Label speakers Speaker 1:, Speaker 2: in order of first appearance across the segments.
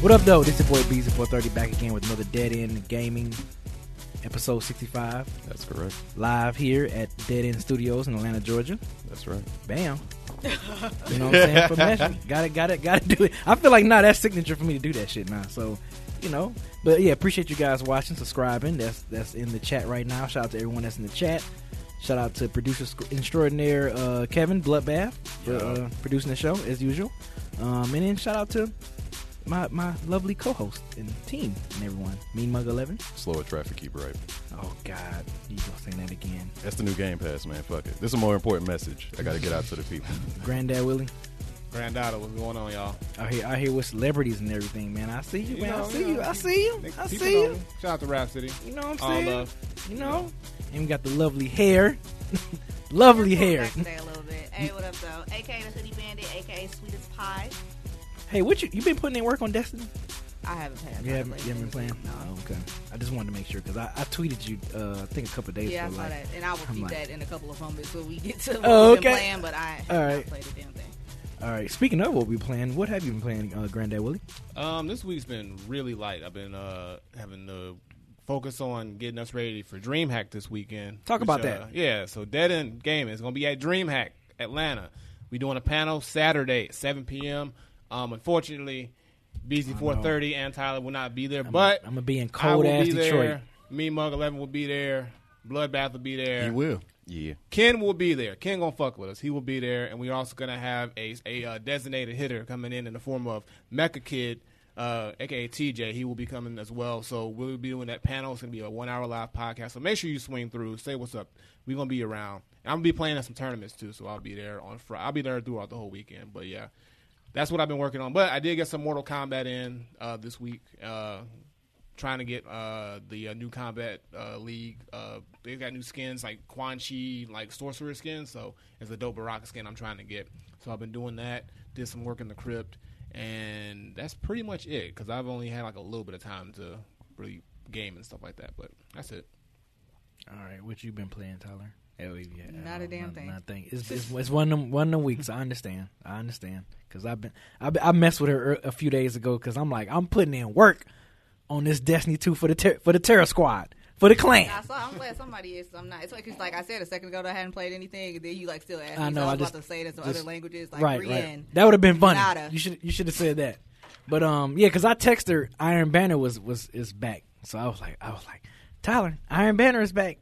Speaker 1: What up, though? This is your boy Beezy 430 back again with another Dead End Gaming episode 65
Speaker 2: That's correct.
Speaker 1: live here at Dead End Studios in Atlanta, Georgia.
Speaker 2: That's right.
Speaker 1: Bam. You know what I'm saying? For measure. Got it, got it, got to do it. I feel like, nah, that's signature for me to do that shit now. So, you know. But yeah, appreciate you guys watching, subscribing. That's that's in the chat right now. Shout out to everyone that's in the chat. Shout out to producer sc- extraordinaire uh, Kevin Bloodbath for uh, producing the show as usual. Um, and then shout out to my my lovely co-host and team and everyone. Mean Mug Eleven.
Speaker 2: Slow at traffic, keep right.
Speaker 1: Oh God, you gonna say that again?
Speaker 2: That's the new Game Pass, man. Fuck it. This is a more important message. I got to get out to the people.
Speaker 1: Granddad Willie.
Speaker 3: Granddaughter, what's going on, y'all?
Speaker 1: I hear I hear with celebrities and everything, man. I see you, man.
Speaker 3: know,
Speaker 1: I see
Speaker 3: you
Speaker 1: you.
Speaker 3: know,
Speaker 1: I see you. I
Speaker 3: People
Speaker 1: see
Speaker 3: know
Speaker 1: you.
Speaker 3: me. Shout out to Rap City.
Speaker 1: You know what
Speaker 3: All uh,
Speaker 1: I'm saying?
Speaker 3: love.
Speaker 1: You know. And we got the lovely hair. lovely
Speaker 4: Pull
Speaker 1: hair.
Speaker 4: back today a little bit. Hey, what up, though? AKA the Hoodie Bandit, AKA Sweet as Pie.
Speaker 1: Hey, what you you been putting in work on Destiny?
Speaker 4: I haven't played.
Speaker 1: You
Speaker 4: I
Speaker 1: haven't, you haven't been
Speaker 4: played
Speaker 1: playing.
Speaker 4: No.
Speaker 1: Oh, okay. I just wanted to make sure because I, I tweeted you uh, I think a couple days
Speaker 4: Yeah, I
Speaker 1: ago.
Speaker 4: saw
Speaker 1: like,
Speaker 4: that, and I will
Speaker 1: I'm
Speaker 4: keep
Speaker 1: like-
Speaker 4: that in a couple of moments when we get to what
Speaker 1: Oh,
Speaker 4: we've been
Speaker 1: okay.
Speaker 4: playing. But I have
Speaker 1: All
Speaker 4: not
Speaker 1: right.
Speaker 4: played a damn thing.
Speaker 1: All right. Speaking of what we playing, what have you been playing, uh, Granddad Willie?
Speaker 3: Um, this week's been really light. I've been uh, having to focus on getting us ready for DreamHack this weekend.
Speaker 1: Talk about
Speaker 3: uh,
Speaker 1: that.
Speaker 3: yeah, so Dead End Gaming is going to be at DreamHack Atlanta. We're doing a panel Saturday at 7 p.m. Um, unfortunately, BZ430 and Tyler will not be there, but
Speaker 1: I'm gonna be in
Speaker 3: I will
Speaker 1: cold ass
Speaker 3: be
Speaker 1: Detroit.
Speaker 3: there. Me, Mug 11 will be there. Bloodbath will be there.
Speaker 2: will. Yeah.
Speaker 3: Ken will be there. Ken gonna fuck with us. He will be there, and we're also gonna have a a uh, designated hitter coming in in the form of Mecha Kid, uh, aka TJ. He will be coming as well. So we'll be doing that panel. It's gonna be a one hour live podcast. So make sure you swing through. Say what's up. We're gonna be around. And I'm gonna be playing in some tournaments too. So I'll be there on Friday. I'll be there throughout the whole weekend. But yeah, that's what I've been working on. But I did get some Mortal Kombat in uh, this week. Uh, trying to get uh, the uh, new combat uh, league. Uh, they've got new skins like Quan Chi, like sorcerer skins. So it's a dope Baraka skin I'm trying to get. So I've been doing that. Did some work in the crypt, and that's pretty much it. Because I've only had like a little bit of time to really game and stuff like that. But that's it.
Speaker 1: All right, what you been playing, Tyler? Oh, yeah,
Speaker 4: Not a
Speaker 1: um,
Speaker 4: damn thing.
Speaker 1: Not a thing. It's, it's, it's one of them, one of them weeks. I understand. I understand because I've been I, I messed with her a few days ago because I'm like I'm putting in work on this Destiny two for the ter- for the Terror Squad for the clan.
Speaker 4: I saw. I'm glad somebody is. I'm not. It's like, 'cause like I said a second ago, that I hadn't played anything, and then you like still asked me.
Speaker 1: I know,
Speaker 4: So
Speaker 1: I
Speaker 4: I was
Speaker 1: just-
Speaker 4: about to say that some
Speaker 1: just-
Speaker 4: other languages, like
Speaker 1: right,
Speaker 4: Korean.
Speaker 1: right. That would have been funny.
Speaker 4: Nada.
Speaker 1: You should you should have said that. But um, yeah, because I texted her Iron Banner was was is back, so I was like I was like Tyler, Iron Banner is back.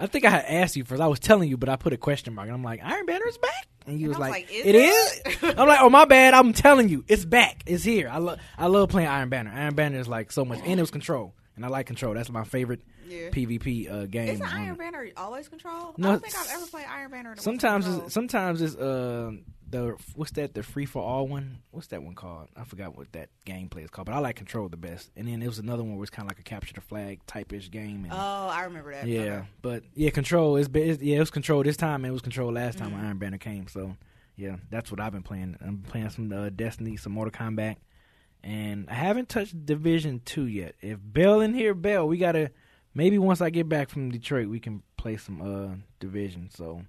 Speaker 1: I think I had asked you first. I was telling you, but I put a question mark, and I'm like Iron Banner is back, and you was,
Speaker 4: I was
Speaker 1: like,
Speaker 4: like, is
Speaker 1: it is.
Speaker 4: it?
Speaker 1: I'm like, oh my bad. I'm telling you, it's back. It's here. I love I love playing Iron Banner. Iron Banner is like so much, and it was Control, and I like Control. That's my favorite
Speaker 4: Yeah.
Speaker 1: PvP uh, game.
Speaker 4: Isn't
Speaker 1: on-
Speaker 4: Iron Banner always control?
Speaker 1: No,
Speaker 4: I don't think
Speaker 1: s-
Speaker 4: I've ever played Iron Banner. and it wasn't
Speaker 1: Sometimes
Speaker 4: control.
Speaker 1: it's, sometimes it's uh the what's that the free for all one what's that one called I forgot what that gameplay is called but I like control the best and then it was another one where it's kind of like a capture the flag type ish game and,
Speaker 4: Oh, I remember that.
Speaker 1: yeah
Speaker 4: Okay.
Speaker 1: but yeah control is be- it's, yeah it was control this time and it was control last time when Iron Banner came so yeah that's what I've been playing I'm playing some uh, Destiny some Mortal Kombat and I haven't touched Division Two yet if Bell in here Bell we gotta maybe once I get back from Detroit we can play some uh Division so.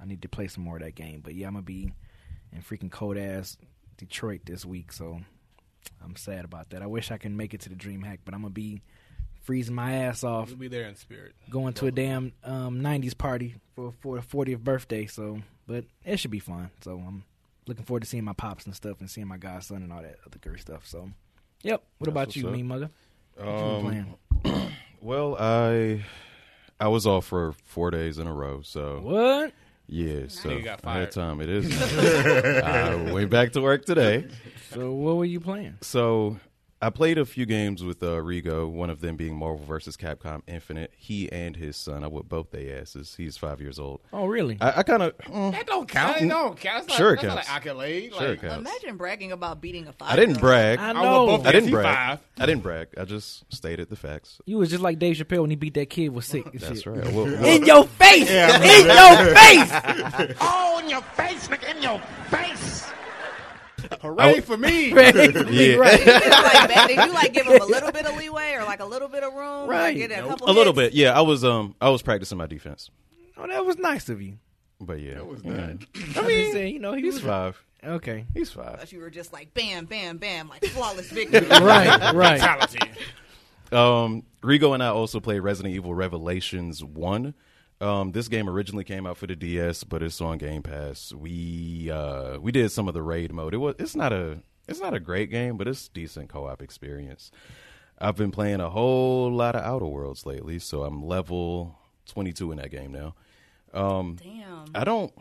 Speaker 1: I need to play some more of that game. But yeah, I'm gonna be in freaking cold ass Detroit this week, so I'm sad about that. I wish I can make it to the Dream Hack, but I'm gonna be freezing my ass off
Speaker 3: We'll be there in spirit.
Speaker 1: going to a damn um, '90s party for for the 40th birthday. So, but it should be fun. So I'm looking forward to seeing my pops and stuff, and seeing my godson and all that other great stuff. So, yep. What about
Speaker 2: what's
Speaker 1: you,
Speaker 2: up. Um,
Speaker 1: mean mugger? What you been playing?
Speaker 2: Well, I I was off for four days in a row, so
Speaker 1: What?
Speaker 2: yeah, so
Speaker 3: You got
Speaker 2: I had
Speaker 3: fired.
Speaker 2: time. It is. I went back to work today,
Speaker 1: So, what were you playing?
Speaker 2: so I played a few games with uh, Rigo, one of them being Marvel vs. Capcom Infinite. He and his son, I whooped both their asses. He's five years old.
Speaker 1: Oh, really?
Speaker 2: I, mm, I kind of.
Speaker 3: That don't count. That don't count. That's not,
Speaker 2: Sure it
Speaker 3: that's not
Speaker 2: counts.
Speaker 3: an accolade.
Speaker 2: Sure
Speaker 3: like,
Speaker 2: it counts.
Speaker 4: Imagine bragging about beating a five.
Speaker 2: I didn't brag.
Speaker 1: I
Speaker 2: I,
Speaker 3: I
Speaker 1: No.
Speaker 3: want both
Speaker 1: I
Speaker 2: didn't
Speaker 3: their
Speaker 2: brag.
Speaker 3: T5.
Speaker 2: I didn't brag. I just stated the facts.
Speaker 1: you was just like Dave Chappelle when he beat that kid with sick. and
Speaker 2: That's
Speaker 1: shit.
Speaker 2: right. Well, well,
Speaker 1: In your face! in your face!
Speaker 5: Oh, in your face, nigga, in your face.
Speaker 3: Hooray for me.
Speaker 2: yeah.
Speaker 4: Did you, like, ba- did you like give him a little bit of leeway or like a little bit of room?
Speaker 1: Right.
Speaker 4: Get a,
Speaker 2: a
Speaker 4: couple
Speaker 2: little bit.
Speaker 4: hits?
Speaker 2: Yeah, I was um I was practicing my defense.
Speaker 1: Oh, that was nice of you.
Speaker 2: But yeah, Mm.
Speaker 1: I mean, saying, you know, he
Speaker 2: he's
Speaker 1: was
Speaker 2: five.
Speaker 1: okay.
Speaker 2: He's five.
Speaker 4: But you were just like bam, bam, bam, like flawless victory.
Speaker 1: right, right.
Speaker 2: Um, Rigo and I also played Resident Evil Revelations One. Um, this game originally came out for the DS, but it's on Game Pass. We uh we did some of the raid mode. It was it's not a it's not a great game, but it's decent co op experience. I've been playing a whole lot of Outer Worlds lately, so I'm level twenty two in that game now.
Speaker 4: Damn.
Speaker 2: I don't.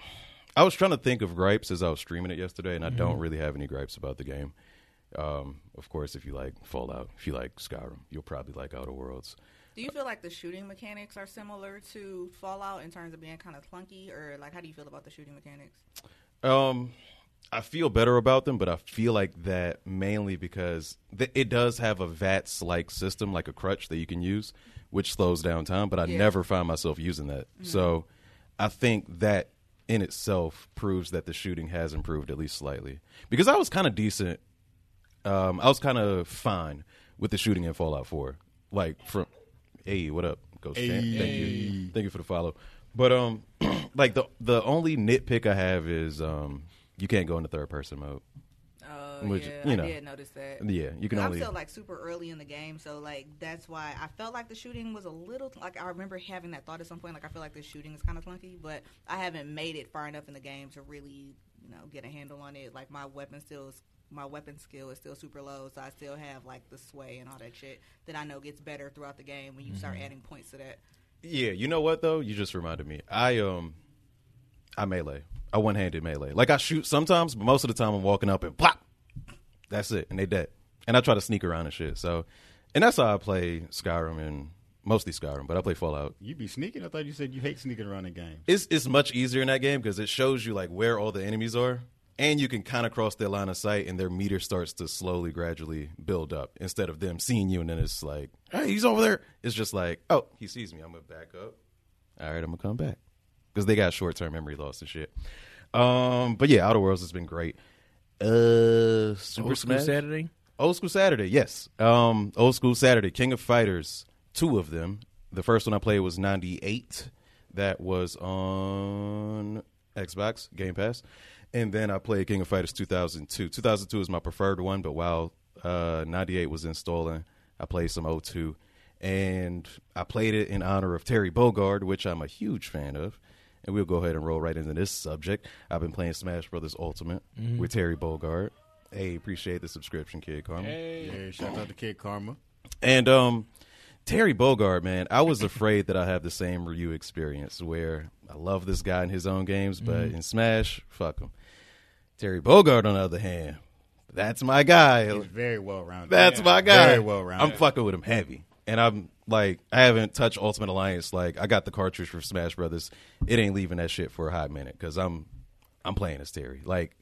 Speaker 2: I was trying to think of gripes as I was streaming it yesterday, and I don't really have any gripes about the game. Um, of course, if you like Fallout, if you like Skyrim, you'll probably like Outer Worlds.
Speaker 4: Do you feel like the shooting mechanics are similar to Fallout in terms of being kind of clunky, or like how do you feel about the shooting mechanics?
Speaker 2: Um, I feel better about them, but I feel like that mainly because th- it does have a VATS like system, like a crutch that you can use, which slows down time. But I never find myself using that. So I think that in itself proves that the shooting has improved at least slightly because I was kind of decent. Um, I was kind of fine with the shooting in Fallout Four. Like from, hey, what up, Ghost? Chan? Thank you, thank you for the follow. But um, like the the only nitpick I have is um, you can't go into third person mode.
Speaker 4: Oh,
Speaker 2: Which,
Speaker 4: yeah,
Speaker 2: you
Speaker 4: I
Speaker 2: know.
Speaker 4: did notice that.
Speaker 2: Yeah, you can
Speaker 4: I'm
Speaker 2: only.
Speaker 4: still like super early in the game, so like that's why I felt like the shooting was a little like I remember having that thought at some point. Like I feel like the shooting is kind of clunky, but I haven't made it far enough in the game to really you know get a handle on it. Like my weapon still is my weapon skill is still super low, so I still have like the sway and all that shit that I know gets better throughout the game when you
Speaker 2: Mm.
Speaker 4: start adding points to that.
Speaker 2: yeah, you know what though? You just reminded me. I um, I melee. I one handed melee. Like I shoot sometimes, but most of the time I'm walking up and plop. That's it, and they dead. And I try to sneak around and shit. So, and that's how I play Skyrim and mostly Skyrim, but I play Fallout.
Speaker 5: You be sneaking? I thought you said you hate sneaking around in games.
Speaker 2: It's it's much easier in that game because it shows you like where all the enemies are, and you can kind of cross their line of sight, and their meter starts to slowly, gradually build up instead of them seeing you, and then it's like, hey, he's over there. It's just like, oh, he sees me. I'm gonna back up. All right, I'm gonna come back because they got short term memory loss and shit. Um, but yeah, Outer Worlds has been great. Uh, Super
Speaker 1: Old School
Speaker 2: Smash
Speaker 1: Saturday.
Speaker 2: Old School Saturday, yes. Um, Old School Saturday, King of Fighters, two of them. The first one I played was 98. That was on Xbox, Game Pass. And then I played King of Fighters 2002. 2002 is my preferred one, but while uh, 98 was installing, I played some 02. And I played it in honor of Terry Bogard, which I'm a huge fan of. And we'll go ahead and roll right into this subject. I've been playing Smash Brothers Ultimate with Terry Bogard. Hey, appreciate the subscription, kid Carmen.
Speaker 5: Yeah, shout out to Kid Karma.
Speaker 2: And um, Terry Bogard, man, I was afraid that I have the same Ryu experience where I love this guy in his own games, but
Speaker 5: Mm-hmm.
Speaker 2: in Smash, fuck him. Terry Bogard, on the other hand, that's my guy.
Speaker 5: He's very well rounded.
Speaker 2: That's my guy.
Speaker 5: Very well rounded.
Speaker 2: I'm fucking with him heavy. And I'm like, I haven't touched Ultimate Alliance. Like, I got the cartridge for Smash Brothers. It ain't leaving that shit for a hot minute because I'm, I'm playing as Terry. Like,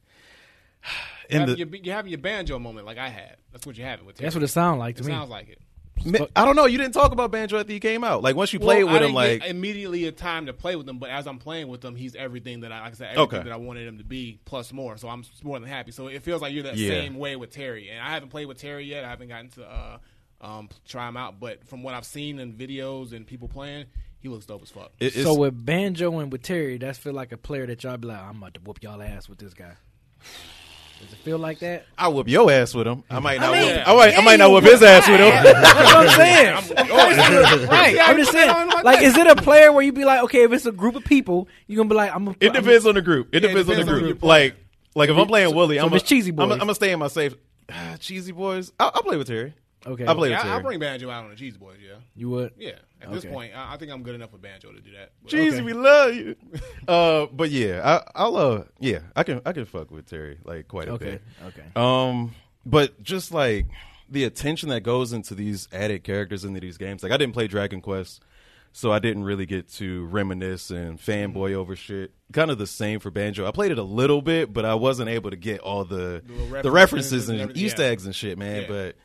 Speaker 2: in
Speaker 3: Having
Speaker 2: the,
Speaker 3: your, you're having your banjo moment like I had. That's what you have it with.
Speaker 1: That's
Speaker 3: Terry.
Speaker 1: what it sounds like to
Speaker 3: It
Speaker 1: me.
Speaker 3: sounds like it.
Speaker 2: Ma- I don't know. You didn't talk about Banjo after you came out. Like once you played
Speaker 3: Well, I
Speaker 2: with him,
Speaker 3: didn't
Speaker 2: like
Speaker 3: get immediately a time to play with him. But as I'm playing with him, he's everything that I like I said, everything
Speaker 2: Okay.
Speaker 3: that I wanted him to be, plus more. So I'm s- more than happy. So it feels like you're that
Speaker 2: Yeah.
Speaker 3: same way with Terry. And I haven't played with Terry yet. I haven't gotten to uh, um, try him out. But from what I've seen in videos and people playing, he looks dope as fuck.
Speaker 2: it- it's,
Speaker 1: So with Banjo and with Terry, that's feel like a player that y'all be like, I'm about to whoop y'all ass with this guy. Does it feel like that?
Speaker 2: I whoop your ass with him. I might not.
Speaker 3: mean,
Speaker 2: whoop, I might. I might not whoop his ass with him.
Speaker 1: That's what I'm saying.
Speaker 3: right.
Speaker 1: I'm just saying, like, is it a player where you be like, okay, if it's a group of people, you gonna be like, I'm. A,
Speaker 2: it depends on the group. It
Speaker 3: Yeah,
Speaker 2: depends on the
Speaker 3: depends on who
Speaker 2: group.
Speaker 3: you're
Speaker 2: Like, like if I'm playing Willie,
Speaker 1: so
Speaker 2: I'm
Speaker 1: if
Speaker 2: a,
Speaker 1: it's Cheesy
Speaker 2: I'm
Speaker 1: Boys.
Speaker 2: gonna stay in my safe. cheesy boys. I'll, I'll play with Terry.
Speaker 1: Okay.
Speaker 2: I'll play with
Speaker 3: Yeah,
Speaker 2: Terry.
Speaker 3: I'll bring Banjo out on the Cheese Boys, yeah.
Speaker 1: You would.
Speaker 3: Yeah. At this
Speaker 1: Okay.
Speaker 3: point, I, I think I'm good enough with Banjo to do that. But-
Speaker 2: Cheesy, we love you. Uh, but yeah, I, I'll. Uh, yeah, I can. I can fuck with Terry like quite a
Speaker 1: Okay.
Speaker 2: bit.
Speaker 1: Okay.
Speaker 2: Um, but just like the attention that goes into these added characters into these games. Like I didn't play Dragon Quest, so I didn't really get to reminisce and fanboy
Speaker 3: Mm-hmm.
Speaker 2: over shit. Kind of the same for Banjo. I played it a little bit, but I wasn't able to get all the
Speaker 3: little
Speaker 2: the references
Speaker 3: references and
Speaker 2: and
Speaker 3: everything,
Speaker 2: Easter
Speaker 3: yeah.
Speaker 2: eggs and shit, man.
Speaker 3: Yeah.
Speaker 2: But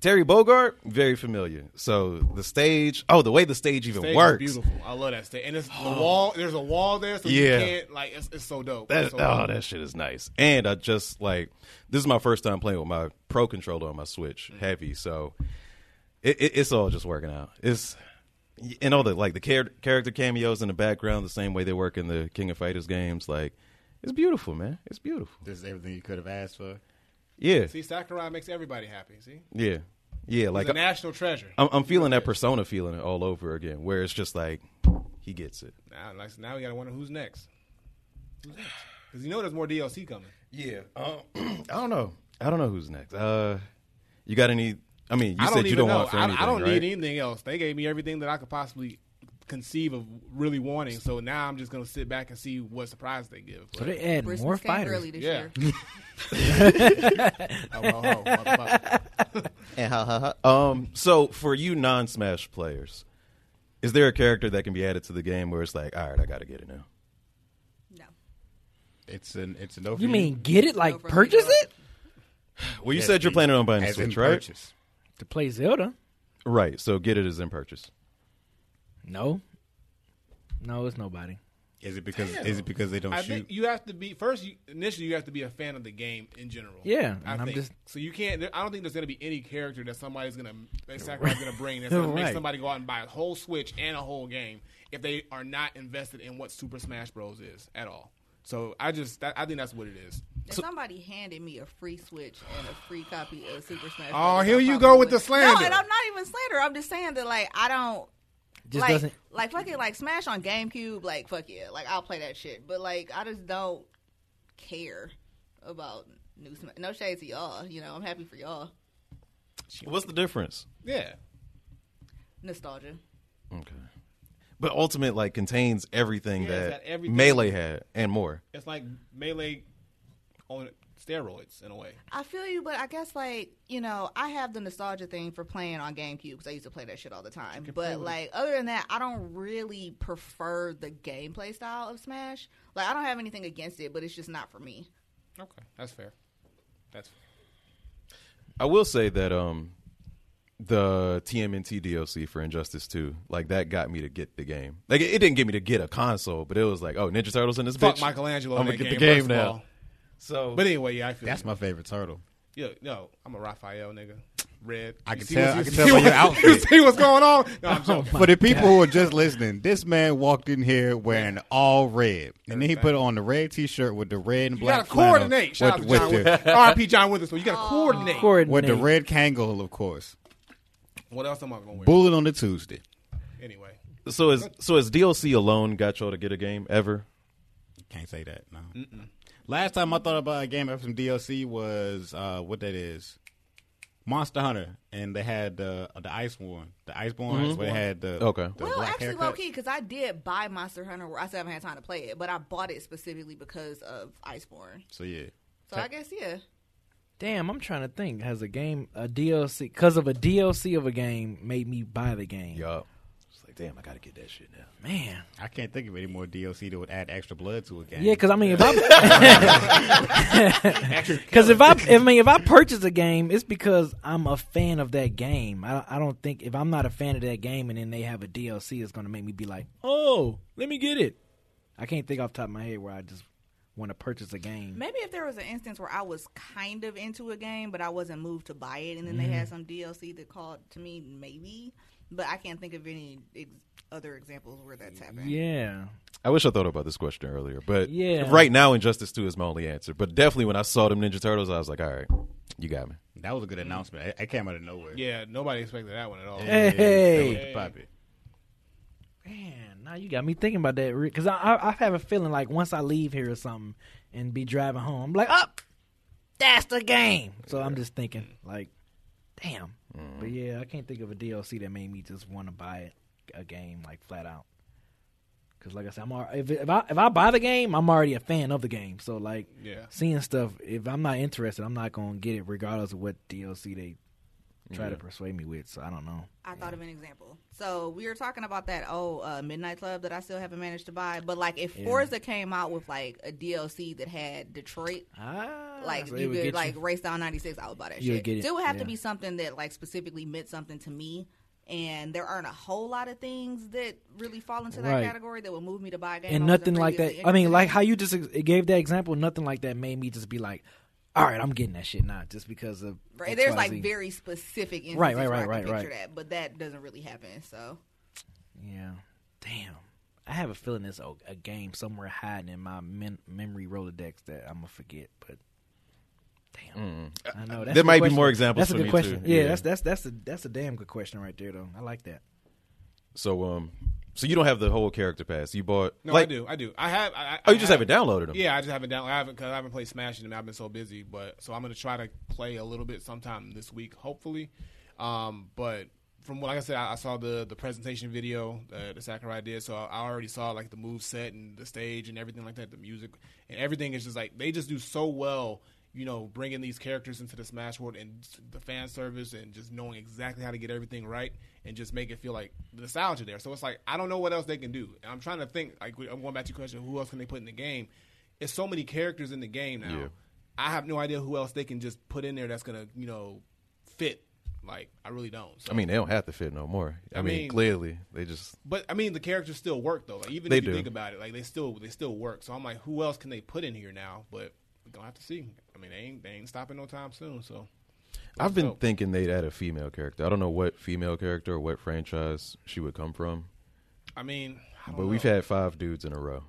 Speaker 2: Terry Bogart, very familiar. So the stage, oh, the way the stage even
Speaker 3: Stage is
Speaker 2: works. Oh.
Speaker 3: beautiful. I love that stage. And it's the wall. There's a wall there, so
Speaker 2: Yeah.
Speaker 3: you can't like. It's, it's so dope.
Speaker 2: That,
Speaker 3: It's so
Speaker 2: oh,
Speaker 3: dope.
Speaker 2: that shit is nice. And I just like this is my first time playing with my pro controller on my Switch
Speaker 3: Mm-hmm.
Speaker 2: heavy, so it, it, it's all just working out. It's and all the like the char- character cameos in the background, the same way they work in the King of Fighters games. Like it's beautiful, man. It's beautiful.
Speaker 6: This is everything you could have asked for.
Speaker 2: Yeah,
Speaker 3: See, Sakurai makes everybody happy. See,
Speaker 2: yeah, yeah.
Speaker 3: like
Speaker 2: Like
Speaker 3: a
Speaker 2: I,
Speaker 3: national treasure.
Speaker 2: I'm, I'm feeling that persona feeling all over again, where it's just like he gets it.
Speaker 3: now, like, now we gotta wonder who's next. Who's next? Because you know there's more DLC coming.
Speaker 2: Yeah, Uh, I don't know. I don't know who's next. Uh, you got any? I mean, you
Speaker 3: I don't
Speaker 2: said you
Speaker 3: even
Speaker 2: don't
Speaker 3: know.
Speaker 2: want for
Speaker 3: I,
Speaker 2: anything,
Speaker 3: I don't
Speaker 2: right?
Speaker 3: need anything else. They gave me everything that I could possibly conceive of really wanting. So now I'm just gonna sit back and see what surprise they give.
Speaker 1: So they add more
Speaker 4: Christmas came
Speaker 1: fighters.
Speaker 4: early this
Speaker 3: Yeah.
Speaker 4: year.
Speaker 3: Oh, oh, oh, motherfucker.
Speaker 2: Um, so for you non-Smash players, is there a character that can be added to the game where it's like, all right, I got to get it now?
Speaker 4: No.
Speaker 6: It's an it's a no. for
Speaker 1: You mean get it like
Speaker 4: Over
Speaker 1: purchase
Speaker 4: and
Speaker 1: it
Speaker 2: Well, you said you're planning on buying a
Speaker 6: as in
Speaker 2: Switch, right?
Speaker 6: purchase.
Speaker 1: to play Zelda?
Speaker 2: Right. So get it as in purchase.
Speaker 1: No, no, it's nobody.
Speaker 6: Is it because is it because they don't
Speaker 3: I
Speaker 6: Oh, shoot?
Speaker 3: think you have to be first. You, initially, you have to be a fan of the game in general.
Speaker 1: Yeah,
Speaker 3: I
Speaker 1: and I'm
Speaker 3: think
Speaker 1: just-
Speaker 3: so. You can't. There, I don't think there's going to be any character that somebody's going to that Sakurai's going to bring that's going to
Speaker 1: Right.
Speaker 3: make somebody go out and buy a whole Switch and a whole game if they are not invested in what Super Smash Bros. is at all. So I just that, I think that's what it is.
Speaker 4: If somebody handed me a free Switch and a free copy of Super Smash.
Speaker 3: Oh,
Speaker 4: Bros,
Speaker 3: here
Speaker 4: I
Speaker 3: you
Speaker 4: probably
Speaker 3: go with
Speaker 4: would.
Speaker 3: the slander.
Speaker 4: No, and I'm not even slander. I'm just saying that like I don't
Speaker 1: Just
Speaker 4: like
Speaker 1: doesn't.
Speaker 4: like fucking like Smash on GameCube. Like fuck yeah, like I'll play that shit. But like I just don't care about new Smash. No shade to y'all. You know I'm happy for y'all.
Speaker 2: What's the difference?
Speaker 3: Yeah,
Speaker 4: Nostalgia.
Speaker 2: Okay. But Ultimate like contains everything
Speaker 3: Yeah, it's
Speaker 2: that
Speaker 3: got everything.
Speaker 2: Melee had and more.
Speaker 3: it's like melee on steroids in a way.
Speaker 4: I feel you, but I guess like you know, I have the nostalgia thing for playing on GameCube because I used to play that shit all the time. But like other than that, I don't really prefer the gameplay style of Smash. Like I don't have anything against it, but it's just not for me.
Speaker 3: Okay, that's fair. That's fair.
Speaker 2: I will say that um the TMNT DLC for Injustice 2, like that got me to get the game. Like it, it didn't get me to get a console, but it was like, oh, Ninja Turtles in this
Speaker 3: fuck
Speaker 2: bitch.
Speaker 3: Michelangelo.
Speaker 2: I'm
Speaker 3: in
Speaker 2: gonna
Speaker 3: that
Speaker 2: get
Speaker 3: game,
Speaker 2: the game
Speaker 3: first of
Speaker 2: now.
Speaker 3: all.
Speaker 2: So,
Speaker 3: But anyway, yeah, I feel
Speaker 6: That's my favorite turtle.
Speaker 3: Yeah, no, I'm a Raphael nigga. Red.
Speaker 6: I
Speaker 3: You
Speaker 6: can
Speaker 3: see what's-
Speaker 6: tell- I
Speaker 3: you
Speaker 6: can
Speaker 3: see
Speaker 6: tell by
Speaker 3: what-
Speaker 6: your
Speaker 3: You
Speaker 6: outfit. Oh,
Speaker 3: see what's going on? No, I'm joking.
Speaker 6: For the people who are just listening, this man walked in here wearing all red, and then he put on the red T-shirt with the red and
Speaker 3: You gotta
Speaker 6: black.
Speaker 3: coordinate. Shout
Speaker 6: flannel
Speaker 3: out to
Speaker 6: with-
Speaker 3: John
Speaker 6: with,
Speaker 3: Withers. RP John Witherspoon. You gotta coordinate.
Speaker 6: the, with the red Kangol, of course.
Speaker 3: What else am I gonna wear?
Speaker 6: Bullet on the Tuesday.
Speaker 3: Anyway.
Speaker 2: so is so is DLC alone got y'all to get a game ever?
Speaker 6: Can't say that. No. Last time I thought about a game after some DLC was uh, what that is, Monster Hunter, and they had the uh, the Iceborne, the Iceborne
Speaker 1: Mm-hmm.
Speaker 6: is where they had the
Speaker 2: Okay.
Speaker 6: the
Speaker 4: well,
Speaker 6: black
Speaker 4: actually,
Speaker 6: haircut.
Speaker 4: low key, because I did buy Monster Hunter. Where I still haven't had time to play it, but I bought it specifically because of Iceborne.
Speaker 6: So yeah,
Speaker 4: So I guess yeah.
Speaker 1: Damn, I'm trying to think. Has a game a DLC because of a DLC of a game made me buy the game?
Speaker 2: Yup. It's like, damn, I gotta get that shit now.
Speaker 1: Man,
Speaker 6: I can't think of any more DLC that would add extra blood to a game.
Speaker 1: yeah, because I mean, if I because if I I mean if I purchase a game, it's because I'm a fan of that game. I I don't think if I'm not a fan of that game and then they have a DLC, it's gonna make me be like, oh, let me get it. I can't think off the top of my head where I just want to purchase a game.
Speaker 4: Maybe if there was an instance where I was kind of into a game, but I wasn't moved to buy it, and then they had some DLC that called to me, maybe. But I can't think of any ex- other examples where that's happened.
Speaker 1: Yeah,
Speaker 2: I wish I thought about this question earlier, but
Speaker 1: Yeah.
Speaker 2: right now, Injustice Two is my only answer. But definitely, when I saw them Ninja Turtles, I was like, all right, you got me.
Speaker 6: that was a good announcement. I, I came out of nowhere.
Speaker 3: Yeah, nobody expected that one at all.
Speaker 6: Yeah,
Speaker 1: Hey.
Speaker 6: that was the puppet.
Speaker 1: Man, now you got me thinking about that because I, I I have a feeling like once I leave here or something and be driving home, I'm like, up, that's the game. So I'm just thinking like, damn.
Speaker 4: Mm-hmm.
Speaker 1: But yeah, I can't think of a DLC that made me just want to buy a game like flat out. Because like I said, I'm al- if if I if I buy the game, I'm already a fan of the game. So like,
Speaker 3: Yeah.
Speaker 1: seeing stuff if I'm not interested, I'm not gonna get it regardless of what DLC they try to persuade me with. So I don't know.
Speaker 4: I thought of an example. So we were talking about that oh uh, Midnight Club that I still haven't managed to buy, but like if Forza came out with like a DLC that had Detroit,
Speaker 1: Ah,
Speaker 4: like
Speaker 1: so it
Speaker 4: you
Speaker 1: would
Speaker 4: could
Speaker 1: get
Speaker 4: like
Speaker 1: you.
Speaker 4: race down '96, I would buy that
Speaker 1: You would
Speaker 4: shit.
Speaker 1: get it,
Speaker 4: So it would have
Speaker 1: yeah.
Speaker 4: to be something that like specifically meant something to me. And there aren't a whole lot of things that really fall into that
Speaker 1: Right.
Speaker 4: category that would move me to buy a game.
Speaker 1: and
Speaker 4: I wasn't
Speaker 1: nothing like that.
Speaker 4: previously
Speaker 1: I mean,
Speaker 4: interested
Speaker 1: like
Speaker 4: in.
Speaker 1: how you just ex- gave that example, nothing like that made me just be like, all right, I'm getting that shit now, just because of
Speaker 4: Right. There's like
Speaker 1: XYZ.
Speaker 4: very specific instances
Speaker 1: Right, right,
Speaker 4: where I
Speaker 1: right,
Speaker 4: can
Speaker 1: right,
Speaker 4: picture
Speaker 1: right.
Speaker 4: that, but that doesn't really happen. So
Speaker 1: yeah, damn. I have a feeling there's a, a game somewhere hiding in my men- memory rolodex that I'm gonna forget, but. Damn, I know. that's a
Speaker 2: Mm. Uh, There
Speaker 1: good
Speaker 2: might be
Speaker 1: question.
Speaker 2: more examples
Speaker 1: That's a
Speaker 2: for
Speaker 1: good
Speaker 2: me,
Speaker 1: question.
Speaker 2: too.
Speaker 1: Yeah,
Speaker 2: Yeah.
Speaker 1: that's that's that's the that's a damn good question right there, though. I like that.
Speaker 2: So um, so you don't have the whole character pass. You bought
Speaker 3: No, I
Speaker 2: like-
Speaker 3: do. I do. I have. I, I-
Speaker 2: Oh, you
Speaker 3: I
Speaker 2: just
Speaker 3: have-
Speaker 2: haven't downloaded them.
Speaker 3: Yeah, I just haven't downloaded. I haven't because I haven't played Smash in them. I've been so busy, but so I'm gonna try to play a little bit sometime this week, hopefully. Um, but from what like I said, I, I saw the the presentation video uh, that Sakurai did, so I, I already saw like the move set and the stage and everything like that, the music and everything is just like they just do so well. You know, bringing these characters into the Smash world and the fan service and just knowing exactly how to get everything right and just make it feel like the nostalgia there. So it's like I don't know what else they can do. And I'm trying to think. Like I'm going back to your question, who else can they put in the game? it's so many characters in the game now.
Speaker 2: Yeah.
Speaker 3: I have no idea who else they can just put in there that's gonna, you know, fit. Like I really don't. So.
Speaker 2: I mean, they don't have to fit no more. I,
Speaker 3: I
Speaker 2: mean,
Speaker 3: mean-
Speaker 2: clearly they just
Speaker 3: but I mean, the characters still work though. Like even
Speaker 2: They
Speaker 3: if you
Speaker 2: do.
Speaker 3: think about it, like they still they still work. So I'm like, who else can they put in here now? But we gonna have to see. I mean, they ain't they ain't stopping no time soon. So
Speaker 2: I've been
Speaker 3: dope.
Speaker 2: thinking they'd add a female character. I don't know what female character or what franchise she would come from,
Speaker 3: I mean, I don't
Speaker 2: but we've Mm-hmm.
Speaker 3: know.
Speaker 2: had five dudes in a row.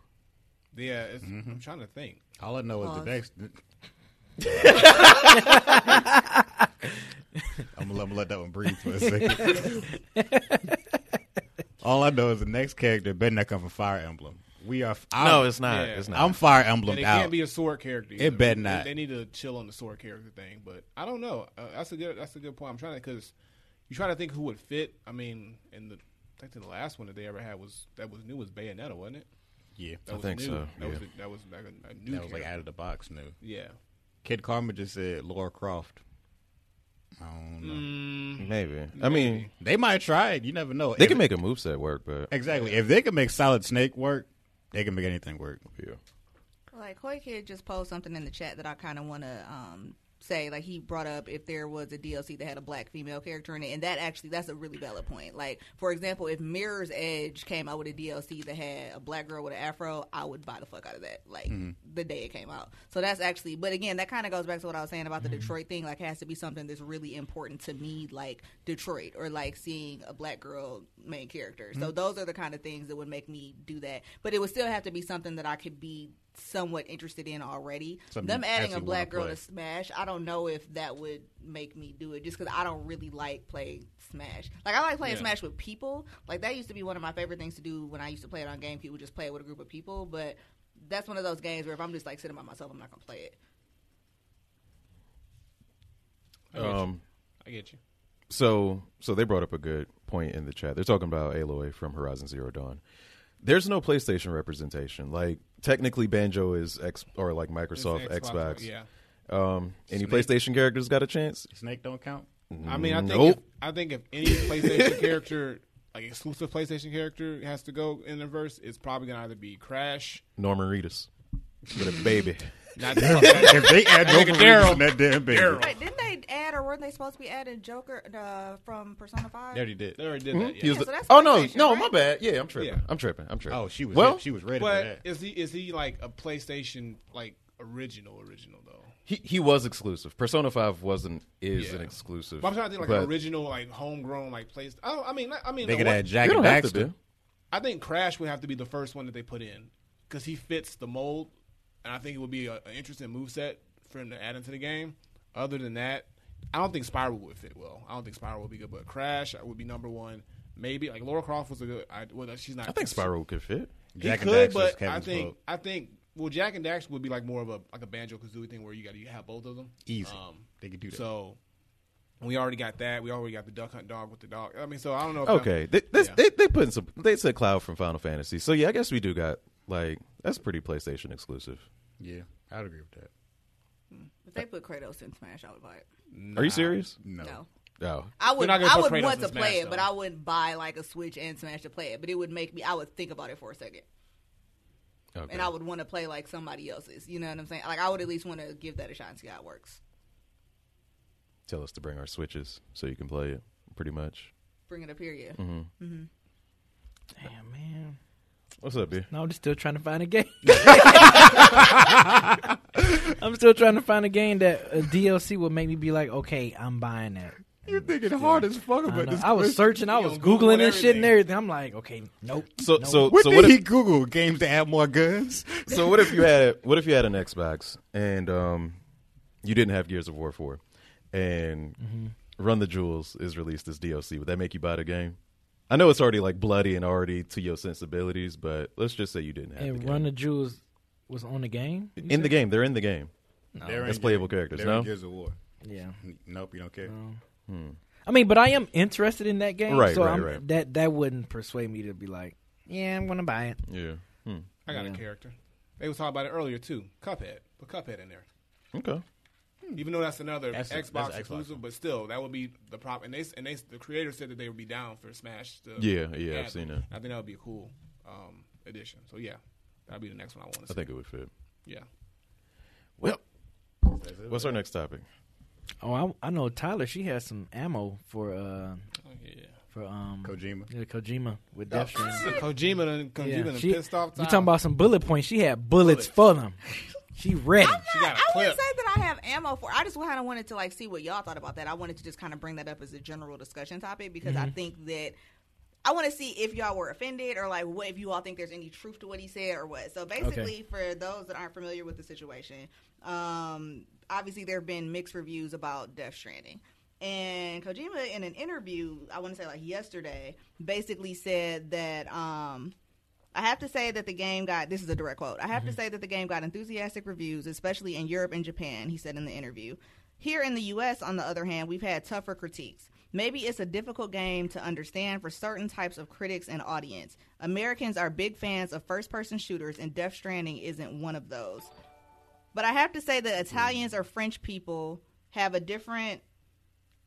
Speaker 3: yeah. It's, I'm trying to think.
Speaker 6: All I know is
Speaker 4: Pause.
Speaker 6: the next. I'm gonna let, I'ma let that one breathe for a second. All I know is the next character better not come from Fire Emblem. We are. I'm,
Speaker 2: not.
Speaker 3: Yeah. it's
Speaker 6: I'm Fire Emblem
Speaker 3: And it
Speaker 6: out.
Speaker 3: can't be a sword character. Either.
Speaker 6: It better
Speaker 3: They-
Speaker 6: not.
Speaker 3: They, need to chill on the sword character thing. But I don't know. Uh, that's a good. That's a good point. I'm trying to because you try to think who would fit. I mean, and the I think the last one that they ever had was that was new was Bayonetta, wasn't it?
Speaker 6: yeah,
Speaker 3: That
Speaker 2: I
Speaker 3: was
Speaker 2: think
Speaker 3: new.
Speaker 2: so,
Speaker 3: That was
Speaker 2: yeah.
Speaker 3: a, that was like a, a new.
Speaker 6: that was like
Speaker 3: character.
Speaker 6: out of the box new.
Speaker 3: yeah.
Speaker 6: Kid Karma just said Laura Croft. I don't know.
Speaker 3: Mm-hmm.
Speaker 2: Maybe. I mean,
Speaker 6: They might try it. You never know.
Speaker 2: they
Speaker 6: If-
Speaker 2: can make a moveset work, but
Speaker 6: exactly if they can make Solid Snake work, they can make anything work.
Speaker 2: yeah.
Speaker 4: Like Koi Kid just posed something in the chat that I kind of want to um, say. Like he brought up if there was a DLC that had a black female character in it, and that actually that's a really valid point. Like for example, if Mirror's Edge came out with a DLC that had a black girl with an afro, I would buy the fuck out of that. Like the day it came out. So that's actually. But again, that kind of goes back to what I was saying about the Detroit thing. Like it has to be something that's really important to me, like Detroit or like seeing a black girl main character. So those are the kind of things that would make me do that. But it would still have to be something that I could be somewhat interested in already.
Speaker 6: Something
Speaker 4: Them
Speaker 6: you
Speaker 4: adding a
Speaker 6: actually
Speaker 4: black girl
Speaker 6: wanna
Speaker 4: to Smash, I don't know if that would make me do it just because I don't really like playing Smash. Like, I like playing Smash with people. Like, that used to be one of my favorite things to do when I used to play it on GameCube, would just play it with a group of people. But that's one of those games where if I'm just like sitting by myself, I'm not going to play it.
Speaker 3: I get, you.
Speaker 2: Um,
Speaker 3: I get you.
Speaker 2: so so they brought up a good point in the chat. They're talking about Aloy from Horizon Zero Dawn. There's no PlayStation representation. Like technically, Banjo is X or like Microsoft
Speaker 3: It's
Speaker 2: Xbox.
Speaker 3: Yeah.
Speaker 2: Um, any PlayStation characters got a chance?
Speaker 6: Snake don't count.
Speaker 3: I mean, I think
Speaker 2: Nope.
Speaker 3: if, I think if any PlayStation character, like exclusive PlayStation character, has to go in the verse, it's probably gonna either be Crash.
Speaker 2: Norman Reedus with a baby.
Speaker 3: Not that
Speaker 6: If they add no
Speaker 3: Daryl.
Speaker 6: reason, that damn baby.
Speaker 3: Daryl.
Speaker 4: Wait, didn't they add or weren't they supposed to be adding Joker uh, from Persona 5?
Speaker 6: They already did.
Speaker 3: they already did that.
Speaker 2: He
Speaker 3: Yeah.
Speaker 2: was the-
Speaker 4: so that's
Speaker 2: oh no,
Speaker 4: PlayStation,
Speaker 2: no,
Speaker 4: right?
Speaker 2: my bad. Yeah, I'm tripping.
Speaker 3: Yeah.
Speaker 2: I'm tripping. I'm tripping.
Speaker 6: Oh, she was.
Speaker 2: well.
Speaker 6: She was ready for
Speaker 3: But
Speaker 6: that.
Speaker 3: is he is he like a PlayStation like original original though?
Speaker 2: He he was exclusive. Persona Five wasn't is
Speaker 3: Yeah.
Speaker 2: an exclusive.
Speaker 3: But I'm trying to think like
Speaker 2: but
Speaker 3: an original like homegrown like PlayStation. Oh, I mean, I mean,
Speaker 6: They
Speaker 3: the
Speaker 6: could
Speaker 3: one-
Speaker 6: add
Speaker 2: They
Speaker 6: Jack
Speaker 2: don't have to
Speaker 6: Baxter.
Speaker 2: be.
Speaker 3: I think Crash would have to be the first one that they put in because he fits the mold, and I think it would be a, an interesting moveset for him to add into the game. Other than that, I don't think Spiral would fit well. I don't think Spiral would be good, but Crash would be number one. Maybe like Laura Croft was a good. I, well, she's not.
Speaker 2: I think Spyro could fit.
Speaker 3: He
Speaker 6: Jack and
Speaker 3: could,
Speaker 6: Daxter's
Speaker 3: but I
Speaker 6: Kevin's
Speaker 3: think
Speaker 6: vote.
Speaker 3: I think well, Jack and Dax would be like more of a like a banjo kazooie thing where you got to have both of them. Um,
Speaker 6: Easy. They could do that.
Speaker 3: So we already got that. We already got the duck hunt dog with the dog. I mean, so I don't know. If
Speaker 2: Okay, they they,
Speaker 3: Yeah.
Speaker 2: they they put in some. They said Cloud from Final Fantasy. So yeah, I guess we do got like that's pretty PlayStation exclusive.
Speaker 6: Yeah, I'd agree with that.
Speaker 4: If they put Kratos in Smash, I would buy it.
Speaker 2: Are you serious?
Speaker 6: No.
Speaker 2: Oh,
Speaker 4: No. I would
Speaker 3: not gonna
Speaker 4: I
Speaker 3: put
Speaker 4: would
Speaker 3: Kratos
Speaker 4: want
Speaker 3: in
Speaker 4: to
Speaker 3: Smash,
Speaker 4: play it,
Speaker 3: though.
Speaker 4: but I wouldn't buy like a Switch and Smash to play it. But it would make me. I would think about it for a second,
Speaker 2: okay.
Speaker 4: and I would want to play like somebody else's. You know what I'm saying? Like I would at least want to give that a shot and see how it works.
Speaker 2: tell us to bring our switches so you can play it. Pretty much.
Speaker 4: Bring it up here, yeah.
Speaker 1: Damn, man.
Speaker 2: What's up, beer?
Speaker 1: No, I'm just still trying to find a game. I'm still trying to find a game that a DLC would make me be like, okay, I'm buying that.
Speaker 6: You're thinking hard as fuck
Speaker 1: I,
Speaker 6: about
Speaker 1: know.
Speaker 6: this.
Speaker 1: I was searching, I was
Speaker 3: on Google
Speaker 1: googling
Speaker 3: and
Speaker 1: and shit and
Speaker 3: everything.
Speaker 1: everything. I'm like, okay, nope.
Speaker 2: So,
Speaker 1: nope.
Speaker 2: so,
Speaker 6: What
Speaker 2: so
Speaker 6: did
Speaker 2: what
Speaker 6: he
Speaker 2: if,
Speaker 6: Google? Games to have more guns?
Speaker 2: so what if you had what if you had an Xbox and um, you didn't have Gears of War four, and Run the Jewels is released as DLC? Would that make you buy the game? I know it's already like bloody and already to your sensibilities, but let's just say you didn't have the
Speaker 1: and
Speaker 2: game.
Speaker 1: Run the Jewels was on the game. You
Speaker 2: in the
Speaker 1: said?
Speaker 2: game, they're in the game. That's playable characters,
Speaker 6: They're
Speaker 2: no?
Speaker 6: in Gears of War.
Speaker 1: Yeah.
Speaker 6: Nope, you don't care.
Speaker 1: I mean, but I am interested in that game,
Speaker 2: Right,
Speaker 1: so
Speaker 2: right,
Speaker 1: I'm,
Speaker 2: right.
Speaker 1: that that wouldn't persuade me to be like, yeah, I'm gonna buy it.
Speaker 2: Yeah. Hmm.
Speaker 3: I got a character. They was talking about it earlier too. Cuphead. Put Cuphead in there.
Speaker 2: Okay.
Speaker 3: Even though that's another
Speaker 6: Hmm. That's a-
Speaker 3: Xbox
Speaker 6: that's an Xbox
Speaker 3: exclusive,
Speaker 6: one.
Speaker 3: but still, that would be the prop. And they s- and they s- the creator said that they would be down for Smash. To
Speaker 2: Yeah, yeah, I've
Speaker 3: add
Speaker 2: seen
Speaker 3: them.
Speaker 2: that.
Speaker 3: I think that would be a cool um, addition. So yeah, that'd be the next one I want to see.
Speaker 2: I think it would fit.
Speaker 3: Yeah.
Speaker 2: Well, what's our next topic?
Speaker 1: Oh, I, I know Tyler. She has some ammo for uh
Speaker 3: Yeah.
Speaker 1: for um
Speaker 6: Kojima.
Speaker 1: yeah, Kojima with Death Stranding.
Speaker 3: Kojima done, Kojima
Speaker 1: Yeah,
Speaker 3: done
Speaker 1: she-
Speaker 3: pissed off.
Speaker 1: You
Speaker 3: Tyler.
Speaker 1: talking about some bullet points? She had bullets, for them. She ready.
Speaker 3: She got a
Speaker 4: I
Speaker 3: clip.
Speaker 4: wouldn't say that I have ammo for. I just kind of wanted to like see what y'all thought about that. I wanted to just kind of bring that up as a general discussion topic because
Speaker 3: Mm-hmm.
Speaker 4: I think that I want to see if y'all were offended or like what if you all think there's any truth to what he said or what. So basically, for those that aren't familiar with the situation, um, obviously there have been mixed reviews about Death Stranding. And Kojima, in an interview, I want to say like yesterday, basically said that um, I have to say that the game got this is a direct quote. I have to say that the game got enthusiastic reviews, especially in Europe and Japan, he said in the interview. Here in the US, on the other hand, we've had tougher critiques. Maybe it's a difficult game to understand for certain types of critics and audience. Americans are big fans of first person shooters, and Death Stranding isn't one of those. But I have to say that
Speaker 6: Mm-hmm.
Speaker 4: Italians or French people have a different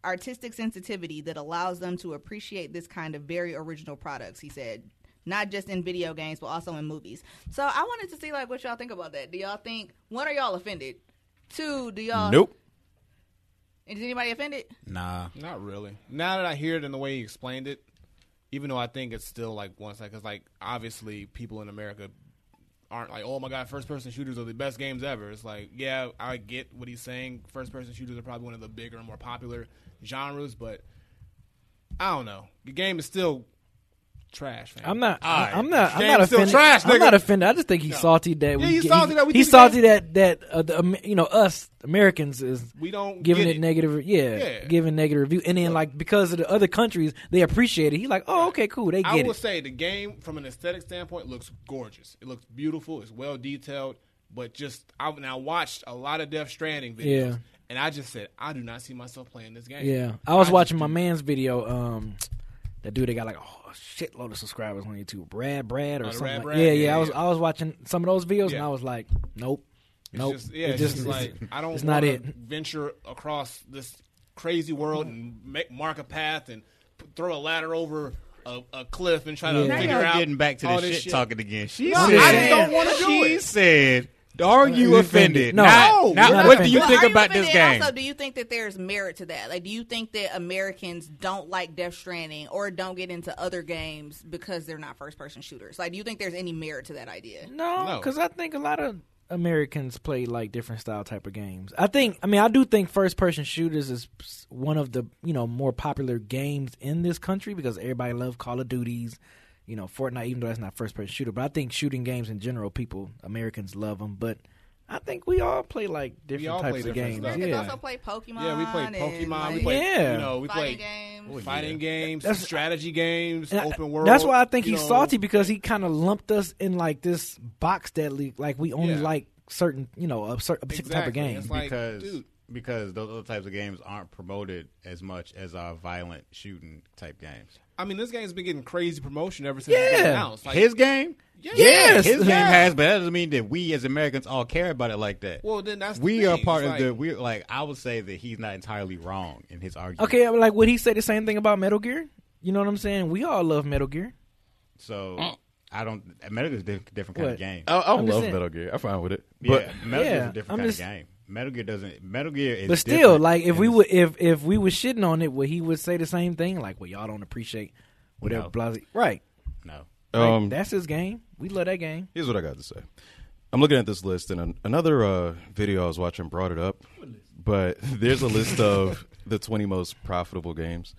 Speaker 4: artistic sensitivity that allows them to appreciate this kind of very original products, he said. Not just in video games, but also in movies. So I wanted to see like what y'all think about that. Do y'all think one are y'all offended? Two, do y'all
Speaker 2: nope.
Speaker 4: Is anybody offended?
Speaker 6: Nah.
Speaker 3: Not really. Now that I hear it and the way he explained it, even though I think it's still like one side, because like obviously people in America aren't like, oh my god, first person shooters are the best games ever. It's like, yeah, I get what he's saying. First person shooters are probably one of the bigger and more popular genres, but I don't know. The game is still trash. Man.
Speaker 1: I'm not. I,
Speaker 3: right.
Speaker 1: am not. I'm
Speaker 3: Game
Speaker 1: not
Speaker 3: is still
Speaker 1: offended.
Speaker 3: trash,
Speaker 1: I'm
Speaker 3: nigga.
Speaker 1: not offended. I just think he's salty that we.
Speaker 3: he's
Speaker 1: get-
Speaker 3: salty that we
Speaker 1: he's
Speaker 3: think
Speaker 1: salty that that uh, the, um, you know us Americans is
Speaker 3: We don't
Speaker 1: giving
Speaker 3: get
Speaker 1: it,
Speaker 3: it.
Speaker 1: negative. Yeah,
Speaker 3: Yeah.
Speaker 1: giving negative review, and then like because of the other countries, they appreciate it. He's like, oh, okay, cool, they get
Speaker 3: I will
Speaker 1: it.
Speaker 3: say the game from an aesthetic standpoint looks gorgeous. It looks beautiful. It's well detailed. But just I and I watched a lot of Death Stranding videos,
Speaker 1: Yeah.
Speaker 3: and I just said I do not see myself playing this game.
Speaker 1: yeah, I was
Speaker 3: just
Speaker 1: watching my man's video. Um, that dude, they got like a oh, shitload of subscribers on YouTube. Brad, Brad, or
Speaker 3: Oh, the
Speaker 1: something.
Speaker 3: Rad
Speaker 1: like-
Speaker 3: Brad?
Speaker 1: Yeah, yeah,
Speaker 3: Yeah,
Speaker 1: I was
Speaker 3: yeah.
Speaker 1: I was watching some of those videos, and
Speaker 3: Yeah.
Speaker 1: I was like, nope,
Speaker 3: It's
Speaker 1: nope.
Speaker 3: just, yeah,
Speaker 1: It
Speaker 3: it's just, like
Speaker 1: it's-
Speaker 3: I don't.
Speaker 1: It's not
Speaker 3: wanna
Speaker 1: it.
Speaker 3: Venture across this crazy world and make, mark a path and p- throw a ladder over a, a cliff and try to
Speaker 1: Now
Speaker 3: figure out
Speaker 6: getting back to
Speaker 3: all
Speaker 6: the
Speaker 3: this
Speaker 6: shit, talking again. She
Speaker 3: No, I
Speaker 6: said,
Speaker 3: just don't wanna do
Speaker 6: She
Speaker 3: it.
Speaker 6: said, "Are you
Speaker 1: You're
Speaker 6: offended?
Speaker 1: offended. No.
Speaker 6: Not-
Speaker 1: No,
Speaker 6: not
Speaker 1: we're not
Speaker 6: what do you
Speaker 4: Well,
Speaker 6: think
Speaker 4: are you
Speaker 6: about this
Speaker 4: offended?
Speaker 6: game?
Speaker 4: Also, do you think that there's merit to that? Like, do you think that Americans don't like Death Stranding or don't get into other games because they're not first person shooters? Like, do you think there's any merit to that idea?
Speaker 1: No,
Speaker 3: No.
Speaker 1: because I think a lot of Americans play like different style type of games. I think, I mean, I do think first person shooters is one of the you know more popular games in this country because everybody loves Call of Duties. You know, Fortnite, even though that's not first person shooter, but I think shooting games in general, people Americans love them. But I think we all play like different
Speaker 3: all
Speaker 1: types
Speaker 3: play
Speaker 1: of
Speaker 3: different
Speaker 1: games.
Speaker 3: stuff.
Speaker 4: Americans
Speaker 1: Yeah,
Speaker 4: also play Pokemon.
Speaker 3: Yeah, we play
Speaker 4: and,
Speaker 3: Pokemon. We
Speaker 4: like,
Speaker 3: play,
Speaker 1: Yeah.
Speaker 3: you know, we play
Speaker 4: fighting games.
Speaker 3: fighting games,
Speaker 1: That's-
Speaker 3: strategy games,
Speaker 1: And I-
Speaker 3: open world.
Speaker 1: That's why I think
Speaker 3: you
Speaker 1: he's
Speaker 3: know.
Speaker 1: salty because he kind of lumped us in like this box that le- like we only
Speaker 3: Yeah.
Speaker 1: like certain you know a, cer- a particular type of
Speaker 3: Exactly.
Speaker 1: game.
Speaker 3: It's like,
Speaker 6: Because-
Speaker 3: dude,
Speaker 6: because those other types of games aren't promoted as much as our violent shooting type games.
Speaker 3: I mean, this game's been getting crazy promotion ever since it's been
Speaker 1: Yeah.
Speaker 3: announced. Like,
Speaker 6: his game,
Speaker 1: Yes.
Speaker 6: his game
Speaker 1: Yeah.
Speaker 6: has, but that doesn't mean that we as Americans all care about it like that.
Speaker 3: Well, then that's the
Speaker 6: we
Speaker 3: thing.
Speaker 6: are part
Speaker 3: It's
Speaker 6: of the.
Speaker 3: like-
Speaker 6: We're like I would say that he's not entirely wrong in his argument.
Speaker 1: Okay, I'm like would he say the same thing about Metal Gear? You know what I'm saying? We all love Metal Gear.
Speaker 6: so I don't. Metal Gear is a diff- different kind
Speaker 1: Uh. What?
Speaker 6: of game.
Speaker 2: I, I
Speaker 1: I'm just
Speaker 2: love
Speaker 1: saying.
Speaker 2: Metal Gear. I'm fine with it. But
Speaker 6: yeah, Metal Gear is
Speaker 1: Yeah,
Speaker 6: a different
Speaker 1: I'm
Speaker 6: kind
Speaker 1: just-
Speaker 6: of game. Metal Gear doesn't. Metal Gear is.
Speaker 1: But still,
Speaker 6: different
Speaker 1: like if
Speaker 6: in
Speaker 1: we
Speaker 6: the-
Speaker 1: would if if we were shitting on it, would he would say the same thing? Like, well, y'all don't appreciate whatever
Speaker 6: No.
Speaker 1: Blase. Right.
Speaker 6: no.
Speaker 1: Like,
Speaker 2: um,
Speaker 1: that's his game. We love that game.
Speaker 2: here's what I got to say. I'm looking at this list, and an, another uh, video I was watching brought it up. But there's a list of the 20 most profitable games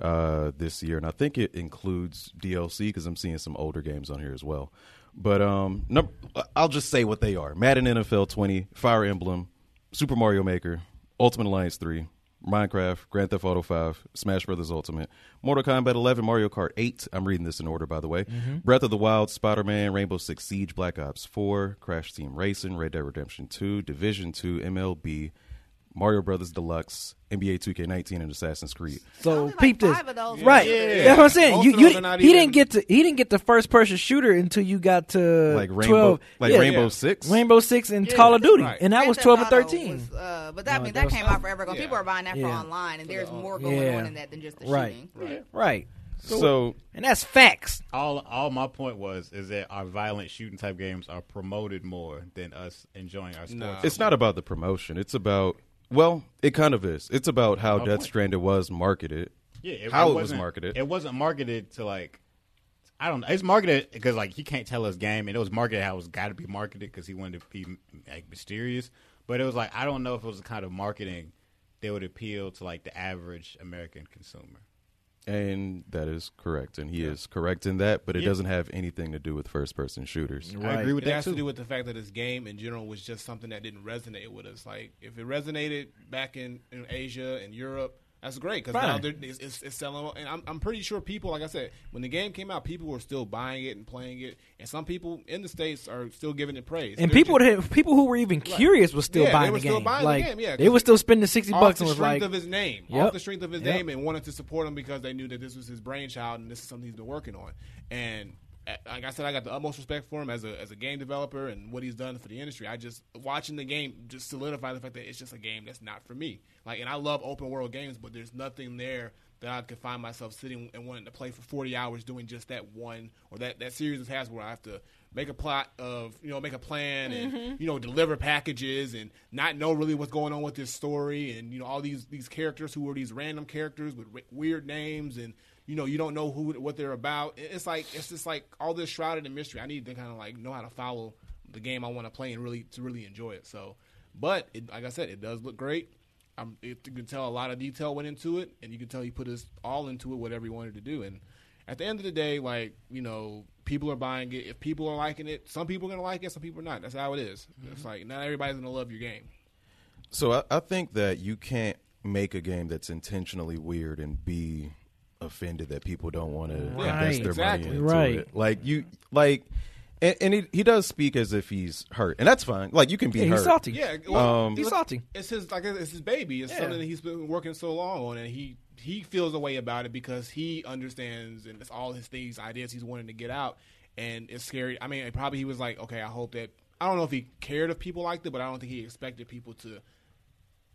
Speaker 2: uh, this year, and I think it includes DLC because I'm seeing some older games on here as well. But um, num- I'll just say what they are: Madden NFL 20, Fire Emblem, Super Mario Maker, Ultimate Alliance 3, Minecraft, Grand Theft Auto 5, Smash Brothers Ultimate, Mortal Kombat 11, Mario Kart 8. I'm reading this in order, by the way. Breath of the Wild, Spider Man, Rainbow Six Siege, Black Ops 4, Crash Team Racing, Red Dead Redemption 2, Division 2, MLB, Mario Brothers Deluxe, NBA 2K19, and Assassin's Creed.
Speaker 1: So
Speaker 4: Only, like,
Speaker 1: peep this.
Speaker 4: five of those
Speaker 1: right.
Speaker 4: are good.
Speaker 1: That's what I'm saying.
Speaker 3: Most
Speaker 1: You,
Speaker 3: of
Speaker 1: you
Speaker 3: them are not
Speaker 1: he
Speaker 3: even-
Speaker 1: didn't get to he didn't get the first person shooter until you got to
Speaker 2: Like Rainbow,
Speaker 1: 12,
Speaker 2: like
Speaker 1: yeah.
Speaker 2: Rainbow
Speaker 3: Yeah.
Speaker 2: Six.
Speaker 1: Rainbow Six and Call of Duty,
Speaker 3: Right.
Speaker 1: and that
Speaker 4: Grand
Speaker 1: was
Speaker 4: Theft
Speaker 1: twelve and
Speaker 4: Auto
Speaker 1: thirteen.
Speaker 4: was, uh, but that, I mean,
Speaker 1: that
Speaker 4: that
Speaker 1: was
Speaker 4: came
Speaker 1: tough.
Speaker 4: out forever ago.
Speaker 3: Yeah.
Speaker 4: People are buying that for
Speaker 1: Yeah.
Speaker 4: online, and there's more going
Speaker 1: Yeah.
Speaker 4: on in that than just the
Speaker 1: Right.
Speaker 4: shooting.
Speaker 1: Right.
Speaker 2: So
Speaker 1: And that's facts.
Speaker 6: All all my point was is that our violent shooting type games are promoted more than us enjoying our sports.
Speaker 2: it's not about the promotion. It's about well, it kind of is. It's about how Death Stranded was marketed.
Speaker 6: Yeah,
Speaker 2: how it was
Speaker 6: wasn't-
Speaker 2: marketed.
Speaker 6: It wasn't marketed to like. I don't know. It's marketed because like he can't tell his game, and it was marketed how it's got to be marketed because he wanted to be like mysterious. But it was like I don't know if it was the kind of marketing that would appeal to like the average American consumer.
Speaker 2: And that is correct, and he is correct in that, but it
Speaker 6: Yeah.
Speaker 2: doesn't have anything to do with first-person shooters.
Speaker 6: I agree with
Speaker 3: It
Speaker 6: that
Speaker 3: has
Speaker 6: too.
Speaker 3: to do with the fact that this game in general was just something that didn't resonate with us. Like if it resonated back in, in Asia and Europe, that's great because now
Speaker 1: Fine.
Speaker 3: they're, it's, it's, it's selling. And I'm, I'm pretty sure people, like I said, when the game came out, people were still buying it and playing it, and some people in the states are still giving it praise.
Speaker 1: And
Speaker 3: They're
Speaker 1: people
Speaker 3: just-
Speaker 1: that- people who were even curious was still
Speaker 3: Yeah, they
Speaker 1: buying
Speaker 3: were
Speaker 1: the
Speaker 3: still
Speaker 1: game.
Speaker 3: buying the
Speaker 1: like
Speaker 3: game, yeah, 'cause
Speaker 1: they were still spending sixty
Speaker 3: off
Speaker 1: bucks
Speaker 3: the
Speaker 1: and was
Speaker 3: strength
Speaker 1: like,
Speaker 3: of his name,
Speaker 1: Yep.
Speaker 3: off the strength of his
Speaker 1: Yep.
Speaker 3: name, and wanted to support him because they knew that this was his brainchild and this is something he's been working on. And uh, like I said, I got the utmost respect for him as a as a game developer and what he's done for the industry. I just watching the game just solidified the fact that it's just a game that's not for me. Like, and I love open world games, but there's nothing there that I could find myself sitting and wanting to play for 40 hours doing just that one or that that series of tasks where I have to make a plot of you know make a plan and you know deliver packages and not know really what's going on with this story and you know all these these characters who are these random characters with w- weird names and you know you don't know who what they're about It- it's like it's just like all this shrouded in mystery i need to kind of like know how to follow the game i want to play and really to really enjoy it so but it, like i said it does look great I'm, it, you can tell a lot of detail went into it and you can tell he put his all into it whatever he wanted to do and at the end of the day, like you know, people are buying it. If people are liking it, some people are gonna like it, some people are not. That's how it is. It's like not everybody's gonna love your game.
Speaker 2: So I, I think that you can't make a game that's intentionally weird and be offended that people don't want to invest their
Speaker 3: exactly.
Speaker 2: money into
Speaker 1: Right.
Speaker 2: it. Like you, like, and, and he, he does speak as if he's hurt, and that's fine. Like you can be
Speaker 1: yeah,
Speaker 2: hurt.
Speaker 1: he's salty.
Speaker 3: Yeah, well,
Speaker 1: he's
Speaker 3: look,
Speaker 1: salty.
Speaker 3: It's his like it's his baby. It's something that he's been working so long on, and he he feels a way about it because he understands and it's all his things, ideas he's wanting to get out, and it's scary. I mean, it probably he was like, okay, I hope that I don't know if he cared if people liked it, but I don't think he expected people to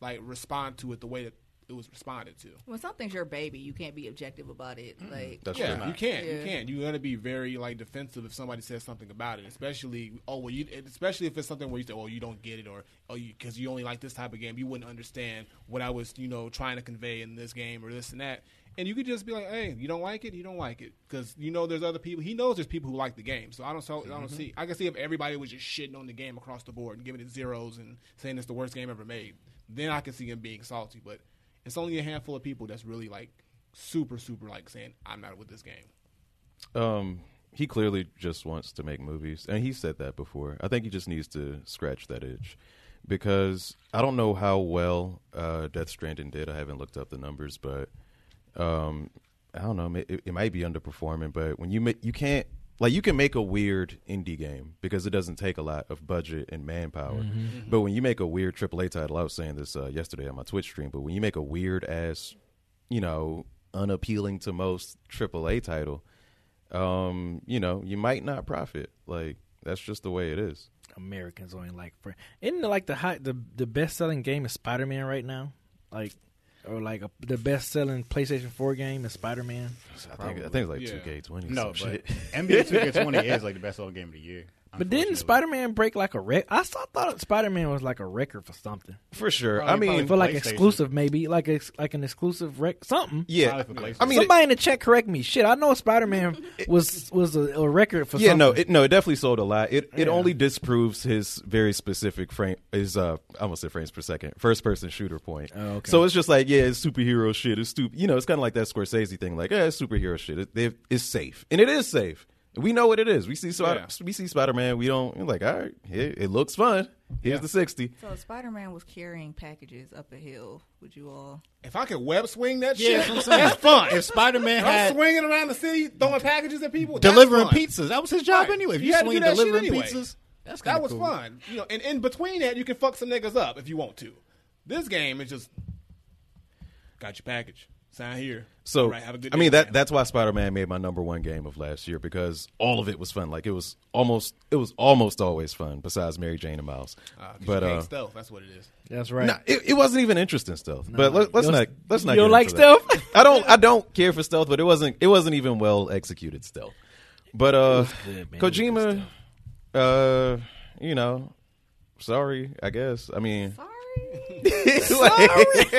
Speaker 3: like respond to it the way that it was responded to.
Speaker 4: When something's your baby, you can't be objective about it. Like,
Speaker 2: That's
Speaker 3: Yeah,
Speaker 2: true.
Speaker 3: you can't. You
Speaker 4: Yeah.
Speaker 3: can't. You're gonna be very like defensive if somebody says something about it, especially oh well, you especially if it's something where you say oh you don't get it or oh you because you only like this type of game, you wouldn't understand what I was you know trying to convey in this game or this and that. And you could just be like, hey, you don't like it, you don't like it, because you know there's other people. He knows there's people who like the game, so I don't. So, I don't
Speaker 2: Mm-hmm.
Speaker 3: see. I can see if everybody was just shitting on the game across the board and giving it zeros and saying it's the worst game ever made, then I can see him being salty. But it's only a handful of people that's really like super super like saying I'm not with this game.
Speaker 2: Um, he clearly just wants to make movies, and he said that before. I think he just needs to scratch that itch because I don't know how well uh, Death Stranding did. I haven't looked up the numbers, but um, I don't know. ma- It, it might be underperforming, but when you ma- you can't Like you can make a weird indie game because it doesn't take a lot of budget and manpower. But when you make a weird AAA title, I was saying this uh, yesterday on my Twitch stream. But when you make a weird ass, you know, unappealing to most AAA title, um, you know, you might not profit. Like that's just the way it is.
Speaker 1: Americans only like for isn't it like the hot the the best selling game is Spider Man right now, like or like a, the best selling PlayStation Four game is Spider Man.
Speaker 2: I think I think it's like
Speaker 3: Yeah.
Speaker 2: two K twenty.
Speaker 6: No,
Speaker 2: some shit.
Speaker 6: but NBA 2K20 is like the best old game of the year.
Speaker 1: But didn't
Speaker 6: unfortunately.
Speaker 1: Spider Man break like a record? I saw, thought Spider Man was like a record for something,
Speaker 2: for sure. I
Speaker 6: Probably-
Speaker 2: mean,
Speaker 6: probably
Speaker 1: for like
Speaker 6: PlayStation.
Speaker 1: exclusive maybe, like ex, like an exclusive rec something.
Speaker 2: yeah.
Speaker 6: Probably for PlayStation.
Speaker 2: I mean, it-
Speaker 1: Somebody in the chat correct me. Shit, I know Spider Man was was a, a record for
Speaker 2: yeah,
Speaker 1: something.
Speaker 2: no, it, no, it definitely sold a lot. It it only disproves his very specific frame his uh I almost said frames per second first person shooter point.
Speaker 1: Oh, okay.
Speaker 2: So it's just like yeah, it's superhero shit. It's stupid. You know, it's kind of like that Scorsese thing. Like yeah, it's superhero shit. It, they it's safe, and it is safe. We know what it is. We see Spider
Speaker 3: Yeah.
Speaker 2: we see Spider Man. We don't we're like all right. It, it looks fun. Here's the sixty.
Speaker 4: So if Spider-Man was carrying packages up a hill, would you all?
Speaker 3: If I could web swing that
Speaker 6: Yeah,
Speaker 3: shit,
Speaker 6: that's what I'm
Speaker 3: that's,
Speaker 6: saying.
Speaker 3: fun.
Speaker 6: If Spider Man
Speaker 3: I'm
Speaker 6: had
Speaker 3: swinging around the city, throwing packages at people, that's
Speaker 6: delivering
Speaker 3: fun.
Speaker 6: pizzas, that was his job
Speaker 3: Right.
Speaker 6: anyway. If
Speaker 3: You
Speaker 6: you
Speaker 3: had to
Speaker 6: swing
Speaker 3: do that shit
Speaker 6: delivering
Speaker 3: anyway.
Speaker 6: pizzas, that's kinda
Speaker 3: that was
Speaker 6: cool.
Speaker 3: fun. You know, and in between that, you can fuck some niggas up if you want to. This game is just got your package. Sign here.
Speaker 2: So
Speaker 3: Right, have a good
Speaker 2: I mean
Speaker 3: day.
Speaker 2: that that's why Spider Man made my number one game of last year because all of it was fun. Like it was almost it was almost always fun. Besides Mary Jane and Miles,
Speaker 1: Ah,
Speaker 3: Uh, 'cause
Speaker 2: but
Speaker 3: you hate
Speaker 2: uh,
Speaker 3: stealth, that's what it is.
Speaker 1: that's right.
Speaker 2: nah, it, it wasn't even interesting stealth. but let, let's
Speaker 1: You
Speaker 2: not
Speaker 1: don't-
Speaker 2: let's not.
Speaker 1: you don't
Speaker 2: get
Speaker 1: like
Speaker 2: into that.
Speaker 1: stealth?
Speaker 2: I don't I don't care for stealth, but it wasn't it wasn't even well executed stealth. But uh,
Speaker 1: good, man. It was
Speaker 2: Kojima, uh, you know, sorry, I guess. I mean,
Speaker 4: Sorry.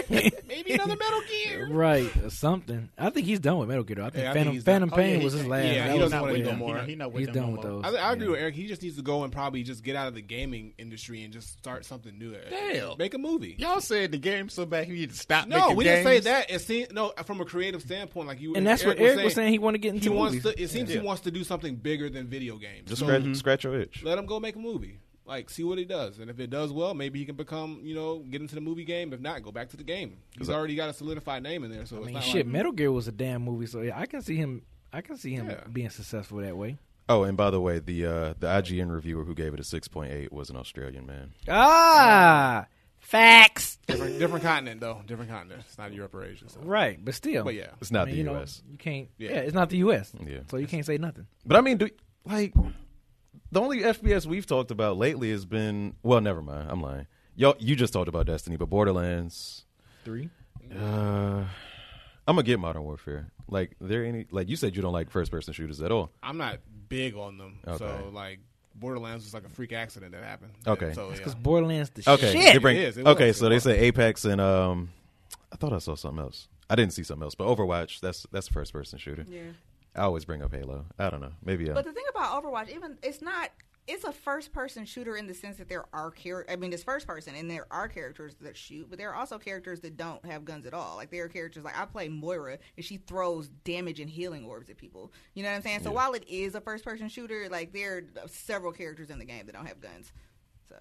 Speaker 3: Maybe another Metal Gear.
Speaker 1: Right, or something. I think he's done with Metal Gear. though. I think
Speaker 3: Yeah, I think
Speaker 1: Phantom,
Speaker 3: he's done.
Speaker 1: Phantom
Speaker 3: Oh, yeah,
Speaker 1: Pain
Speaker 3: he-
Speaker 1: was his last.
Speaker 3: yeah,
Speaker 1: That
Speaker 3: he
Speaker 1: was-
Speaker 3: doesn't
Speaker 6: not
Speaker 3: wanna
Speaker 6: with
Speaker 3: do
Speaker 6: them.
Speaker 3: more.
Speaker 6: He, he not with
Speaker 1: He's
Speaker 6: them
Speaker 1: done
Speaker 6: no
Speaker 1: with
Speaker 6: more.
Speaker 1: those.
Speaker 3: I, I agree with Eric. He just needs to go and probably just get out of the gaming industry and just start something new.
Speaker 6: Damn.
Speaker 3: Make a movie.
Speaker 6: Y'all said the game so bad he need to stop.
Speaker 3: No,
Speaker 6: making
Speaker 3: we didn't say
Speaker 6: games.
Speaker 3: that. It seems no from a creative standpoint, like you
Speaker 1: And that's what Eric was saying he wanna get into
Speaker 3: He wants
Speaker 1: movies.
Speaker 3: to. It seems he wants to do something bigger than video games.
Speaker 2: just
Speaker 3: So
Speaker 1: Mm-hmm.
Speaker 2: scratch, scratch your itch.
Speaker 3: let him go make a movie. Like see what he does, and if it does well, maybe he can become you know get into the movie game. If not, go back to the game. He's already got a solidified name in there, so it's
Speaker 1: I mean,
Speaker 3: not
Speaker 1: shit,
Speaker 3: like,
Speaker 1: Metal Gear was a damn movie, so yeah, I can see him. I can see him
Speaker 3: Yeah.
Speaker 1: being successful that way.
Speaker 2: Oh, and by the way, the uh, the IGN reviewer who gave it a six point eight was an Australian man.
Speaker 1: Ah, facts.
Speaker 3: different, different continent though. Different continent. It's not Europe or Asia. So.
Speaker 1: Right, but still,
Speaker 3: But yeah.
Speaker 2: It's not
Speaker 1: I mean,
Speaker 2: the
Speaker 1: you know,
Speaker 2: US.
Speaker 1: you can't.
Speaker 3: Yeah.
Speaker 1: Yeah. it's not the U.S.
Speaker 2: Yeah.
Speaker 1: so you can't say nothing.
Speaker 2: But I mean, do like the only FPS we've talked about lately has been well, never mind. I'm lying. Y'all, you just talked about Destiny, but Borderlands.
Speaker 1: Three.
Speaker 2: Uh, I'm gonna get Modern Warfare. Like, there any like you said you don't like first person shooters at all.
Speaker 3: I'm not big on them, so
Speaker 2: Okay.
Speaker 3: like Borderlands was like a freak accident that happened.
Speaker 2: Okay.
Speaker 3: so yeah.
Speaker 1: Because Borderlands, the
Speaker 2: Okay,
Speaker 1: shit.
Speaker 2: they bring-
Speaker 3: It is, it
Speaker 2: okay,
Speaker 3: was.
Speaker 2: so they say Apex and um, I thought I saw something else. I didn't see something else, but Overwatch. That's that's first person shooter.
Speaker 4: Yeah.
Speaker 2: I always bring up Halo. I don't know. Maybe. Uh,
Speaker 4: But the thing about Overwatch, even it's not. It's a first-person shooter in the sense that there are characters. I mean, it's first person, and there are characters that shoot, but there are also characters that don't have guns at all. Like there are characters like I play Moira, and she throws damage and healing orbs at people. You know what I'm saying? So while it is a first-person shooter, like there are several characters in the game that don't have guns. So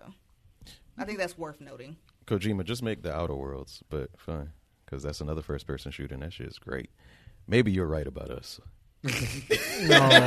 Speaker 4: I think that's worth noting.
Speaker 2: Kojima, just make the Outer Worlds, but fine, because that's another first person shooter, and that shit is great. Maybe you're right about us.
Speaker 1: No,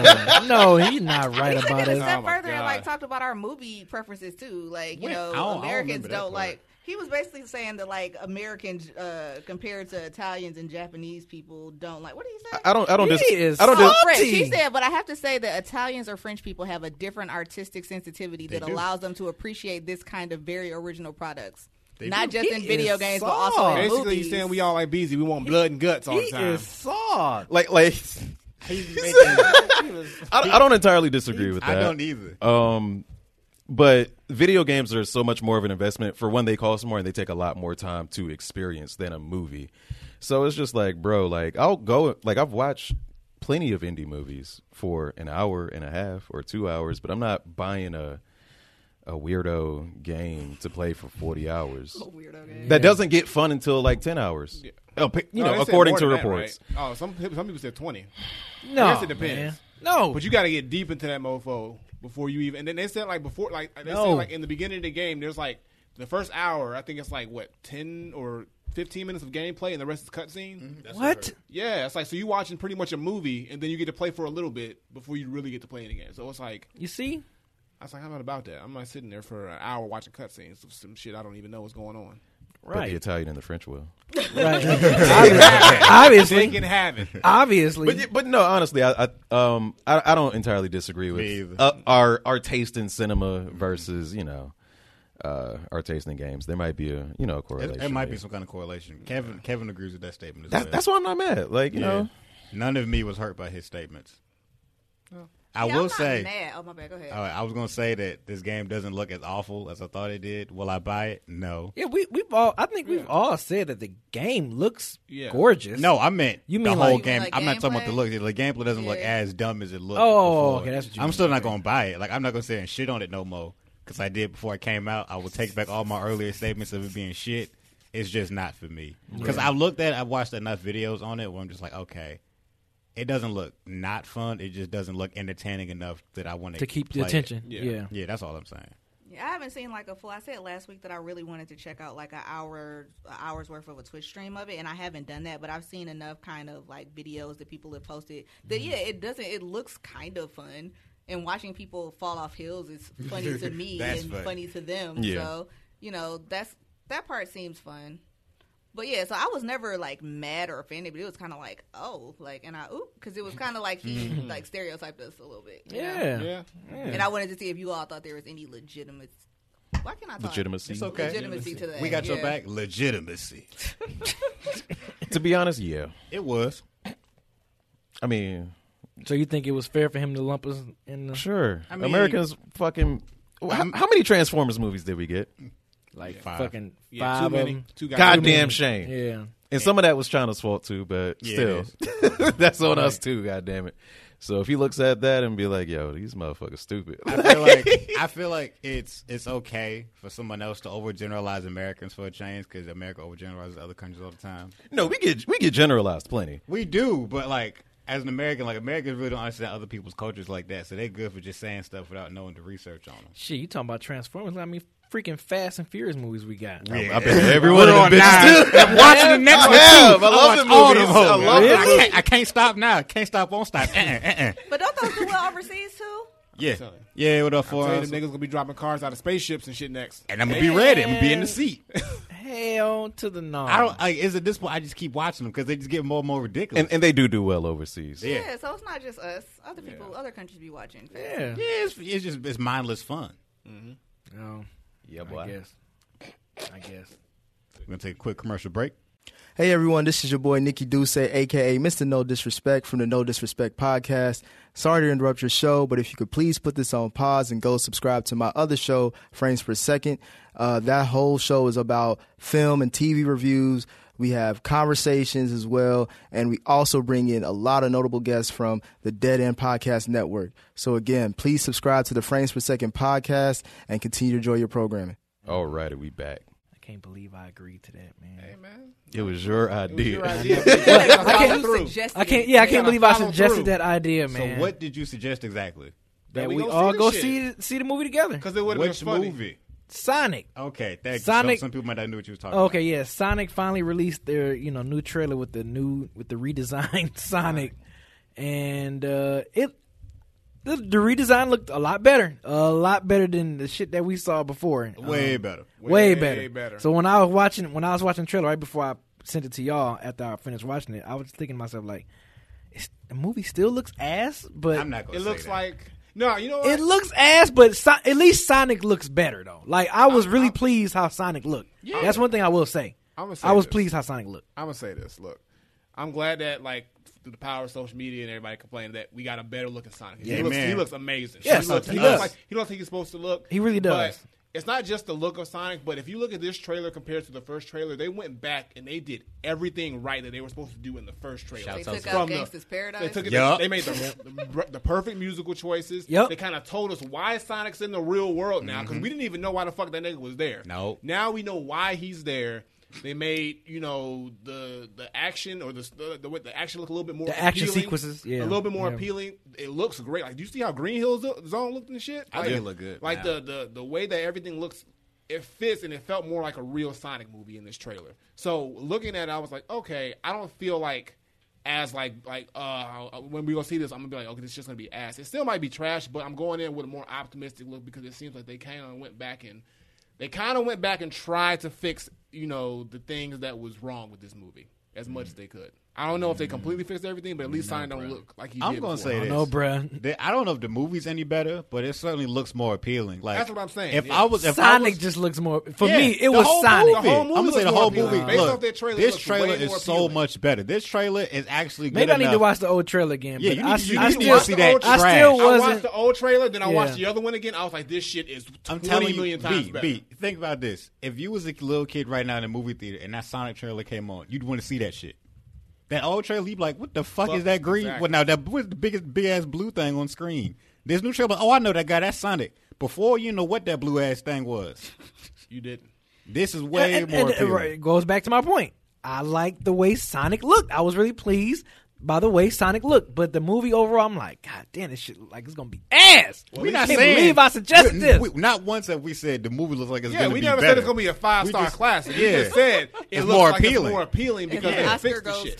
Speaker 1: no, he's not right
Speaker 4: We took
Speaker 1: about
Speaker 4: it a
Speaker 1: it.
Speaker 3: Oh,
Speaker 4: step
Speaker 3: my
Speaker 4: further and like
Speaker 3: God.
Speaker 4: talked about our movie preferences too. Like you
Speaker 6: Wait,
Speaker 4: know,
Speaker 6: I don't- I don't
Speaker 4: Americans
Speaker 6: remember
Speaker 4: don't,
Speaker 6: that part.
Speaker 4: like. He was basically saying that like Americans uh, compared to Italians and Japanese people don't like. What did he say?
Speaker 2: I don't. I don't.
Speaker 1: He
Speaker 2: Dis-
Speaker 1: is
Speaker 2: I don't. Dis-
Speaker 4: Oh, French. He
Speaker 1: salty.
Speaker 4: said, but I have to say that Italians or French people have a different artistic sensitivity that
Speaker 6: do.
Speaker 4: allows them to appreciate this kind of very original products.
Speaker 6: They
Speaker 4: Not
Speaker 6: do.
Speaker 4: just in
Speaker 1: He
Speaker 4: video
Speaker 1: is
Speaker 4: games, but also in
Speaker 3: Basically,
Speaker 4: movies.
Speaker 3: he's saying we all like Beezy. We want blood and guts all
Speaker 1: He
Speaker 3: the time.
Speaker 1: is soft.
Speaker 2: like like.
Speaker 6: He's making-
Speaker 2: I, don't- I don't entirely disagree with
Speaker 6: I
Speaker 2: that.
Speaker 6: don't e- Oh, either.
Speaker 2: Um, but video games are so much more of an investment. For one, they cost more and they take a lot more time to experience than a movie. So it's just like, bro, like I'll go, like I've watched plenty of indie movies for an hour and a half or two hours, but I'm not buying a a weirdo game to play for 40 hours.
Speaker 4: Weirdo game.
Speaker 2: That doesn't get fun until like 10 hours. Oh, pe- you
Speaker 3: No,
Speaker 2: know,
Speaker 3: they said
Speaker 2: according
Speaker 3: more
Speaker 2: to
Speaker 3: than that,
Speaker 2: reports.
Speaker 3: right? Oh, some peop- some people said twenty.
Speaker 1: No,
Speaker 3: I guess it depends.
Speaker 1: man. No,
Speaker 3: But you got to get deep into that mofo before you even. And then they said like before, like they
Speaker 1: No.
Speaker 3: said like in the beginning of the game, there's like the first hour. I think it's like what ten or 15 minutes of gameplay and the rest is cutscene.
Speaker 2: Mm-hmm.
Speaker 1: What?
Speaker 3: Yeah, it's like so you watching pretty much a movie and then you get to play for a little bit before you really get to play in the game. So it's like
Speaker 1: You see?
Speaker 3: I was like, I'm not about that. I'm not sitting there for an hour watching cutscenes of some shit I don't even know what's going on.
Speaker 2: But the
Speaker 1: Right.
Speaker 2: Italian and the French will.
Speaker 1: right. obviously.
Speaker 3: They can have it.
Speaker 1: obviously.
Speaker 2: But, yeah, but no, honestly, I, I um I, I don't entirely disagree
Speaker 6: Me either.
Speaker 2: with uh, our our taste in cinema versus you know uh, our taste in games. There might be a you know a
Speaker 6: It,
Speaker 2: correlation.
Speaker 6: it might be
Speaker 2: there.
Speaker 6: some kind of correlation. Kevin Kevin agrees with that statement as
Speaker 2: That's,
Speaker 6: well.
Speaker 2: that's why I'm not mad. Like you know,
Speaker 6: None of me was hurt by his statements. I
Speaker 4: Yeah,
Speaker 6: will
Speaker 4: Oh. I'm not
Speaker 6: say,
Speaker 4: mad. Oh my bad. Go ahead.
Speaker 6: all right, I was going to say that this game doesn't look as awful as I thought it did. Will I buy it? No.
Speaker 1: Yeah, we we've all I think we've all said that the game looks
Speaker 3: Yeah.
Speaker 1: gorgeous.
Speaker 6: No, I meant
Speaker 1: You
Speaker 6: the
Speaker 1: mean
Speaker 6: whole
Speaker 1: like-
Speaker 6: game.
Speaker 4: Like
Speaker 6: I'm not talking about the look.
Speaker 4: gameplay?
Speaker 6: The gameplay doesn't look
Speaker 4: Yeah.
Speaker 6: as dumb as it looked.
Speaker 1: Oh,
Speaker 6: before.
Speaker 1: okay, that's what you
Speaker 6: I'm
Speaker 1: mean.
Speaker 6: still not going to buy it. Like I'm not going to sit and shit on it no more because I did before I came out. I will take back all my earlier statements of it being shit. It's just not for me because I looked at, it, I watched enough videos on it where I'm just like, okay, it doesn't look not fun. It just doesn't look entertaining enough that I want
Speaker 1: to keep the attention. Yeah.
Speaker 6: Yeah, that's all I'm saying.
Speaker 4: Yeah, I haven't seen like a full. I said last week that I really wanted to check out like an hour, an hour's worth of a Twitch stream of it, and I haven't done that. But I've seen enough kind of like videos that people have posted. That
Speaker 6: Mm-hmm.
Speaker 4: yeah, it doesn't. It looks kind of fun, and watching people fall off hills is funny to me
Speaker 6: That's
Speaker 4: and
Speaker 6: funny.
Speaker 4: funny to them.
Speaker 2: Yeah.
Speaker 4: So you know that's that part seems fun. But yeah, so I was never like mad or offended, but it was kind of like oh, like and I oop because it was kind of like he
Speaker 6: Mm-hmm.
Speaker 4: like stereotyped us a little bit. you know?
Speaker 1: Yeah.
Speaker 3: Yeah.
Speaker 4: And I wanted to see if you all thought there was any legitimate. Why can I talk?
Speaker 2: legitimacy.
Speaker 6: It's okay.
Speaker 4: Legitimacy to that.
Speaker 6: We got your
Speaker 4: yeah.
Speaker 6: back. Legitimacy.
Speaker 2: To be honest, yeah.
Speaker 6: It was.
Speaker 2: I mean,
Speaker 1: So you think it was fair for him to lump us in the,
Speaker 2: sure.
Speaker 6: mean-
Speaker 2: Americans fucking. How, how many Transformers movies did we get?
Speaker 1: like
Speaker 6: Five.
Speaker 1: fucking
Speaker 3: Yeah,
Speaker 1: five
Speaker 3: too
Speaker 1: of
Speaker 3: many.
Speaker 1: them?
Speaker 3: Too goddamn.
Speaker 2: Goddamn shame.
Speaker 1: Yeah.
Speaker 2: And some of that was China's fault too, but
Speaker 6: Yeah, it
Speaker 2: still, that's on us too. God damn it! So if he looks at that and be like, "Yo, these motherfuckers stupid,"
Speaker 6: I feel like I feel like it's it's okay for someone else to overgeneralize Americans for a change because America overgeneralizes other countries all the time.
Speaker 2: no, we get we get generalized plenty.
Speaker 6: We do, but like as an American, like Americans really don't understand other people's cultures like that, so they're good for just saying stuff without knowing the research on them.
Speaker 1: Shit, you talking about Transformers? I mean, freaking Fast and Furious movies we got.
Speaker 6: Yeah.
Speaker 2: I bet everyone of them bitches do.
Speaker 6: watching the next
Speaker 2: I
Speaker 6: one
Speaker 2: have.
Speaker 6: too.
Speaker 2: I love
Speaker 6: watch
Speaker 2: the
Speaker 6: all
Speaker 2: movies.
Speaker 6: them hoes.
Speaker 2: I love
Speaker 6: I
Speaker 2: the
Speaker 6: can't, I can't stop now. Can't stop. Won't stop. Uh-uh, uh-uh.
Speaker 4: But don't those do well overseas too?
Speaker 6: Yeah,
Speaker 3: telling you.
Speaker 6: yeah. What up
Speaker 3: Tell
Speaker 6: for
Speaker 3: you
Speaker 6: us?
Speaker 3: them niggas gonna be dropping cars out of spaceships and shit next.
Speaker 6: And I'm gonna be ready. I'm gonna be in the seat.
Speaker 1: Hell to the no.
Speaker 6: I don't. Like, it's at this point I just keep watching them because they just get more and more ridiculous.
Speaker 2: And and they do do well overseas.
Speaker 6: Yeah.
Speaker 4: Yeah. So it's not just us. Other people, other countries be watching.
Speaker 1: Yeah.
Speaker 6: Yeah, it's, it's just it's mindless fun.
Speaker 1: No,
Speaker 2: yeah,
Speaker 1: I guess. I guess.
Speaker 6: We're gonna take a quick commercial break.
Speaker 7: Hey everyone, this is your boy Nikki Duce, aka Mr. No Disrespect from the No Disrespect podcast. Sorry to interrupt your show, but if you could please put this on pause and go subscribe to my other show, Frames Per Second. Uh, that whole show is about film and TV reviews. We have conversations as well, and we also bring in a lot of notable guests from the Dead End Podcast Network. So again, please subscribe to the Frames Per Second podcast and continue to enjoy your programming.
Speaker 2: All righty, we back.
Speaker 1: I can't believe I agreed to that, man.
Speaker 2: It was your idea.
Speaker 4: I
Speaker 3: can't
Speaker 1: I can't. Yeah, I
Speaker 3: gotta
Speaker 1: can't believe I
Speaker 3: follow
Speaker 1: suggested
Speaker 3: through.
Speaker 1: that idea, man.
Speaker 6: So, what did you suggest exactly?
Speaker 1: That
Speaker 3: we
Speaker 1: we,
Speaker 3: go
Speaker 1: all
Speaker 3: see
Speaker 1: go
Speaker 3: this
Speaker 1: see
Speaker 3: shit.
Speaker 1: see the movie together.
Speaker 3: Because it would have been
Speaker 6: Which
Speaker 3: funny.
Speaker 6: movie?
Speaker 1: Sonic.
Speaker 6: Okay, thank you.
Speaker 1: Sonic-
Speaker 6: Some, some people might not know what you was talking
Speaker 1: Okay, yeah. Sonic finally released their you know new trailer with the new with the redesigned Sonic, and uh, it the, the redesign looked a lot better, a lot better than the shit that we saw before. Uh,
Speaker 6: about. Way better.
Speaker 1: way, better. So when I was watching when I was watching the trailer right before I sent it to y'all after I finished watching it, I was thinking to myself like, it's, the movie still looks ass, but
Speaker 6: I'm not gonna
Speaker 3: It
Speaker 6: say
Speaker 3: looks
Speaker 6: that.
Speaker 3: like no, you know what?
Speaker 1: It looks ass, but so- at least Sonic looks better though. Like I was really pleased how Sonic looked. That's one thing I will say.
Speaker 3: I'ma say
Speaker 1: I was
Speaker 3: this.
Speaker 1: pleased how Sonic looked.
Speaker 3: I'm gonna say this. Look, I'm glad that like through the power of social media and everybody complaining that we got a better looking Sonic.
Speaker 6: Yeah,
Speaker 3: he, looks,
Speaker 6: man.
Speaker 3: he looks amazing.
Speaker 1: Yes,
Speaker 3: he, looks,
Speaker 1: he
Speaker 3: he
Speaker 1: does.
Speaker 3: looks like he looks like he's supposed to look.
Speaker 1: He really does.
Speaker 3: But it's not just the look of Sonic, but if you look at this trailer compared to the first trailer, they went back and they did everything right that they were supposed to do in the first trailer.
Speaker 4: They took
Speaker 3: From
Speaker 4: out
Speaker 3: the-
Speaker 4: Gangsta's Paradise.
Speaker 3: They took it.
Speaker 6: Yup.
Speaker 3: They made the, the, the perfect musical choices.
Speaker 1: Yup.
Speaker 3: They kind of told us why Sonic's in the real world now because we didn't even know why the fuck that nigga was there.
Speaker 6: Mm-hmm. Nope.
Speaker 3: Now we know why he's there. They made you know the the action or the the, the, the action look a little bit more
Speaker 1: The action
Speaker 3: appealing,
Speaker 1: sequences, yeah.
Speaker 3: a little bit more
Speaker 1: Yeah.
Speaker 3: appealing. It looks great. Like, do you see how Green Hill Zo- Zone looked and shit?
Speaker 6: I
Speaker 3: like,
Speaker 6: think it looked good
Speaker 3: Like
Speaker 6: now.
Speaker 3: the the the way that everything looks it fits and it felt more like a real Sonic movie in this trailer. So looking at it, I was like, okay, I don't feel like as like like uh when we go see this, I'm gonna be like, okay, this is just gonna be ass. It still might be trash, but I'm going in with a more optimistic look because it seems like they kind of went back and they kind of went back and tried to fix you know the things that was wrong with this movie as much as
Speaker 6: Mm.
Speaker 3: they could. I don't know if they completely fixed everything, but at least Sonic don't look like he.
Speaker 6: I'm
Speaker 3: did
Speaker 6: gonna
Speaker 3: before.
Speaker 6: say this.
Speaker 1: No, bruh.
Speaker 6: They- I don't know if the movie's any better, but it certainly looks more appealing. Like
Speaker 3: That's what I'm saying,
Speaker 6: If
Speaker 3: yeah.
Speaker 6: I was if I
Speaker 1: Sonic
Speaker 6: was-
Speaker 1: just looks more. For
Speaker 6: Yeah,
Speaker 1: me, it
Speaker 6: the
Speaker 1: was
Speaker 6: whole
Speaker 1: Sonic.
Speaker 6: movie.
Speaker 3: The whole
Speaker 6: I'm
Speaker 3: movie
Speaker 6: gonna say the
Speaker 3: was more
Speaker 6: whole movie.
Speaker 3: appealing. Based
Speaker 6: Look,
Speaker 3: off that trailer, it
Speaker 6: this
Speaker 3: looks
Speaker 6: trailer
Speaker 3: way
Speaker 6: is
Speaker 3: more
Speaker 6: so
Speaker 3: appealing.
Speaker 6: much better. This trailer is actually good
Speaker 1: Maybe I need to
Speaker 6: enough.
Speaker 1: watch the old trailer again.
Speaker 6: Yeah,
Speaker 1: but
Speaker 6: you
Speaker 1: I,
Speaker 6: need to- you
Speaker 1: I
Speaker 6: need to
Speaker 1: still,
Speaker 6: watch the old
Speaker 1: I
Speaker 6: trash.
Speaker 1: still
Speaker 6: I
Speaker 3: I
Speaker 1: wasn't.
Speaker 3: watched the old trailer, then I
Speaker 1: Yeah.
Speaker 3: watched the other one again. I was like, this shit is 20
Speaker 6: I'm telling you,
Speaker 3: million times
Speaker 6: B,
Speaker 3: better.
Speaker 6: B, think about this. If you was a little kid right now in a movie theater and that Sonic trailer came on, you'd want to see that shit. That old trailer, you'd be like, what the fuck,
Speaker 3: Fuck,
Speaker 6: is that green?
Speaker 3: exactly.
Speaker 6: Well, now, that what's the biggest, big ass blue thing on screen? This new trailer, oh, I know that guy, that's Sonic. Before you know what that blue ass thing was,
Speaker 3: You didn't.
Speaker 6: this is way more
Speaker 1: and-
Speaker 6: appealing.
Speaker 1: right, it goes back to my point. I like the way Sonic looked. I was really pleased by the way Sonic looked. But the movie overall, I'm like, God damn, this shit look like it's gonna be ass.
Speaker 6: We're not
Speaker 1: can't
Speaker 6: saying.
Speaker 1: believe I suggested
Speaker 6: we-
Speaker 1: this.
Speaker 6: we- not once have we said the movie looks like it's
Speaker 3: Yeah,
Speaker 6: gonna
Speaker 3: we
Speaker 6: be
Speaker 3: never said
Speaker 6: better.
Speaker 3: it's gonna be a five
Speaker 6: We
Speaker 3: star
Speaker 6: just-
Speaker 3: classic. We
Speaker 6: yeah.
Speaker 3: just said it
Speaker 6: It's
Speaker 3: looks
Speaker 6: more
Speaker 3: like it's
Speaker 6: appealing.
Speaker 3: more appealing because
Speaker 4: And
Speaker 3: they
Speaker 4: Oscar
Speaker 3: fixed the
Speaker 4: goes
Speaker 3: shit.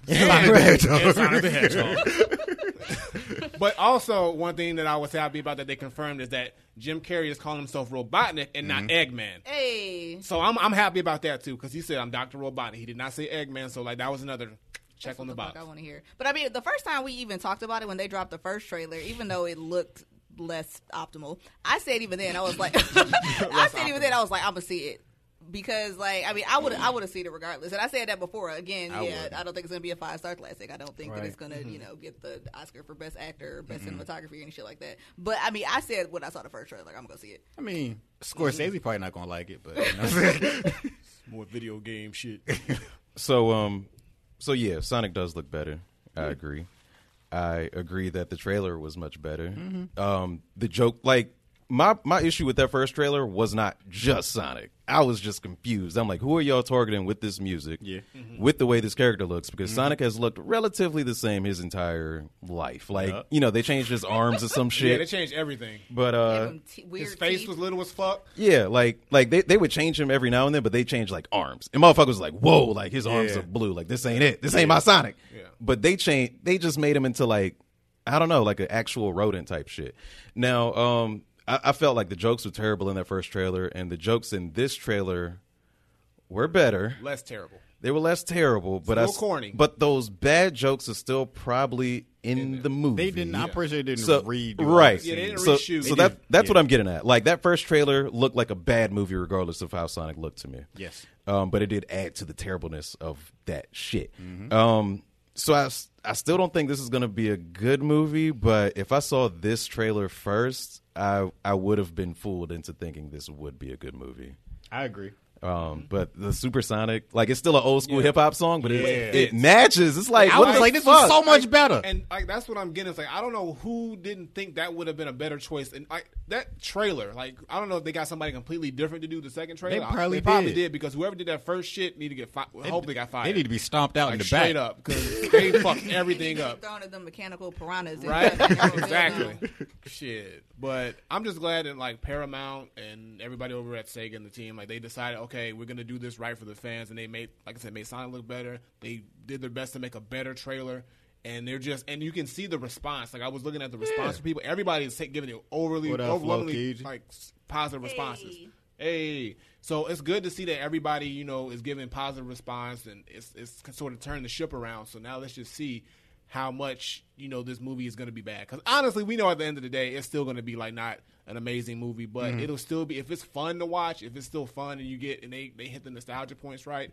Speaker 4: to
Speaker 3: But also, one thing that I was happy about that they confirmed is that Jim Carrey is calling himself Robotnik and not
Speaker 6: Mm-hmm.
Speaker 3: Eggman.
Speaker 4: hey.
Speaker 3: So I'm I'm happy about that too because he said I'm Doctor Robotnik. He did not say Eggman, so like that was another check on the
Speaker 4: What the fuck
Speaker 3: box.
Speaker 4: I want to hear. But I mean, the first time we even talked about it when they dropped the first trailer, even though it looked less optimal, I said even then I was like, I said even then I was like, I'm gonna see it because like I mean I would I would have seen it regardless, and I said that before. Again, yeah, I don't think it's gonna be a five star classic. I don't think that it's gonna you
Speaker 3: Mm-hmm.
Speaker 4: know get the Oscar for best actor, or best cinematography, or any shit like that. But I mean, I said when I saw the first trailer, like, I'm gonna see it.
Speaker 6: I mean, Scorsese probably not gonna like it, but you know what I'm saying?
Speaker 3: More video game shit.
Speaker 2: So um, so yeah, Sonic does look better. I agree. I agree that the trailer was much better. Um, the joke, like my my issue with that first trailer was not just Sonic. I was just confused. I'm like, who are y'all targeting with this music? Yeah, Mm-hmm. with the way this character looks, because Sonic has looked relatively the same his entire life. Like, you know, they changed his arms or some
Speaker 3: yeah, they
Speaker 2: shit.
Speaker 3: changed everything.
Speaker 2: but uh,
Speaker 4: Them t- weird
Speaker 3: His face
Speaker 4: teeth.
Speaker 3: was little as fuck.
Speaker 2: yeah, like like they, they would change him every now and then, but they change like arms. And motherfuckers was like, whoa, like his arms are
Speaker 6: Yeah.
Speaker 2: blue. Like this ain't it. This ain't my Sonic.
Speaker 3: Yeah.
Speaker 2: But they changed they just made him into like I don't know, like an actual rodent type shit. Now, um, I, I felt like the jokes were terrible in that first trailer, and the jokes in this trailer were better.
Speaker 3: Less terrible.
Speaker 2: They were less terrible, but I
Speaker 3: little
Speaker 2: s-
Speaker 3: corny.
Speaker 2: But those bad jokes are still probably in, the movie.
Speaker 6: they didn't. I'm pretty sure they didn't
Speaker 2: E, So
Speaker 6: read.
Speaker 2: right,
Speaker 3: Yeah, they didn't
Speaker 2: so,
Speaker 3: reshoot.
Speaker 2: So
Speaker 3: They
Speaker 2: that
Speaker 6: didn't.
Speaker 2: that's what I'm getting at. Like that first trailer looked like a bad movie, regardless of how Sonic looked to me.
Speaker 6: Yes.
Speaker 2: um, but it did add to the terribleness of that shit.
Speaker 6: Mm-hmm.
Speaker 2: Um, so I s- I still don't think this is going to be a good movie. But if I saw this trailer first, I I would have been fooled into thinking this would be a good movie.
Speaker 6: I agree. Mm-hmm.
Speaker 2: Um, but the supersonic, like it's still an old school hip hop song, but it,
Speaker 6: Yeah.
Speaker 2: it matches. It's like
Speaker 6: I
Speaker 2: what
Speaker 6: was
Speaker 2: the
Speaker 6: like, this
Speaker 2: fuck?
Speaker 6: was so much better.
Speaker 3: And like that's what I'm getting. It's like I don't know who didn't think that would have been a better choice. And like that trailer, like I don't know if they got somebody completely different to do the second trailer. I-
Speaker 6: probably
Speaker 3: they probably
Speaker 6: did.
Speaker 3: did. because whoever did that first shit need to get fired. I hope they got fired.
Speaker 6: They need to be stomped out
Speaker 3: like,
Speaker 6: in the back.
Speaker 3: straight up because they fucked everything
Speaker 4: Keep
Speaker 3: up.
Speaker 4: Throwing at them mechanical piranhas, and
Speaker 3: Right?
Speaker 4: stuff, like, oh, I don't know.
Speaker 3: exactly. Shit. But I'm just glad that like Paramount and everybody over at Sega and the team, like they decided, okay, we're gonna do this right for the fans, and they made, like I said, made Sonic look better. They did their best to make a better trailer, and they're just, and you can see the response. Like I was looking at the response from people. Everybody's ta- giving it overly,
Speaker 6: What up,
Speaker 3: overwhelmingly
Speaker 6: Low-Key?
Speaker 3: like s- positive responses.
Speaker 4: Hey.
Speaker 3: Hey, so it's good to see that everybody you know is giving positive response, and it's it's sort of turned the ship around. So now let's just see how much you know this movie is going to be bad. Because honestly, we know at the end of the day, it's still going to be like not an amazing movie, but it'll still be if it's fun to watch, if it's still fun, and you get and they they hit the nostalgia points right,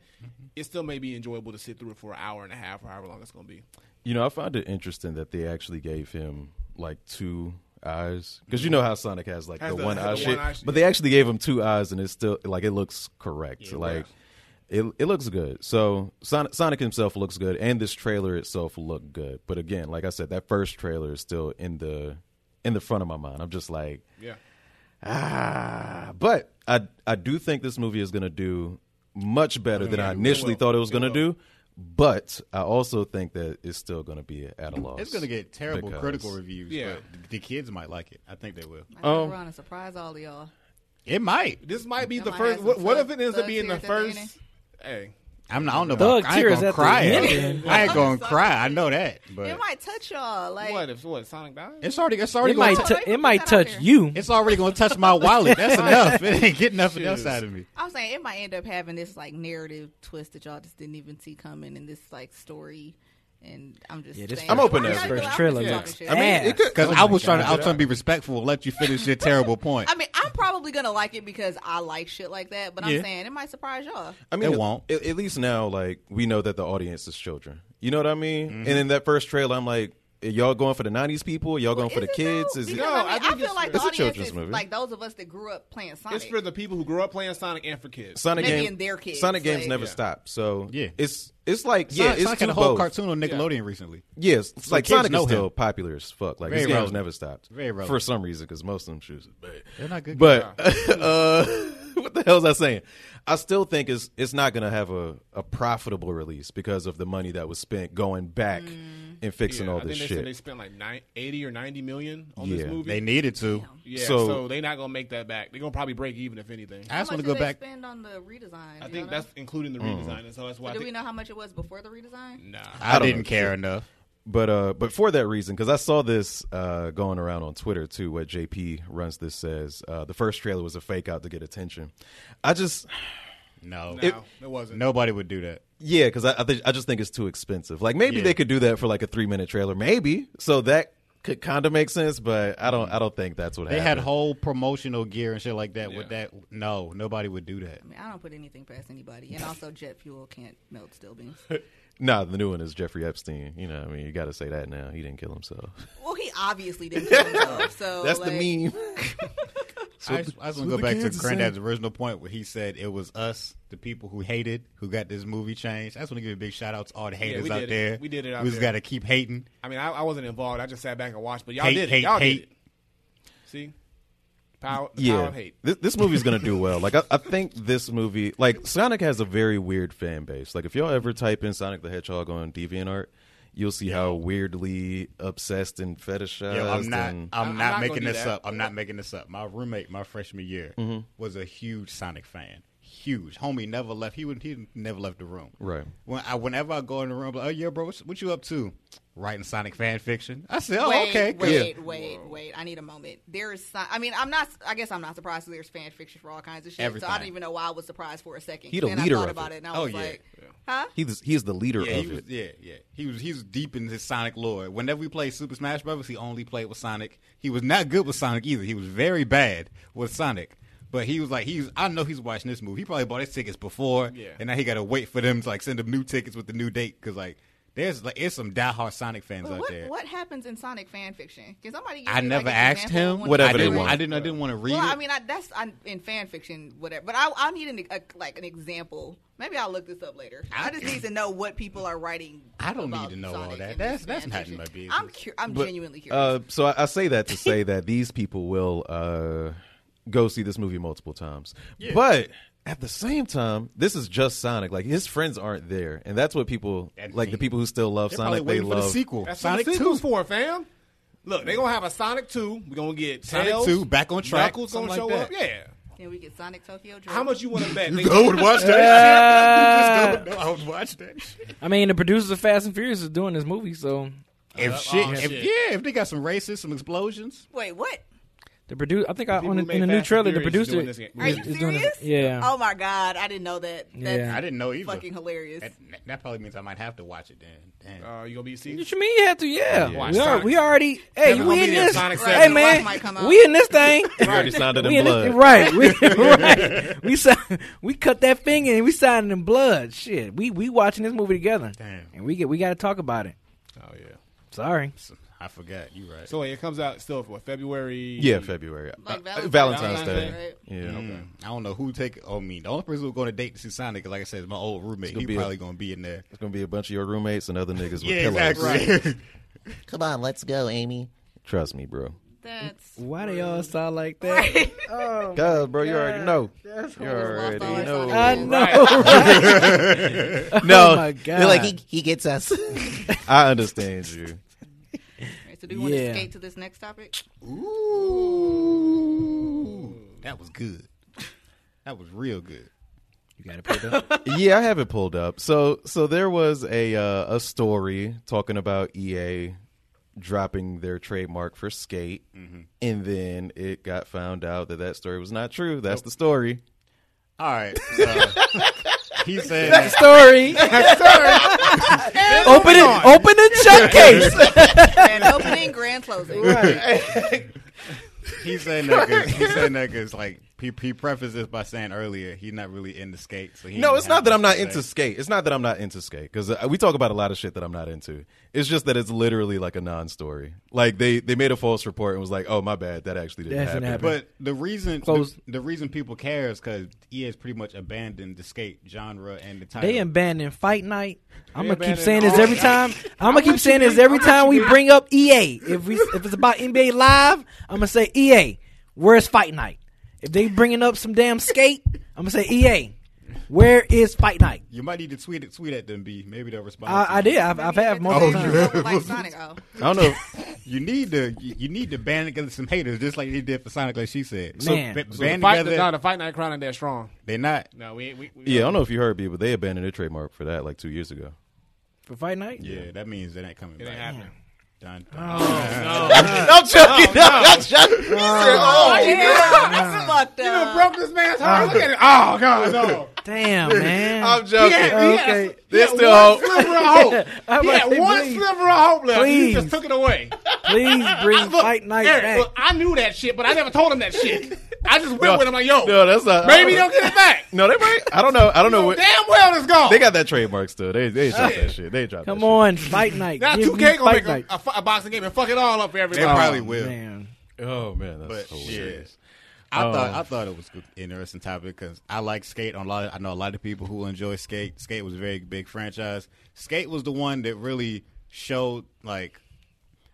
Speaker 3: it still may be enjoyable to sit through it for an hour and a half or however long it's going to be.
Speaker 2: You know, I found it interesting that they actually gave him like two eyes because you know how Sonic has like
Speaker 3: Has
Speaker 2: the,
Speaker 3: the-
Speaker 2: one
Speaker 3: has
Speaker 2: eye
Speaker 3: the
Speaker 2: shit,
Speaker 3: one eye shit.
Speaker 2: but they actually gave him two eyes, and it's still like it looks correct. like it, it looks good. So Sonic, Sonic himself looks good, and this trailer itself looked good. But again, like I said, that first trailer is still in the in the front of my mind. I'm just like,
Speaker 3: Yeah.
Speaker 2: Ah, but I I do think this movie is going to do much better than I initially
Speaker 3: will.
Speaker 2: thought it was
Speaker 3: It
Speaker 2: going to
Speaker 3: will.
Speaker 2: do. But I also think that it's still going to be at a loss.
Speaker 6: It's gonna get terrible
Speaker 2: because-
Speaker 6: critical reviews.
Speaker 3: Yeah. Um,
Speaker 6: but the kids might like it. I think they will.
Speaker 4: I think we're on a surprise all of y'all.
Speaker 6: It might.
Speaker 3: This might be
Speaker 4: That
Speaker 3: the
Speaker 4: might
Speaker 3: first.
Speaker 4: have
Speaker 3: What,
Speaker 4: some
Speaker 3: what if
Speaker 4: thug-
Speaker 3: it ends up
Speaker 4: thug
Speaker 3: being the
Speaker 4: tears at the
Speaker 3: first?
Speaker 4: beginning.
Speaker 3: hey,
Speaker 6: I'm not. I don't know.
Speaker 1: Thug
Speaker 6: I ain't
Speaker 1: tears
Speaker 6: gonna
Speaker 1: at the
Speaker 6: cry.
Speaker 1: end.
Speaker 6: I ain't gonna cry. I know that.
Speaker 4: It
Speaker 6: But
Speaker 4: might touch y'all. Like
Speaker 3: what if what Sonic dies?
Speaker 6: it's already. It's already.
Speaker 1: It
Speaker 6: Gonna
Speaker 1: might
Speaker 6: tou-
Speaker 1: t-
Speaker 4: Put
Speaker 1: it
Speaker 4: that
Speaker 1: might
Speaker 4: out
Speaker 1: touch
Speaker 4: there.
Speaker 1: you.
Speaker 6: it's already gonna touch my wallet. That's enough. It ain't getting nothing else out of me.
Speaker 4: I'm saying it might end up having this like narrative twist that y'all just didn't even see coming, and this like story. And I'm just
Speaker 1: Yeah, this
Speaker 4: saying,
Speaker 1: I'm
Speaker 2: open to
Speaker 4: I'm
Speaker 2: this
Speaker 4: not
Speaker 2: first
Speaker 4: gonna- I'm
Speaker 1: trailer
Speaker 4: just
Speaker 1: looks
Speaker 4: talking
Speaker 2: I mean,
Speaker 4: shit.
Speaker 1: ass.
Speaker 2: it could. oh
Speaker 6: Because I was trying. To, I
Speaker 2: God.
Speaker 6: was trying to be respectful. Let you finish your terrible point.
Speaker 4: I mean, I'm probably gonna like it because I like shit like that. But I'm
Speaker 6: Yeah.
Speaker 4: saying it might surprise y'all.
Speaker 2: I mean,
Speaker 6: It won't.
Speaker 2: At, at least now, like we know that the audience is children. You know what I mean?
Speaker 6: Mm-hmm.
Speaker 2: And in that first trailer, I'm like, are y'all going for the '90s people? Y'all going for the
Speaker 4: Is it
Speaker 2: kids?
Speaker 4: though?
Speaker 2: Is it?
Speaker 4: Because,
Speaker 3: No,
Speaker 4: I,
Speaker 3: I
Speaker 4: mean, I,
Speaker 3: think
Speaker 4: feel
Speaker 3: it's-
Speaker 4: like
Speaker 2: it's
Speaker 4: the
Speaker 2: a
Speaker 4: audience
Speaker 2: children's
Speaker 4: is
Speaker 2: movie.
Speaker 4: like those of us that grew up playing Sonic.
Speaker 3: It's for the people who grew up playing Sonic and for kids.
Speaker 2: Sonic
Speaker 4: Maybe
Speaker 2: game-
Speaker 4: in their kids,
Speaker 2: Sonic games
Speaker 4: like-
Speaker 2: never
Speaker 3: Yeah.
Speaker 2: stop. So
Speaker 6: Yeah.
Speaker 2: it's it's like yeah,
Speaker 6: Sonic,
Speaker 2: it's
Speaker 6: Sonic
Speaker 2: two
Speaker 6: had a whole
Speaker 2: both.
Speaker 6: cartoon on Nickelodeon recently.
Speaker 2: Yes, it's like
Speaker 6: kids
Speaker 2: Sonic
Speaker 6: know
Speaker 2: is still
Speaker 6: him.
Speaker 2: popular as fuck. Like
Speaker 6: Very
Speaker 2: his games
Speaker 6: relevant.
Speaker 2: never stopped.
Speaker 6: Very relevant.
Speaker 2: for some reason because most of them shoes is bad.
Speaker 6: They're not good
Speaker 2: But uh, what the hell was I saying? I still think it's it's not gonna have a, a profitable release because of the money that was spent going back
Speaker 6: Mm.
Speaker 2: and fixing
Speaker 3: Yeah,
Speaker 2: all
Speaker 3: I
Speaker 2: this
Speaker 3: think they
Speaker 2: shit.
Speaker 3: said they spent like nine, 80 or 90 million on
Speaker 2: Yeah.
Speaker 3: this movie.
Speaker 6: They needed to.
Speaker 3: yeah,
Speaker 2: So-
Speaker 3: so, they're not going to make that back. They're going to probably break even, if anything.
Speaker 6: I
Speaker 4: How
Speaker 6: just
Speaker 4: much
Speaker 6: want
Speaker 4: did
Speaker 6: to go
Speaker 4: they
Speaker 6: back.
Speaker 4: spend on the redesign?
Speaker 3: I
Speaker 4: Do y'all
Speaker 3: think
Speaker 4: know?
Speaker 3: that's including the redesign. And so that's why I
Speaker 4: Do we
Speaker 3: think,
Speaker 4: know how much it was before the redesign?
Speaker 3: nah.
Speaker 6: I,
Speaker 2: I don't
Speaker 6: didn't
Speaker 2: know.
Speaker 6: care enough.
Speaker 2: But uh, but for that reason, because I saw this uh, going around on Twitter too, what JP runs this says uh, the first trailer was a fake out to get attention. I just
Speaker 6: No.
Speaker 3: No, it wasn't.
Speaker 6: Nobody would do that.
Speaker 2: yeah, because I I, th- I just think it's too expensive. Like maybe
Speaker 6: Yeah.
Speaker 2: they could do that for like a three minute trailer, maybe. So that could kind of make sense, but I don't I don't think that's what
Speaker 6: They had
Speaker 2: happened.
Speaker 6: whole promotional gear and shit like that. With
Speaker 3: Yeah.
Speaker 6: that, no, nobody would do that.
Speaker 4: I mean, I don't put anything past anybody, and also jet fuel can't melt steel beams.
Speaker 2: nah, the new one is Jeffrey Epstein. You know, what I mean, you got to say that now. He didn't kill himself.
Speaker 4: Well, he obviously didn't kill himself. So
Speaker 2: that's
Speaker 4: Oh, like,
Speaker 2: the meme.
Speaker 6: I just, I just want
Speaker 2: so
Speaker 6: to
Speaker 2: the
Speaker 6: go back to
Speaker 2: kids are saying-
Speaker 6: Granddad's original point where he said it was us, the people who hated, who got this movie changed. I just want to give a big shout out to all the haters
Speaker 3: we
Speaker 6: out
Speaker 3: did it.
Speaker 6: there.
Speaker 3: We did it out
Speaker 6: We just
Speaker 3: there.
Speaker 6: got to keep hating.
Speaker 3: I mean, I, I wasn't involved. I just sat back and watched. But y'all
Speaker 6: Hate,
Speaker 3: did it.
Speaker 6: hate,
Speaker 3: y'all
Speaker 6: hate.
Speaker 3: did it. See? Power, the power
Speaker 2: yeah,
Speaker 3: of hate.
Speaker 2: this, this movie's gonna do well. Like I, I think this movie, like Sonic, has a very weird fan base. Like if y'all ever type in Sonic the Hedgehog on DeviantArt, you'll see how weirdly obsessed and fetishized.
Speaker 6: Yo, I'm not. I'm,
Speaker 2: and-
Speaker 6: not,
Speaker 3: I'm not gonna
Speaker 6: making
Speaker 3: do
Speaker 6: this
Speaker 3: that.
Speaker 6: up. I'm not making this up. My roommate, my freshman year, was a huge Sonic fan. Huge homie, never left. He would. He never left the room.
Speaker 2: Right.
Speaker 6: When I, whenever I go in the room, I'm like, oh yeah, bro, what, what you up to? Writing Sonic fan fiction. I said, oh
Speaker 4: wait,
Speaker 6: okay, good.
Speaker 4: wait, wait, wait. I need a moment. There is. Some, I mean, I'm not. I guess I'm not surprised. that There's fan fiction for all kinds of shit. So I
Speaker 6: Everything.
Speaker 4: don't even know why I was surprised for a second.
Speaker 2: He the
Speaker 4: And
Speaker 2: leader
Speaker 4: I thought
Speaker 2: of
Speaker 4: about
Speaker 2: it.
Speaker 4: it. and I
Speaker 6: Oh,
Speaker 4: was
Speaker 6: yeah.
Speaker 4: like, huh?
Speaker 2: He's he's the leader
Speaker 6: Yeah,
Speaker 2: of
Speaker 6: he was,
Speaker 2: it.
Speaker 6: yeah, yeah. He was he was deep in his Sonic lore. Whenever we played Super Smash Brothers, he only played with Sonic. He was not good with Sonic either. He was very bad with Sonic. But he was like he's I know he's watching this movie. He probably bought his tickets before,
Speaker 3: Yeah.
Speaker 6: and now he got to wait for them to like send him new tickets with the new date because like there's like it's some diehard Sonic fans
Speaker 4: But
Speaker 6: out
Speaker 4: what,
Speaker 6: there.
Speaker 4: what happens in Sonic fan fiction? Can somebody? Give
Speaker 6: I
Speaker 4: me,
Speaker 6: never
Speaker 4: like, an
Speaker 6: asked
Speaker 4: example
Speaker 6: him
Speaker 4: of one-
Speaker 2: Whatever
Speaker 6: I
Speaker 2: they
Speaker 6: didn't,
Speaker 2: want.
Speaker 6: I didn't. I didn't want to read.
Speaker 4: Well,
Speaker 6: it.
Speaker 4: I mean, I, that's I, in fan fiction, whatever. But I, I need an, a, like an example. Maybe I'll look this up later. I just need to know what people are writing.
Speaker 6: I don't
Speaker 4: about
Speaker 6: need to know
Speaker 4: Sonic
Speaker 6: all that.
Speaker 4: in this
Speaker 6: That's- that's
Speaker 4: fan
Speaker 6: not in
Speaker 4: fiction.
Speaker 6: my business.
Speaker 4: I'm cu- I'm
Speaker 2: But,
Speaker 4: genuinely curious.
Speaker 2: Uh, so I, I say that to say that these people will uh, go see this movie multiple times. But at the same time, this is just Sonic. Like his friends aren't there, and that's what people
Speaker 6: That's
Speaker 2: like. The
Speaker 6: mean.
Speaker 2: people who still love
Speaker 6: They're probably
Speaker 2: Sonic, they
Speaker 6: waiting for the
Speaker 2: love
Speaker 6: sequel.
Speaker 3: That's
Speaker 6: Sonic
Speaker 3: Sonic
Speaker 6: two.
Speaker 3: what Sonic's for, fam. Look, they're gonna have a Sonic two. We're gonna get
Speaker 6: Sonic
Speaker 3: Tails,
Speaker 6: 2, back on track,
Speaker 3: Knuckles
Speaker 6: something
Speaker 3: gonna show up.
Speaker 6: like that.
Speaker 3: Yeah.
Speaker 4: Then we get Sonic Tokyo Drift.
Speaker 3: How much you want to bet? They-
Speaker 6: would watch that. shit. You just go- no, I would watch that. shit.
Speaker 1: I mean, the producers of Fast and Furious is doing this movie, so
Speaker 6: If Uh, shit,
Speaker 3: oh,
Speaker 6: if,
Speaker 3: shit.
Speaker 6: yeah, if they got some races, some explosions,
Speaker 4: Wait, what?
Speaker 1: the produ I think I,
Speaker 3: People
Speaker 1: on
Speaker 3: who
Speaker 1: the,
Speaker 3: made
Speaker 1: in the new
Speaker 3: Fast and
Speaker 1: trailer, the
Speaker 3: Furious
Speaker 1: producer
Speaker 3: is doing
Speaker 1: is,
Speaker 3: this again.
Speaker 4: Are you
Speaker 1: is doing
Speaker 4: serious?
Speaker 1: this. Yeah.
Speaker 4: Oh my god, I didn't know that. That's
Speaker 1: Yeah.
Speaker 6: I didn't know either.
Speaker 4: fucking hilarious.
Speaker 6: That, that probably means I might have to watch it then. Damn.
Speaker 3: Uh, you gonna be see?
Speaker 1: What you mean you have to? Yeah,
Speaker 3: Watch
Speaker 1: we, are,
Speaker 3: Sonic.
Speaker 1: we already. Hey,
Speaker 3: Kevin,
Speaker 1: we
Speaker 3: I'll
Speaker 1: in
Speaker 3: be there
Speaker 1: this.
Speaker 3: Sonic
Speaker 4: Right,
Speaker 1: hey
Speaker 4: the
Speaker 1: man,
Speaker 4: rock might come out.
Speaker 1: we in this thing.
Speaker 2: You already signed it
Speaker 1: we in
Speaker 2: in blood.
Speaker 1: this, right, we, right. We sign, we cut that finger and we signed in blood. Shit, we we watching this movie together.
Speaker 6: Damn.
Speaker 1: and we get we got to talk about it.
Speaker 3: Oh yeah.
Speaker 1: Sorry,
Speaker 6: I forgot. You right.
Speaker 3: So wait, it comes out still for February.
Speaker 2: Yeah, February.
Speaker 4: Like
Speaker 2: Uh,
Speaker 4: Valentine's
Speaker 2: Valentine's Day.
Speaker 3: Day,
Speaker 4: right?
Speaker 2: Yeah.
Speaker 6: Mm, I don't know who take. Oh, I mean, the only person who's going to date to see Sonic, like I said, is my old roommate.
Speaker 2: gonna
Speaker 6: He
Speaker 2: be a-
Speaker 6: probably going to be in there.
Speaker 2: It's gonna be a bunch of your roommates and other niggas with pillows.
Speaker 8: Come on, let's go, Amy.
Speaker 2: Trust me, bro.
Speaker 4: That's
Speaker 1: why they all sound like that?
Speaker 6: Oh
Speaker 2: God, bro, you already know. You already
Speaker 4: all our
Speaker 2: know.
Speaker 4: Sonic
Speaker 1: I
Speaker 4: fans.
Speaker 1: know.
Speaker 2: no,
Speaker 1: Oh my god!
Speaker 8: They're like, he, he gets us.
Speaker 2: I understand you.
Speaker 4: Right, So do you want
Speaker 1: Yeah.
Speaker 4: to skate to this next topic?
Speaker 6: Ooh, that was good. That was real good.
Speaker 1: You got to put it up.
Speaker 2: yeah, I have it pulled up. So so there was a uh, a story talking about EA dropping their trademark for Skate, and then it got found out that that story was not true. That's the story.
Speaker 6: All right. so, he said,
Speaker 1: Story. open it. Open the check case.
Speaker 4: And opening, grand closing.
Speaker 6: he said that 'cause- he said that because like he, he prefaced this by saying earlier he's not really into skate. So he
Speaker 2: No,
Speaker 6: didn't
Speaker 2: it's
Speaker 6: have
Speaker 2: not that I'm
Speaker 6: much
Speaker 2: not
Speaker 6: to
Speaker 2: into
Speaker 6: say.
Speaker 2: skate. It's not that I'm not into skate because we talk about a lot of shit that I'm not into. It's just that it's literally like a non-story. Like they they made a false report and was like, "Oh my bad, that actually didn't
Speaker 1: That
Speaker 2: happen."
Speaker 1: didn't happen.
Speaker 6: But the reason
Speaker 1: Close.
Speaker 6: the, the reason people care is because EA has pretty much abandoned the skate genre and the title.
Speaker 1: They abandoned Fight Night. I'm gonna keep
Speaker 6: abandoned
Speaker 1: saying this
Speaker 6: all
Speaker 1: every
Speaker 6: that.
Speaker 1: time. I'm gonna keep saying this every time we bring up EA. If we if it's about NBA Live, I'm gonna say "E EA. Where's Fight Night? If they bringing up some damn skate, I'm gonna say EA. Where is Fight Night?
Speaker 6: you might need to tweet it, tweet at them, B. Maybe they'll respond. to
Speaker 1: I, I
Speaker 6: you.
Speaker 1: did. I've, I've had
Speaker 3: Oh,
Speaker 1: multiple times.
Speaker 4: Like Sonic, oh.
Speaker 2: I don't know. if-
Speaker 6: You need to you, you need to band together some haters, just like they did for Sonic, like she said.
Speaker 1: Man.
Speaker 6: ba-
Speaker 3: So the
Speaker 6: band
Speaker 3: fight,
Speaker 6: together.
Speaker 3: no, the fight night crowd ain't that strong.
Speaker 6: they're not.
Speaker 3: No, we, we, we
Speaker 2: yeah, I don't know if you heard, B, but they abandoned their trademark for that like two years ago.
Speaker 1: For Fight Night?
Speaker 6: Yeah, that means they ain't coming
Speaker 3: It
Speaker 6: back.
Speaker 3: ain't happening.
Speaker 6: Dun, dun.
Speaker 2: I'm joking. I'm joking. He said, "Oh."
Speaker 4: Yeah, that's fucked up.
Speaker 3: broke this man's heart. Look at it. Oh God, no.
Speaker 1: Damn, man.
Speaker 2: I'm joking.
Speaker 1: okay.
Speaker 2: There's still hope.
Speaker 3: sliver of hope.
Speaker 1: I'm
Speaker 3: He
Speaker 1: about to
Speaker 3: had
Speaker 1: say,
Speaker 3: one
Speaker 1: please,
Speaker 3: sliver of hope left. and
Speaker 1: Please.
Speaker 3: You just took it away.
Speaker 1: please bring
Speaker 3: Look,
Speaker 1: Fight Night
Speaker 3: Eric,
Speaker 1: back.
Speaker 3: look, I knew that shit, but I never told him that shit. I just went with him like, yo,
Speaker 2: No, that's not.
Speaker 3: maybe
Speaker 2: I
Speaker 3: they'll
Speaker 2: don't-
Speaker 3: get it back. Oh,
Speaker 2: No, they might. I don't know. I don't know what.
Speaker 3: Damn well it's gone.
Speaker 2: They got that trademark still. They they dropped that shit. They dropped.
Speaker 1: Come
Speaker 2: that
Speaker 1: on, Fight Night.
Speaker 3: now
Speaker 1: Give
Speaker 3: two
Speaker 1: me
Speaker 3: K gonna
Speaker 1: Fight
Speaker 3: make
Speaker 1: Night.
Speaker 3: a, a, fu- a boxing game and fuck it all up for
Speaker 6: They
Speaker 3: everybody.
Speaker 6: probably will.
Speaker 1: Oh, Man.
Speaker 2: Shit. Oh man, that's
Speaker 6: But
Speaker 2: hilarious.
Speaker 6: I
Speaker 1: Oh.
Speaker 6: thought I thought it was an interesting topic because I like skate. On a lot, of, I know a lot of people who enjoy skate. Skate was a very big franchise. Skate was the one that really showed like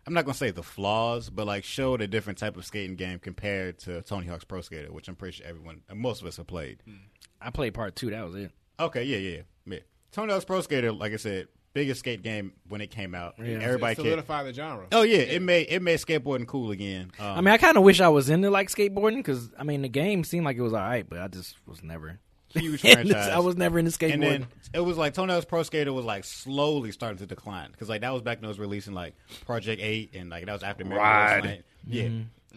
Speaker 6: I'm not gonna say the flaws, but like showed a different type of skating game compared to Tony Hawk's Pro Skater, which I'm pretty sure everyone, and most of us, have played.
Speaker 2: Hmm.
Speaker 1: I played part two. That was it.
Speaker 6: Okay, yeah, yeah, yeah. Tony Hawk's Pro Skater, like I said, biggest skate game when it came out. Everybody, cared.
Speaker 3: solidify the genre.
Speaker 6: oh yeah, it made it made skateboarding cool again. Um,
Speaker 1: I mean, I kind of wish I was into like skateboarding because I mean the game seemed like it was all right, but I just was never.
Speaker 6: huge
Speaker 1: in
Speaker 6: franchise.
Speaker 1: this- I was never into skateboarding.
Speaker 6: and then it was like Tony Hawk's Pro Skater was like slowly starting to decline because like that was back when it was releasing like Project Eight and like that was after American Ride. Yeah,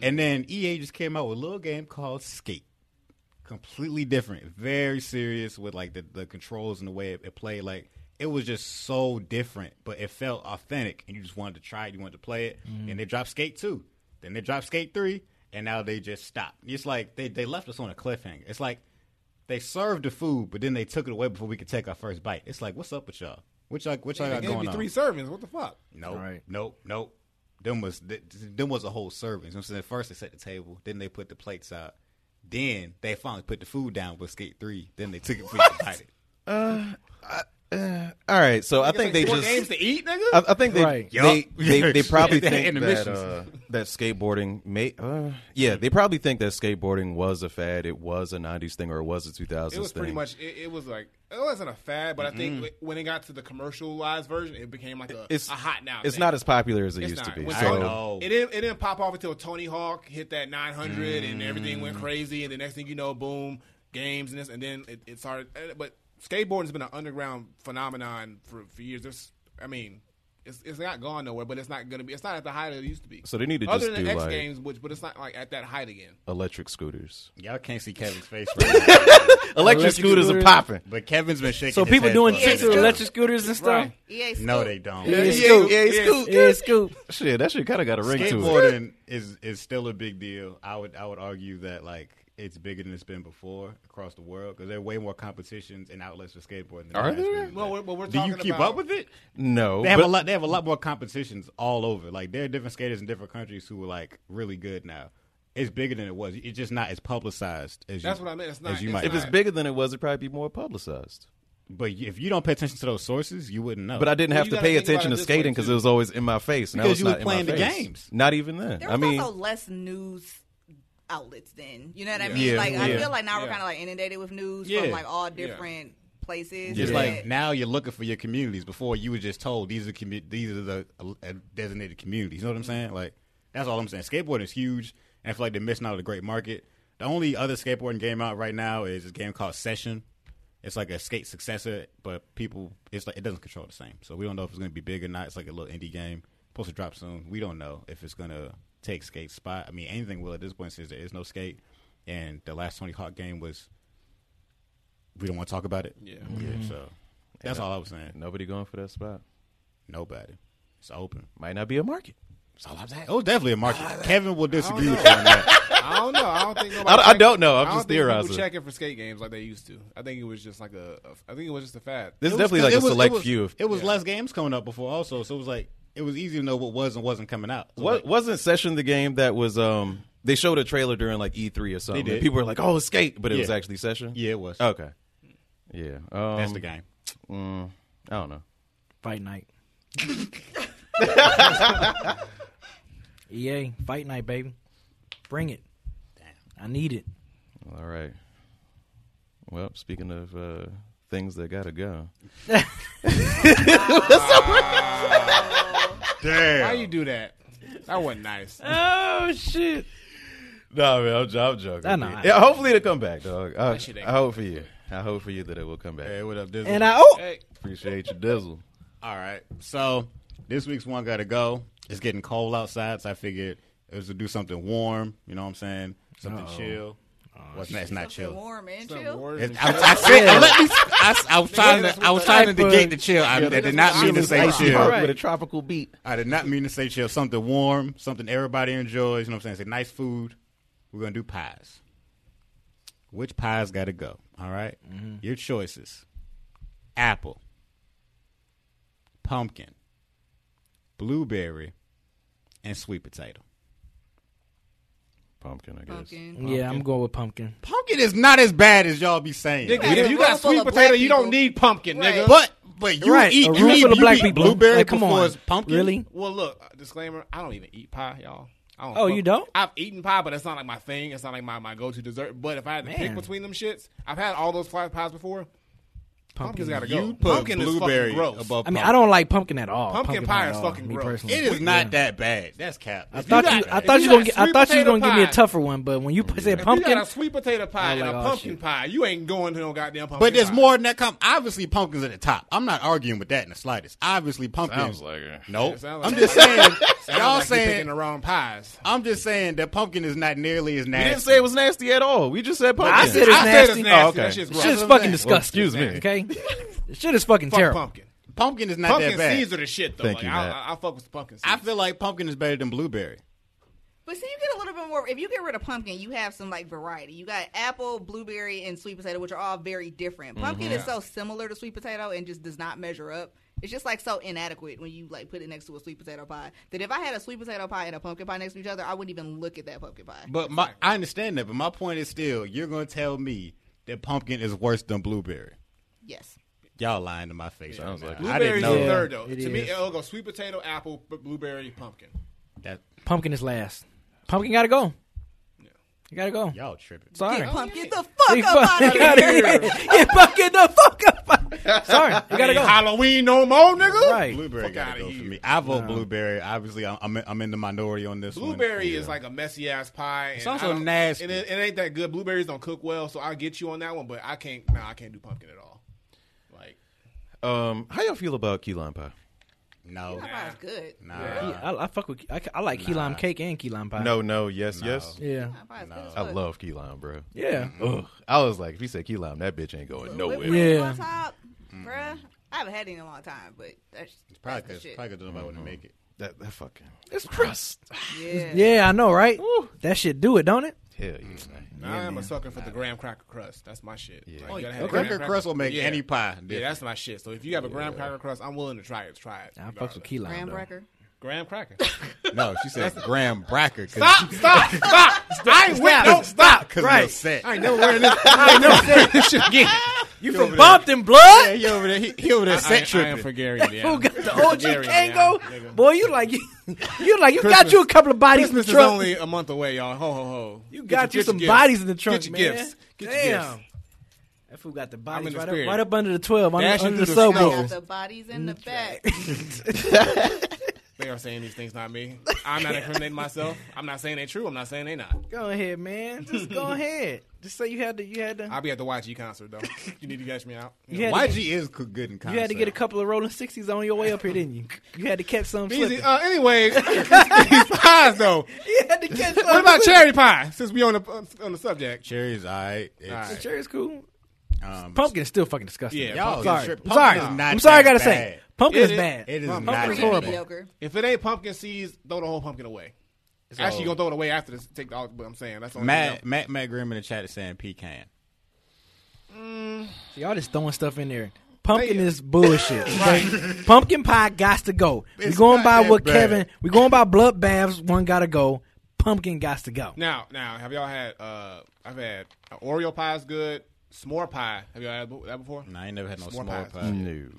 Speaker 6: and then EA just came out with a little game called Skate, completely different, very serious with like the, the controls and the way it, it played. Like it was just so different, but it felt authentic, and you just wanted to try it, you wanted to play it.
Speaker 3: Mm-hmm.
Speaker 6: And they dropped Skate Two, then they dropped Skate Three, and now they just stopped. It's like they they left us on a cliffhanger. It's like they served the food, but then they took it away before we could take our first bite. It's like, what's up with y'all? What y'all, what y'all
Speaker 3: They
Speaker 6: got
Speaker 3: gave
Speaker 6: going
Speaker 3: you
Speaker 6: on?
Speaker 3: three servings. What the fuck?
Speaker 6: Nope,
Speaker 1: Right.
Speaker 6: nope, nope. Them was th- them was a whole serving. You know what I'm saying first they set the table, then they put the plates out, then they finally put the food down with skate three. Then they took it for you to bite it.
Speaker 2: All right, so I think they
Speaker 3: More
Speaker 2: just.
Speaker 3: games to eat, nigga.
Speaker 2: I, I think they,
Speaker 1: Right.
Speaker 2: they,
Speaker 6: Yup.
Speaker 2: they they probably
Speaker 6: They had
Speaker 2: think that
Speaker 6: intermissions.
Speaker 2: uh, that skateboarding may uh, yeah they probably think that skateboarding was a fad it was a 90s thing or it was a 2000s
Speaker 3: it was
Speaker 2: thing
Speaker 3: pretty much. It, it was like it wasn't a fad, but I think wh- when it got to the commercialized version, it became like a,
Speaker 2: it's
Speaker 3: a hot now.
Speaker 2: it's
Speaker 3: thing.
Speaker 2: not as popular as it
Speaker 3: It's
Speaker 2: used
Speaker 3: not.
Speaker 2: to be
Speaker 3: When
Speaker 2: so
Speaker 3: Tony-
Speaker 6: know.
Speaker 3: It didn't, it didn't pop off until Tony Hawk hit that 900 and everything went crazy. And the next thing you know, boom, games and this. And then it, it started. eh, But skateboarding's been an underground phenomenon for, for years. There's, I mean, it's, it's not gone nowhere, but it's not going to be. It's not at the height that it used to be.
Speaker 2: So they need to
Speaker 3: Other
Speaker 2: just
Speaker 3: than the
Speaker 2: do,
Speaker 3: X
Speaker 2: like-
Speaker 3: Games, which, but it's not like at that height again.
Speaker 2: electric scooters
Speaker 6: Y'all can't see Kevin's face right now,
Speaker 2: electric
Speaker 1: scooters
Speaker 2: scooters
Speaker 1: are
Speaker 2: are popping
Speaker 6: but Kevin's been shaking.
Speaker 1: so
Speaker 6: his
Speaker 1: people
Speaker 6: head
Speaker 1: doing
Speaker 6: for a
Speaker 1: tricks with
Speaker 6: minute.
Speaker 1: electric scooters and stuff.
Speaker 3: Right.
Speaker 4: EA
Speaker 6: No,
Speaker 4: Scoop.
Speaker 6: they don't.
Speaker 1: Yeah,
Speaker 2: scoot.
Speaker 1: scoot.
Speaker 2: Yeah,
Speaker 1: Yeah,
Speaker 2: scoot.
Speaker 1: Yeah, scoot.
Speaker 2: shit that shit kind of got a ring to it
Speaker 6: skateboarding is is still a big deal. I would I would argue that like it's bigger than it's been before across the world because there are way more competitions and outlets for skateboarding. Than
Speaker 2: Are
Speaker 6: there has
Speaker 2: there?
Speaker 6: been.
Speaker 3: Well, we're- well, we're
Speaker 6: do you
Speaker 3: talking
Speaker 6: keep
Speaker 3: about-
Speaker 6: up with it?
Speaker 2: no
Speaker 6: They have a
Speaker 2: but-
Speaker 6: lot. They have a lot more competitions all over. Like there are different skaters in different countries who are like really good now. It's bigger than it was. It's just not as publicized as
Speaker 3: That's
Speaker 6: you,
Speaker 3: what I meant. It's
Speaker 6: as
Speaker 3: not-
Speaker 6: you
Speaker 3: it's
Speaker 6: might.
Speaker 2: if it's bigger than it was it'd probably be more publicized
Speaker 6: but if you don't pay attention to those sources, you wouldn't know.
Speaker 2: but I didn't
Speaker 3: Well,
Speaker 2: have
Speaker 3: you
Speaker 2: to
Speaker 3: gotta
Speaker 2: pay
Speaker 3: think about
Speaker 2: attention
Speaker 3: it
Speaker 2: to
Speaker 3: this way,
Speaker 2: skating because
Speaker 3: too.
Speaker 2: it was always in my face. Now it's
Speaker 6: Because you were
Speaker 2: not in my
Speaker 6: playing the
Speaker 2: face.
Speaker 6: games.
Speaker 2: Not even then.
Speaker 4: There
Speaker 2: I
Speaker 4: was
Speaker 2: mean,
Speaker 4: also less news outlets then. You know what I
Speaker 3: Yeah.
Speaker 4: mean?
Speaker 2: Yeah,
Speaker 4: Like
Speaker 2: yeah.
Speaker 4: I feel like now
Speaker 3: Yeah.
Speaker 4: we're kind of like inundated with news
Speaker 6: Yeah.
Speaker 4: from like all different places.
Speaker 6: It's
Speaker 4: Yeah.
Speaker 6: like now you're looking for your communities. Before you were just told these are commu- these are the uh, uh, designated communities. You know what I'm saying? Like that's all I'm saying. Skateboarding is huge, and I feel like they're missing out on a great market. The only other skateboarding game out right now is this game called Session. It's like a skate successor, but people, it's like it doesn't control the same. So we don't know if it's going to be big or not. It's like a little indie game supposed to drop soon. We don't know if it's going to take skate spot. I mean, anything will at this point since there is no skate. And the last Tony Hawk game was, we don't want to talk about it.
Speaker 3: Yeah.
Speaker 2: Mm-hmm.
Speaker 6: yeah so that's all I was saying.
Speaker 2: Nobody going for that spot.
Speaker 6: Nobody. It's open.
Speaker 2: Might not be a market.
Speaker 6: That's all I'm saying. Oh, definitely a market. Kevin will disagree with you on that.
Speaker 3: I don't know. I don't think nobody.
Speaker 2: I don't- I
Speaker 3: check-
Speaker 2: don't know. I'm
Speaker 3: I don't
Speaker 2: just
Speaker 3: think people
Speaker 2: theorizing.
Speaker 3: Checking for skate games like they used to. I think it was just like a. a I think it was just a fad.
Speaker 2: This is
Speaker 6: It was-
Speaker 2: definitely like
Speaker 6: it
Speaker 2: a
Speaker 6: was- it
Speaker 2: select
Speaker 6: was-
Speaker 2: few. Of,
Speaker 6: It was less games coming up before also, so it was like it was easy to know what was and wasn't coming out. So,
Speaker 2: what
Speaker 6: like,
Speaker 2: wasn't Session the game that was? um They showed a trailer during like E3 or something.
Speaker 6: They did.
Speaker 2: and people were like, "Oh, Skate," but it
Speaker 6: Yeah.
Speaker 2: was actually Session.
Speaker 6: Yeah, it was.
Speaker 2: Okay. Yeah. Um,
Speaker 6: That's the game.
Speaker 2: mm, I don't know.
Speaker 1: Fight night. EA, E fight night, baby. Bring it. I need it.
Speaker 2: All right. Well, speaking of uh, things that gotta go,
Speaker 3: Why you do that? That wasn't nice.
Speaker 1: Oh shit!
Speaker 2: No, man, I'm, jo- I'm joking.
Speaker 1: I know.
Speaker 2: Yeah, hopefully it'll come back, dog. I,
Speaker 3: shit ain't
Speaker 2: I hope for you. I hope for you that it will come back.
Speaker 6: Hey, what up, Disney?
Speaker 1: And I oh,
Speaker 3: Hey,
Speaker 2: Appreciate your dizzle.
Speaker 6: All right. So this week's one gotta go. It's getting cold outside, so I figured it was to do something warm. You know what I'm saying? Something chill.
Speaker 2: Oh,
Speaker 6: well, it's not, it's not
Speaker 4: Something
Speaker 6: chill.
Speaker 4: warm and
Speaker 3: Something
Speaker 4: chill.
Speaker 3: warm
Speaker 6: It's-
Speaker 3: and shit.
Speaker 6: I, I said, let me, I, I was trying to, I was trying to
Speaker 1: Type of-
Speaker 6: negate the chill. I, I did not mean to say chill.
Speaker 1: Right.
Speaker 8: With a tropical beat.
Speaker 6: I did not mean to say chill. Something warm, something everybody enjoys. You know what I'm saying? Say nice food. We're gonna do pies. Which pies got to go? All right? your choices: apple, pumpkin, blueberry, and sweet potato.
Speaker 2: Pumpkin, I guess.
Speaker 4: Pumpkin.
Speaker 1: yeah, I'm going with pumpkin.
Speaker 6: Pumpkin is not as bad as y'all be saying,
Speaker 3: Nigga,
Speaker 4: had
Speaker 3: if
Speaker 4: a
Speaker 3: you
Speaker 4: room
Speaker 3: got
Speaker 4: full
Speaker 3: sweet
Speaker 4: of
Speaker 3: potato,
Speaker 4: black
Speaker 3: you don't
Speaker 4: people.
Speaker 3: need pumpkin,
Speaker 4: Right.
Speaker 3: nigga.
Speaker 6: but but you
Speaker 1: right,
Speaker 6: eat
Speaker 1: a
Speaker 6: you
Speaker 1: room
Speaker 6: eat,
Speaker 1: full of
Speaker 6: you
Speaker 1: black
Speaker 6: eat
Speaker 1: people.
Speaker 6: blueberry
Speaker 1: Like, come
Speaker 6: before
Speaker 1: on.
Speaker 6: it's pumpkin.
Speaker 1: Really?
Speaker 3: Well, look, uh, disclaimer: I don't even eat pie, y'all. I don't
Speaker 1: Oh,
Speaker 3: fuck-
Speaker 1: you don't?
Speaker 3: I've eaten pie, but it's not like my thing. It's not like my, my go to dessert. But if I had to pick
Speaker 1: Man.
Speaker 3: between them shits, I've had all those flat pies before. Pumpkin's got to go.
Speaker 6: You put
Speaker 3: pumpkin
Speaker 6: blueberry
Speaker 3: is fucking gross.
Speaker 6: above.
Speaker 1: I mean,
Speaker 6: pumpkin.
Speaker 1: I don't like pumpkin at all.
Speaker 3: Pumpkin pie
Speaker 1: at
Speaker 3: is
Speaker 1: all,
Speaker 3: fucking
Speaker 1: me
Speaker 3: gross.
Speaker 1: personally.
Speaker 6: It is not that bad. That's cap.
Speaker 1: I thought you,
Speaker 3: got-
Speaker 1: I
Speaker 3: if
Speaker 1: thought
Speaker 3: you
Speaker 1: you
Speaker 3: got
Speaker 1: gonna, get, I
Speaker 3: sweet
Speaker 1: thought you
Speaker 3: potato
Speaker 1: gonna give me a
Speaker 3: pie-
Speaker 1: tougher one, but when you said
Speaker 3: If you
Speaker 1: pumpkin,
Speaker 3: got a sweet potato pie
Speaker 1: I
Speaker 3: and
Speaker 1: like
Speaker 3: a
Speaker 1: all
Speaker 3: pumpkin
Speaker 1: shit.
Speaker 3: pie, you ain't going to no goddamn pumpkin.
Speaker 6: But there's
Speaker 3: pie.
Speaker 6: more than that. Come obviously pumpkins at the top. I'm not arguing with that in the slightest. Obviously pumpkins.
Speaker 2: Sounds like it.
Speaker 6: no.
Speaker 3: It sounds
Speaker 6: I'm
Speaker 3: like-
Speaker 6: just saying.
Speaker 3: Sounds
Speaker 6: y'all
Speaker 3: like you picking
Speaker 6: saying.
Speaker 3: the wrong pies.
Speaker 6: I'm just saying that pumpkin is not nearly as
Speaker 2: We
Speaker 6: nasty.
Speaker 2: didn't say it was nasty at all. We just said pumpkin.
Speaker 1: I said it's
Speaker 3: I said
Speaker 1: nasty.
Speaker 3: it's nasty.
Speaker 2: Oh, okay.
Speaker 3: That shit's gross.
Speaker 1: Shit is
Speaker 6: That's what I'm
Speaker 1: fucking
Speaker 6: saying. Well,
Speaker 1: disgusting.
Speaker 2: excuse me.
Speaker 1: Okay, shit is fucking
Speaker 3: Fuck
Speaker 1: terrible.
Speaker 3: pumpkin.
Speaker 6: pumpkin is not
Speaker 3: Pumpkin
Speaker 6: that bad.
Speaker 3: seeds are the shit though.
Speaker 2: Thank
Speaker 3: like,
Speaker 2: you,
Speaker 3: I,
Speaker 2: Matt.
Speaker 3: I, I fuck with pumpkin seeds.
Speaker 6: I feel like pumpkin is better than blueberry.
Speaker 4: But see, you get a little bit more. If you get rid of pumpkin, you have some like variety. You got apple, blueberry, and sweet potato, which are all very different. Pumpkin
Speaker 1: Mm-hmm.
Speaker 4: is so similar to sweet potato and just does not measure up. It's just like so inadequate when you like put it next to a sweet potato pie that if I had a sweet potato pie and a pumpkin pie next to each other, I wouldn't even look at that pumpkin pie.
Speaker 6: But my, I understand that. But my point is still, you're gonna tell me that pumpkin is worse than blueberry.
Speaker 4: yes,
Speaker 6: Y'all lying to my face.
Speaker 2: Sounds
Speaker 6: right
Speaker 2: like
Speaker 6: now. I didn't
Speaker 3: blueberry's
Speaker 6: know
Speaker 3: the third though.
Speaker 1: Yeah, it
Speaker 3: to me,
Speaker 1: is.
Speaker 3: it'll go sweet potato, apple, b- blueberry, pumpkin.
Speaker 6: that.
Speaker 1: Pumpkin is last. Pumpkin gotta go. You gotta go.
Speaker 6: Y'all tripping.
Speaker 1: Sorry.
Speaker 4: pumpkin the
Speaker 1: Big
Speaker 4: fuck up
Speaker 1: fuck
Speaker 4: out of
Speaker 1: outta
Speaker 4: here.
Speaker 1: here. Get fucking the fuck up. Sorry, you gotta
Speaker 3: Ain't
Speaker 1: go.
Speaker 3: Halloween no more, nigga.
Speaker 1: Right.
Speaker 6: Blueberry
Speaker 3: Fuck
Speaker 6: got
Speaker 3: outta
Speaker 6: to go for
Speaker 3: here.
Speaker 6: me. I vote blueberry. Obviously, I'm I'm, I'm in the minority on this. one.
Speaker 3: Blueberry
Speaker 6: Yeah.
Speaker 3: is like a messy ass pie. It's
Speaker 6: also nasty.
Speaker 3: and it, it ain't that good. Blueberries don't cook well, so I get you on that one. But I can't. Nah, I can't do pumpkin at all. Like
Speaker 2: Um, how y'all feel about key lime pie?
Speaker 6: no.
Speaker 4: That pie's good.
Speaker 6: Nah.
Speaker 1: I, I fuck with. I, I like key lime cake and key lime pie.
Speaker 2: No, no, yes, yes.
Speaker 1: Yeah.
Speaker 4: That pie's good as
Speaker 2: I
Speaker 4: fuck.
Speaker 2: love key lime, bro.
Speaker 1: Yeah.
Speaker 2: Ugh. I was like, if you say key lime, that bitch ain't going
Speaker 4: Whipped
Speaker 2: nowhere.
Speaker 4: cream
Speaker 1: Yeah.
Speaker 4: on top, bruh. I haven't had it in a long time, but that's it's
Speaker 6: Probably
Speaker 4: that's
Speaker 6: because
Speaker 4: the shit.
Speaker 6: probably 'cause nobody want to make it.
Speaker 2: That, that fucking it's crust.
Speaker 4: yeah.
Speaker 1: Yeah, I know, right? That shit do it, don't it?
Speaker 2: Hell yeah. man.
Speaker 3: I am a sucker for the graham cracker crust. That's my shit. Yeah.
Speaker 2: Oh,
Speaker 6: Cracker crust will make
Speaker 3: Yeah.
Speaker 6: any pie.
Speaker 3: Yeah,
Speaker 6: different.
Speaker 3: that's my shit. So if you have a graham cracker crust, I'm willing to try it. Try it.
Speaker 1: I fuck with key lime.
Speaker 4: Graham
Speaker 1: though.
Speaker 4: cracker.
Speaker 3: graham cracker.
Speaker 6: no, she said graham bracker.
Speaker 3: stop! Stop! Stop! I ain't with no stop.
Speaker 6: Because
Speaker 1: Right.
Speaker 6: right. set.
Speaker 3: I ain't never wearing this. I ain't never wearing this shit again.
Speaker 1: You from Bompton, blood?
Speaker 6: Yeah, he over there. He, he over there set
Speaker 3: I, I am
Speaker 6: tripping.
Speaker 3: Hungarian. Yeah.
Speaker 1: Who got the OG
Speaker 3: Hungarian,
Speaker 1: Kango?
Speaker 3: yeah, nigga.
Speaker 1: Boy, you like you like you got
Speaker 3: Christmas-
Speaker 1: you a couple of bodies
Speaker 3: Christmas
Speaker 1: in
Speaker 3: is
Speaker 1: the trunk.
Speaker 3: only a month away, y'all. Ho ho ho!
Speaker 1: you
Speaker 3: Get
Speaker 1: got
Speaker 3: your-
Speaker 1: you
Speaker 3: get
Speaker 1: some
Speaker 3: your
Speaker 1: bodies
Speaker 3: gifts.
Speaker 1: in the trunk,
Speaker 3: Get your
Speaker 1: man.
Speaker 3: gifts. Get your
Speaker 1: Damn.
Speaker 3: gifts.
Speaker 1: That fool got the bodies
Speaker 3: in the
Speaker 1: right up,
Speaker 3: spirit.
Speaker 1: right up under the twelve, under,
Speaker 3: Dashing
Speaker 1: under the
Speaker 3: through the
Speaker 4: I
Speaker 3: snow.
Speaker 1: subwoofer.
Speaker 4: got the bodies in the back.
Speaker 3: They are saying these things, not me. I'm not incriminating myself. I'm not saying they true. I'm not saying they not.
Speaker 1: Go ahead, man. Just go ahead. Just say you had to. You had to.
Speaker 3: I'll be at the YG concert though. You need to catch me out.
Speaker 1: You had, to,
Speaker 6: YG is good in concert.
Speaker 1: you had to get a couple of rolling sixties on your way up here, didn't you? You had to catch some.
Speaker 3: Easy.
Speaker 1: slipping.
Speaker 3: Uh, anyways, these pies though.
Speaker 1: you had to catch some.
Speaker 3: What about cherry pie? Since we on the uh, on the subject.
Speaker 6: Cherries, all right. It's,
Speaker 3: All right.
Speaker 1: Cherry's cool.
Speaker 6: um,
Speaker 1: Pumpkin is still fucking disgusting.
Speaker 3: Yeah,
Speaker 6: y'all,
Speaker 1: sorry.
Speaker 6: it's-
Speaker 1: I'm sorry.
Speaker 6: pumpkin is not
Speaker 1: I'm sorry. I
Speaker 6: that
Speaker 1: gotta say,
Speaker 6: bad.
Speaker 1: pumpkin
Speaker 3: It
Speaker 1: is
Speaker 3: is-
Speaker 1: bad.
Speaker 6: It is
Speaker 1: pumpkin
Speaker 6: not
Speaker 1: is
Speaker 6: that
Speaker 1: horrible.
Speaker 4: Mediocre.
Speaker 3: If it ain't pumpkin seeds, throw the whole pumpkin away. Actually, you gonna throw it away after this. Take the all. But I'm saying that's the only thing
Speaker 6: Matt,
Speaker 3: I'm-
Speaker 6: Matt, Matt Grimm in the chat is saying pecan.
Speaker 1: So y'all just throwing stuff in there. Pumpkin
Speaker 3: Man.
Speaker 1: is bullshit. okay? Pumpkin pie got to go. We're going
Speaker 6: not
Speaker 1: by
Speaker 6: that
Speaker 1: what
Speaker 6: bad.
Speaker 1: Kevin. We're going by blood baths. One got to go. Pumpkin got to go.
Speaker 3: Now, now, have y'all had? uh I've had uh, Oreo pie is good. S'more pie. Have y'all had that before?
Speaker 6: No, I ain't never had no
Speaker 3: S'more
Speaker 6: s'more,
Speaker 3: pies.
Speaker 6: pie.
Speaker 2: No.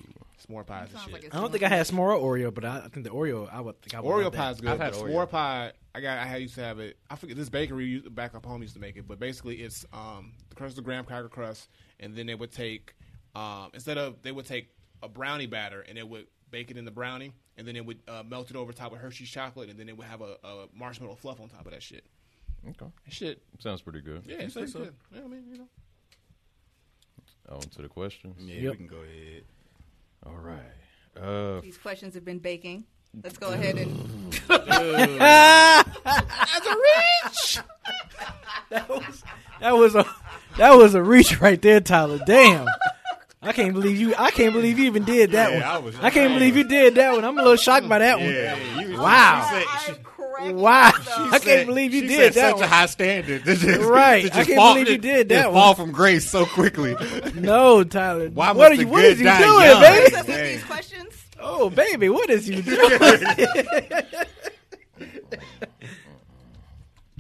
Speaker 3: S'more pie is the
Speaker 4: Sounds
Speaker 3: shit.
Speaker 4: like it's
Speaker 1: I don't think I had s'more or Oreo, but I, I think the Oreo. I would think I would
Speaker 3: Oreo
Speaker 1: love that.
Speaker 3: pie is good.
Speaker 6: I've had
Speaker 3: but
Speaker 6: Oreo.
Speaker 3: S'more pie, I got. I had- used to have it. I forget this bakery used, back up home used to make it, but basically it's um the crust of graham cracker crust, and then they would take um instead of they would take a brownie batter and they would bake it in the brownie, and then it would uh, melt it over top of Hershey's chocolate, and then it would have a, a marshmallow fluff on top of that shit.
Speaker 2: Okay.
Speaker 3: Shit,
Speaker 2: Sounds pretty good.
Speaker 3: yeah, it's pretty good. Yeah, I mean, you know.
Speaker 2: On to the questions.
Speaker 6: Yeah,
Speaker 1: Yep.
Speaker 6: we can go ahead.
Speaker 2: All right. Uh,
Speaker 4: These questions have been baking. Let's go ahead and
Speaker 1: That was a that was a reach right there, Tyler. Damn. I can't believe you. I can't believe you even did that
Speaker 6: Yeah,
Speaker 1: one. I,
Speaker 6: I was-
Speaker 1: can't believe you did that one. I'm a little shocked by that
Speaker 6: Yeah, you,
Speaker 1: Wow.
Speaker 4: I'm cracking
Speaker 1: one. Wow.
Speaker 4: myself.
Speaker 1: I can't believe you
Speaker 6: she
Speaker 1: did
Speaker 6: set
Speaker 1: that
Speaker 6: such
Speaker 1: one.
Speaker 6: a high standard. This is-
Speaker 1: Right.
Speaker 6: this
Speaker 1: I
Speaker 6: just
Speaker 1: can't
Speaker 6: fall-
Speaker 1: believe you did
Speaker 6: this
Speaker 1: that
Speaker 6: Fall
Speaker 1: one.
Speaker 6: from grace so quickly.
Speaker 1: No, Tyler.
Speaker 6: Why
Speaker 1: what are
Speaker 6: must
Speaker 1: you
Speaker 6: the
Speaker 1: what is
Speaker 6: good
Speaker 1: you
Speaker 6: die
Speaker 1: doing,
Speaker 6: young?
Speaker 1: baby?
Speaker 4: With these questions,
Speaker 1: Oh, baby, what is you doing?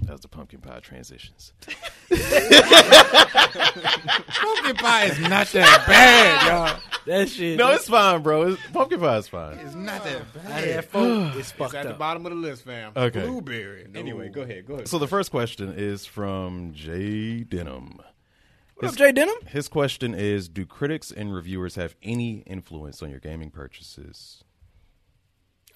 Speaker 2: that was the pumpkin pie transitions.
Speaker 6: Pumpkin pie is not that bad, y'all.
Speaker 1: that shit.
Speaker 2: No, it's fine, bro. It's, pumpkin pie is fine.
Speaker 6: It's not that bad.
Speaker 1: I had four. It's
Speaker 3: It's
Speaker 1: fucked
Speaker 3: at the
Speaker 1: up.
Speaker 3: bottom of the list, fam.
Speaker 2: Okay.
Speaker 3: Blueberry. No.
Speaker 6: Anyway, go ahead. Go ahead.
Speaker 2: So the first question is from Jay Denham.
Speaker 1: What up, Jay Denham?
Speaker 2: His question is Do critics and reviewers have any influence on your gaming purchases?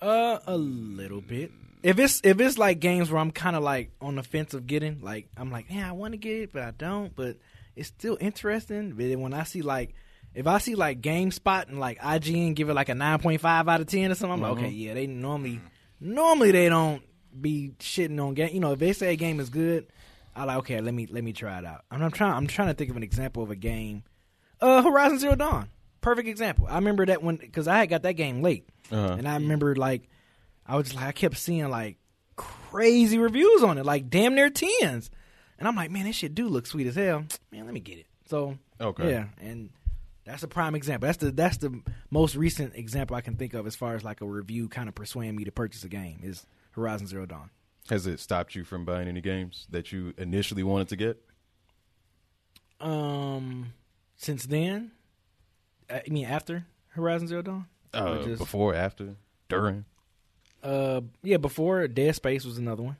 Speaker 1: Uh, a little bit. If it's if it's like games where I'm kind of like on the fence of getting, like I'm like, yeah, I want to get it, but I don't. But it's still interesting. But then when I see like, if I see like GameSpot and like IGN give it like a nine point five out of ten or something, I'm like, okay, yeah, they normally normally they don't be shitting on game. You know, if they say a game is good, I like okay, let me let me try it out. And I'm trying I'm trying to think of an example of a game. Uh, Horizon Zero Dawn, perfect example. I remember that one because I had got that game late, and I remember like I was just like I kept seeing like crazy reviews on it, like damn near tens, and I'm like, man, this shit do look sweet as hell. Man, let me get it. So
Speaker 2: Okay.
Speaker 1: yeah, and that's a prime example. That's the that's the most recent example I can think of as far as like a review kind of persuading me to purchase a game is Horizon Zero Dawn.
Speaker 2: Has it stopped you from buying any games that you initially wanted to get?
Speaker 1: Um, since then, I mean after Horizon Zero Dawn, Or
Speaker 2: Uh, before, after, during?
Speaker 1: uh, yeah, before Dead Space was another one.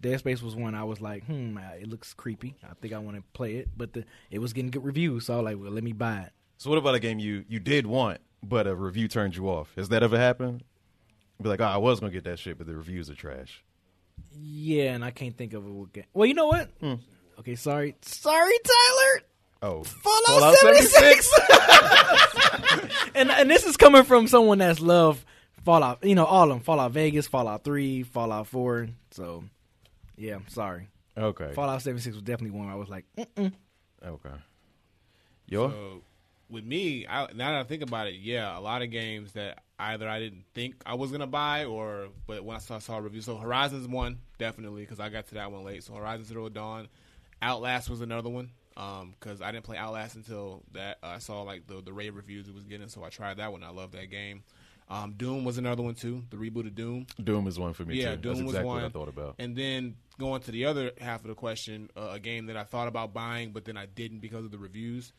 Speaker 1: Dead Space was one I was like, hmm, I- it looks creepy. I think I want to play it, but the, it was getting good reviews, so I was like, well, let me buy it.
Speaker 2: So what about a game you, you did want, but a review turned you off? Has that ever happened? Be like, oh, I was going to get that shit, but the reviews are trash.
Speaker 1: Yeah, and I can't think of a what game. Well, you know what? Okay, sorry, Hmm. sorry, Tyler.
Speaker 2: Oh.
Speaker 1: Fallout,
Speaker 2: Fallout
Speaker 1: 76. and and this is coming from someone that's loved Fallout. You know, all of them: Fallout Vegas, Fallout Three, Fallout Four. So, yeah, I'm sorry.
Speaker 2: Okay.
Speaker 1: Fallout 76 was definitely one where I was like, mm.
Speaker 2: Okay. Yo?
Speaker 3: So, with me, I, now that I think about it, yeah, a lot of games that either I didn't think I was gonna buy, or but once I saw a review, so Horizons one definitely because I got to that one late. So Horizon Zero Dawn, Outlast was another one because I didn't play Outlast until that I saw like the the rave reviews it was getting, so I tried that one. I love that game. Um, Doom was another one too, the reboot of Doom.
Speaker 2: Doom is one for me,
Speaker 3: Yeah,
Speaker 2: too.
Speaker 3: Doom
Speaker 2: That's exactly
Speaker 3: was one.
Speaker 2: what I thought about.
Speaker 3: And then going to the other half of the question, uh, a game that I thought about buying, but then I didn't because of the reviews.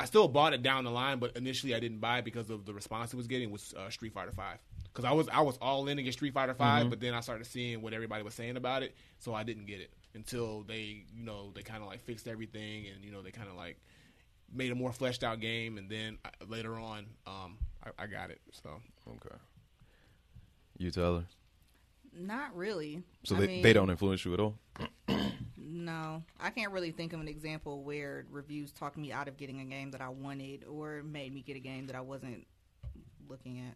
Speaker 3: I still bought it down the line, but initially I didn't buy it because of the response it was getting was uh, Street Fighter Five. Because I was I was all in against Street Fighter 5
Speaker 2: Mm-hmm.
Speaker 3: but then I started seeing what everybody was saying about it, so I didn't get it until they you know they kind of like fixed everything and you know they kind of like made a more fleshed out uh, game, and then I, later on um, I, I got it. So
Speaker 2: okay. You tell her.
Speaker 4: Not really.
Speaker 2: So
Speaker 4: I
Speaker 2: they,
Speaker 4: mean,
Speaker 2: they don't influence you at all.
Speaker 4: No, I can't really think of an example where reviews talked me out of getting a game that I wanted or made me get a game that I wasn't looking at.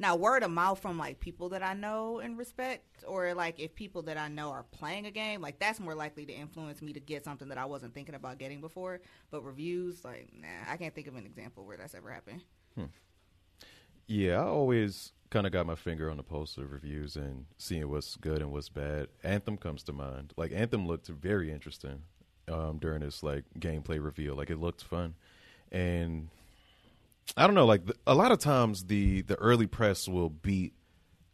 Speaker 4: Now, word of mouth from like people that I know and respect, or like if people that I know are playing a game, like that's more likely to influence me to get something that I wasn't thinking about getting before. But reviews, like, nah, I can't think of an example where that's ever happened.
Speaker 2: Yeah, I always kind of got my finger on the pulse of reviews and seeing what's good and what's bad. Anthem comes to mind. Like Anthem looked very interesting um, during this like gameplay reveal. Like it looked fun, and I don't know. Like th a lot of times the the early press will beat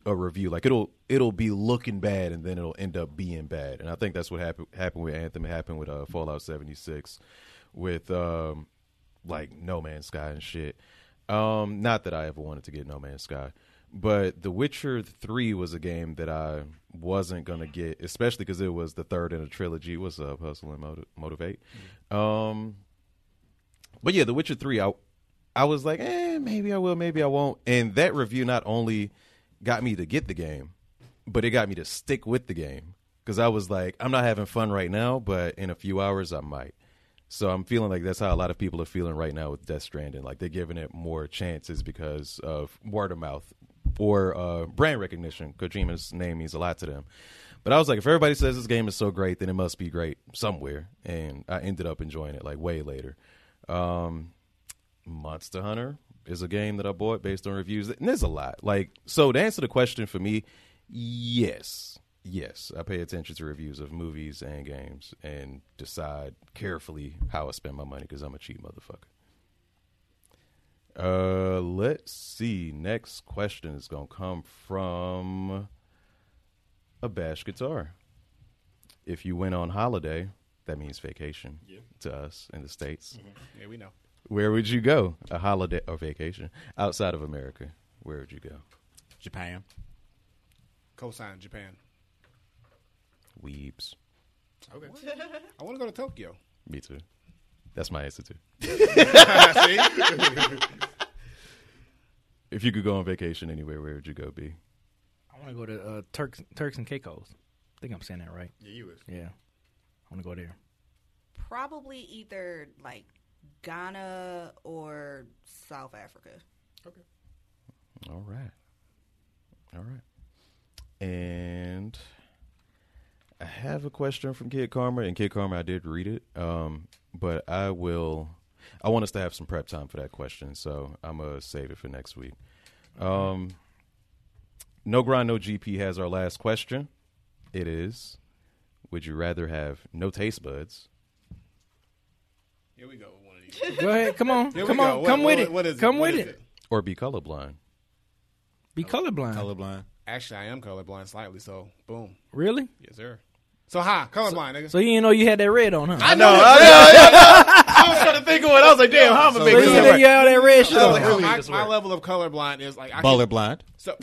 Speaker 2: a review. Like it'll it'll be looking bad and then it'll end up being bad. And I think that's what happened happened with Anthem. It happened with uh, Fallout seventy six, with um, like No Man's Sky and shit. Um, not that I ever wanted to get No Man's Sky, but The Witcher three was a game that I wasn't gonna get, especially because it was the third in a trilogy. What's up, hustle and Moti- motivate? Um, but yeah, The Witcher Three, I I was like, eh, maybe I will, maybe I won't. And that review not only got me to get the game, but it got me to stick with the game because I was like, I'm not having fun right now, but in a few hours I might. So I'm feeling like that's how a lot of people are feeling right now with Death Stranding. Like they're giving it more chances because of word of mouth or uh, brand recognition. Kojima's name means a lot to them. But I was like, if everybody says this game is so great, then it must be great somewhere. And I ended up enjoying it like way later. Um, Monster Hunter is a game that I bought based on reviews, and there's a lot. Like, so to answer the question for me, yes, yes, I pay attention to reviews of movies and games and decide carefully how I spend my money because I'm a cheap motherfucker. Uh, let's see. Next question is gonna come from a bash guitar. If you went on holiday, that means vacation to us in the states.
Speaker 3: Yeah, we know.
Speaker 2: Where would you go? A holiday or vacation outside of America? Where would you go?
Speaker 6: Japan.
Speaker 3: Cosign Japan.
Speaker 2: Weebs.
Speaker 3: Okay. I want to go to Tokyo.
Speaker 2: Me too. That's my answer too. if you could go on vacation anywhere, where would you go? Be
Speaker 1: I want to go to uh, Turks Turks and Caicos. I think I'm saying that right.
Speaker 6: Yeah, you was.
Speaker 1: Yeah, I want to go there.
Speaker 4: Probably either like Ghana or South Africa.
Speaker 2: all right, all right. And I have a question from Kid Karma, and Kid Karma, I did read it, um, but I will. I want us to have some prep time for that question, so I'm gonna save it for next week. Um, no grind, no GP has our last question. It is: Would you rather have no taste buds?
Speaker 3: Here we go with one of these.
Speaker 1: Go ahead, come on,
Speaker 3: Here
Speaker 1: come
Speaker 3: we
Speaker 1: on,
Speaker 3: go. What-
Speaker 1: come with
Speaker 3: what-
Speaker 1: it.
Speaker 3: What is
Speaker 1: come
Speaker 3: What
Speaker 1: with
Speaker 3: is
Speaker 1: it.
Speaker 2: or be colorblind.
Speaker 1: Be colorblind.
Speaker 6: Colorblind.
Speaker 3: Actually, I am colorblind slightly, so boom.
Speaker 1: Really?
Speaker 3: Yes, sir. So hi, colorblind, nigga.
Speaker 1: So you didn't know you had that red on, huh? I know.
Speaker 6: Damn, how am
Speaker 1: So you didn't know you had that red shit
Speaker 3: So,
Speaker 1: on.
Speaker 3: my- my, level of colorblind is like I can-
Speaker 6: Baller blind.
Speaker 3: So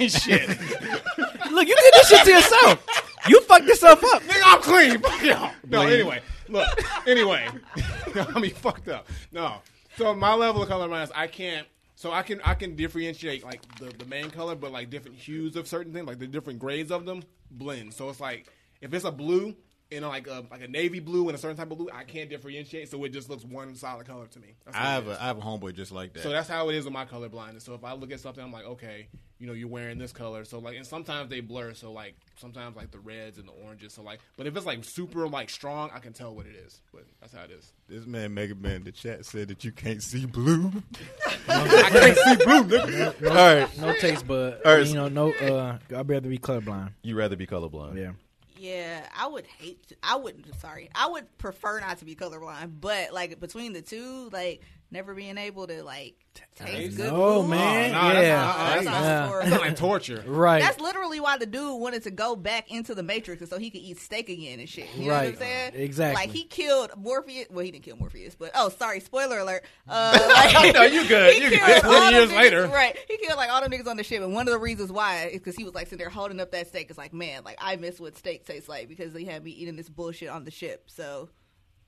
Speaker 6: shit.
Speaker 1: Look, you did this shit to yourself. You fucked yourself up.
Speaker 3: Nigga, I'm clean. Fuck y'all. No, anyway. Look, anyway. no, I mean, fucked up. No. So my level of color minus, I can't. So I can I can differentiate like the, the main color, but like different hues of certain things, like the different grades of them blend. So it's like if it's a blue and like a like a navy blue and a certain type of blue, I can't differentiate. So it just looks one solid color to me. That's what
Speaker 6: I
Speaker 3: it
Speaker 6: have
Speaker 3: is.
Speaker 6: a I have a homeboy just like that.
Speaker 3: So that's how it is with my color blindness. So if I look at something, I'm like, okay, you know, you're wearing this color. So like, and sometimes they blur. So like, sometimes like the reds and the oranges. So like, but if it's like super like strong, I can tell what it is. But that's how it is.
Speaker 6: this man Mega Man in the chat said that you can't see blue.
Speaker 3: I can't see blue.
Speaker 2: All right,
Speaker 1: No taste bud.
Speaker 2: All right.
Speaker 1: You know, no. Uh, I'd rather be colorblind.
Speaker 2: you rather be colorblind.
Speaker 1: Yeah.
Speaker 4: Yeah, I would hate. To, I would. Sorry, I would prefer not to be colorblind. But like between the two, like never being able to like taste good.
Speaker 1: know,
Speaker 4: food.
Speaker 1: man.
Speaker 3: Nah, that's-
Speaker 1: Yeah.
Speaker 3: uh-uh, that's,
Speaker 4: That
Speaker 3: not-
Speaker 4: sounds
Speaker 1: Yeah.
Speaker 4: horrible.
Speaker 3: that's not like torture.
Speaker 1: Right.
Speaker 4: That's literally why the dude wanted to go back into the Matrix so he could eat steak again and shit. You know what I'm
Speaker 1: Right.
Speaker 4: saying?
Speaker 1: Exactly.
Speaker 4: Like he killed Morpheus. Well, he didn't kill Morpheus, but oh, sorry, spoiler alert. Uh, like, no, you good. You good. Twenty years later, right? He killed like all the niggas on the ship, and one of the reasons why is because he was like sitting there holding up that steak. It's like, man, like I miss what steak tastes like because they had me eating this bullshit on the ship. So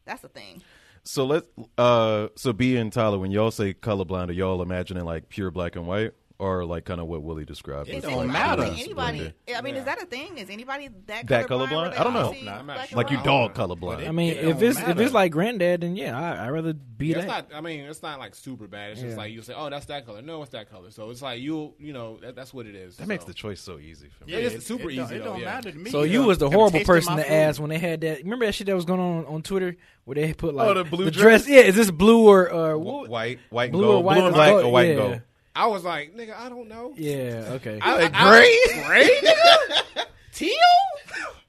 Speaker 4: that's the thing.
Speaker 2: So let's uh so B and Tyler, when y'all say colorblind, are y'all imagining like pure black and white? Or like kind of what Willie described?
Speaker 4: Is
Speaker 2: with
Speaker 4: anybody-
Speaker 6: don't
Speaker 2: colorblind
Speaker 6: matter.
Speaker 4: I mean, anybody. I mean, is that a thing? Is anybody that
Speaker 2: That
Speaker 4: colorblind?
Speaker 2: colorblind?
Speaker 4: where they
Speaker 2: I don't know.
Speaker 4: all see
Speaker 6: No, I'm not
Speaker 4: black
Speaker 6: sure.
Speaker 4: and
Speaker 2: Like you
Speaker 4: brown?
Speaker 2: dog colorblind.
Speaker 1: I mean,
Speaker 6: It
Speaker 1: if
Speaker 6: don't
Speaker 1: it's if
Speaker 6: matter.
Speaker 1: it's like granddad, then yeah, I I rather be
Speaker 3: Yeah,
Speaker 1: that.
Speaker 3: it's not. I mean, it's not like super bad. It's just like you say, "Oh, that's that color." No, it's that color. So it's like you, you know, that, that's what it is.
Speaker 2: that makes
Speaker 3: so.
Speaker 2: the choice so easy for me.
Speaker 3: Yeah, it's super
Speaker 6: don't-
Speaker 3: easy,
Speaker 6: It
Speaker 3: though,
Speaker 6: don't
Speaker 3: yeah.
Speaker 6: matter to me.
Speaker 1: So
Speaker 6: Yeah.
Speaker 1: you was the
Speaker 6: I'm
Speaker 1: horrible
Speaker 6: tasting
Speaker 1: person
Speaker 6: my
Speaker 1: to
Speaker 6: food.
Speaker 1: ask when they had that. Remember that shit that was going on on Twitter where they put like
Speaker 2: Oh, the blue
Speaker 1: dress?
Speaker 2: dress?
Speaker 1: Yeah, is this blue or or
Speaker 2: Wh-
Speaker 1: what?
Speaker 2: White, white, and
Speaker 1: Blue or
Speaker 2: gold,
Speaker 1: white
Speaker 2: blue
Speaker 1: and
Speaker 2: and black,
Speaker 1: gold,
Speaker 2: or white and
Speaker 1: yeah.
Speaker 2: gold.
Speaker 3: I was like, "Nigga, I don't know."
Speaker 1: Yeah, okay.
Speaker 3: I,
Speaker 2: Like
Speaker 3: I, gray, gray, teal.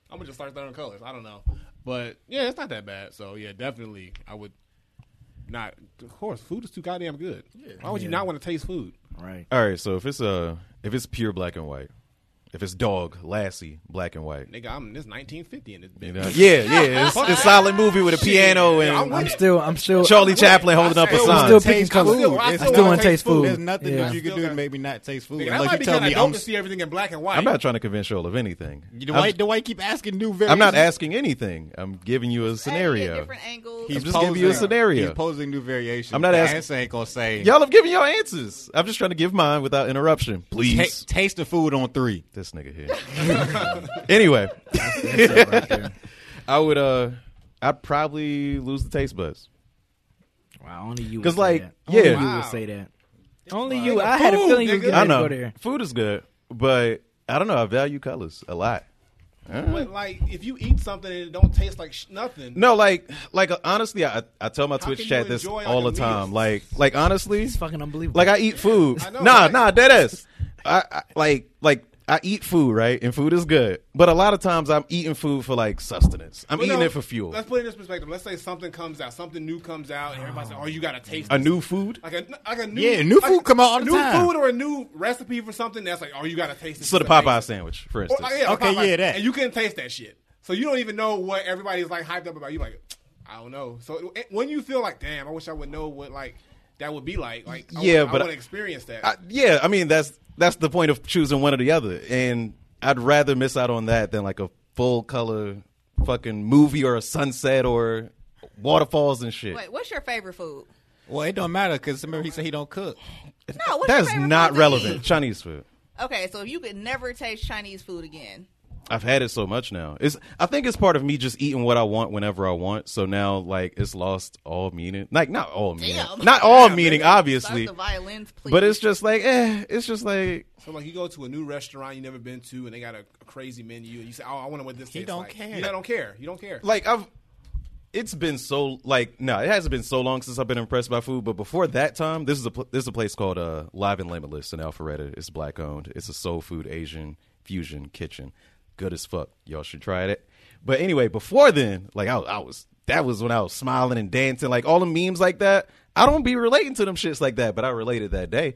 Speaker 3: I'm gonna just start throwing colors. I don't know, but yeah, it's not that bad. So yeah, definitely, I would not. Of course, food is too goddamn good. Why would you not want to taste food?
Speaker 1: right.
Speaker 2: All right, so if it's uh if it's pure black and white, if it's dog, Lassie, black and white.
Speaker 3: Nigga, I'm this 1950 in this bitch.
Speaker 2: You know? Yeah, yeah, it's, it's a solid movie with a piano
Speaker 3: Yeah,
Speaker 2: and
Speaker 3: I'm with
Speaker 1: I'm
Speaker 3: it.
Speaker 1: still I'm still
Speaker 2: Charlie Chaplin holding up a
Speaker 6: still-
Speaker 2: sign.
Speaker 1: still picking colors.
Speaker 6: food.
Speaker 1: I
Speaker 6: It's
Speaker 1: still
Speaker 6: not-
Speaker 1: want to taste food.
Speaker 6: There's nothing
Speaker 1: Yeah.
Speaker 6: that you can do to make me not taste food.
Speaker 3: Nigga, that
Speaker 6: unless
Speaker 3: might
Speaker 6: you
Speaker 3: be
Speaker 6: tell
Speaker 3: kind of
Speaker 6: me
Speaker 3: dope
Speaker 6: I'm.
Speaker 3: to see everything in black and white.
Speaker 2: I'm not trying to convince y'all of anything.
Speaker 6: The
Speaker 2: I'm-
Speaker 6: way, the way keep asking new variations.
Speaker 2: I'm not asking anything. I'm giving you a
Speaker 4: Hey, you get
Speaker 2: scenario.
Speaker 4: Different angles.
Speaker 2: I'm just giving you a scenario.
Speaker 6: He's posing new variations.
Speaker 2: I'm not
Speaker 6: The
Speaker 2: asking-
Speaker 6: answer ain't gonna say.
Speaker 2: Y'all have given y'all answers. I'm just trying to give mine without interruption.
Speaker 6: "Ta-
Speaker 2: Please.
Speaker 6: taste the food on three.
Speaker 2: this nigga here. anyway, I would uh I'd probably lose the taste buds.
Speaker 1: Wow, only you. would
Speaker 2: 'Cause,
Speaker 1: say
Speaker 2: like,
Speaker 1: that.
Speaker 2: yeah.
Speaker 1: only you
Speaker 2: Wow.
Speaker 1: would say that. Only you. I had a
Speaker 3: food,
Speaker 1: feeling you
Speaker 3: nigga.
Speaker 1: were getting
Speaker 2: I
Speaker 1: ready to
Speaker 2: know
Speaker 1: go there.
Speaker 2: food is good, but I don't know. I value colors a lot.
Speaker 3: But like, if you eat something and it don't taste like sh- nothing,
Speaker 2: No, like, like uh, honestly, I I tell my Twitch
Speaker 3: can
Speaker 2: chat
Speaker 3: you
Speaker 2: this
Speaker 3: enjoy, like,
Speaker 2: all
Speaker 3: a
Speaker 2: the time.
Speaker 3: meal?
Speaker 2: Like, like honestly,
Speaker 1: It's fucking unbelievable.
Speaker 2: Like I eat food.
Speaker 3: I know,
Speaker 2: nah,
Speaker 3: right?
Speaker 2: nah, dead ass. I, I like like I eat food, right? And food is good. But a lot of times I'm eating food for like sustenance. I'm
Speaker 3: Well,
Speaker 2: eating
Speaker 3: no,
Speaker 2: it for fuel.
Speaker 3: Let's put it in this perspective. Let's say something comes out, something new comes out, and everybody's like, "Oh, you gotta taste
Speaker 2: A
Speaker 3: this."
Speaker 2: new food.
Speaker 3: Like a, like a new
Speaker 6: Yeah, new
Speaker 3: like
Speaker 6: food come out all the
Speaker 3: new
Speaker 6: time.
Speaker 3: food or a new recipe for something that's like, oh, you gotta taste this.
Speaker 2: So the
Speaker 3: It's amazing.
Speaker 2: Popeye sandwich, for
Speaker 3: Or,
Speaker 2: instance.
Speaker 3: like, yeah,
Speaker 6: Okay,
Speaker 3: Popeye.
Speaker 6: yeah, that.
Speaker 3: And you couldn't taste that shit, so you don't even know what everybody's like hyped up about. You like, I don't know. So it- when you feel like, damn, I wish I would know what like that would be like. Like, I
Speaker 2: Yeah,
Speaker 3: wanna-
Speaker 2: but
Speaker 3: I want
Speaker 2: I-
Speaker 3: to experience that.
Speaker 2: I, yeah, I mean that's that's the point of choosing one or the other. And I'd rather miss out on that than like a full color fucking movie or a sunset or waterfalls and shit.
Speaker 4: Wait, what's your favorite food?
Speaker 6: Well, it don't matter because remember he said he don't cook.
Speaker 4: No, what's your
Speaker 2: That's
Speaker 4: favorite
Speaker 2: not
Speaker 4: food to
Speaker 2: relevant.
Speaker 4: eat?
Speaker 2: Chinese food.
Speaker 4: Okay, so if you could never taste Chinese food again,
Speaker 2: I've had it so much now. It's I think it's part of me just eating what I want whenever I want. So now like it's lost all meaning. Like not all meaning.
Speaker 4: Damn.
Speaker 2: Not all
Speaker 4: Damn,
Speaker 2: meaning,
Speaker 4: nigga.
Speaker 2: obviously.
Speaker 4: start the violins, please.
Speaker 2: But it's just like eh, it's just like
Speaker 3: so like, you go to a new restaurant you never been to, and they got a, a crazy menu, and you say, oh, I want to what this.
Speaker 6: He
Speaker 3: tastes
Speaker 6: don't
Speaker 3: like.
Speaker 6: care.
Speaker 3: You don't care. You don't care.
Speaker 2: like I've it's been so like no, it hasn't been so long since I've been impressed by food. But before that time, this is a pl- this is a place called uh, Live and Limitless in Alpharetta. It's black owned. It's a soul food Asian fusion kitchen, good as fuck. Y'all should try it. But anyway, before then, like I, I was that was when I was smiling and dancing, like all the memes like that. I don't be relating to them shits like that, but I related that day.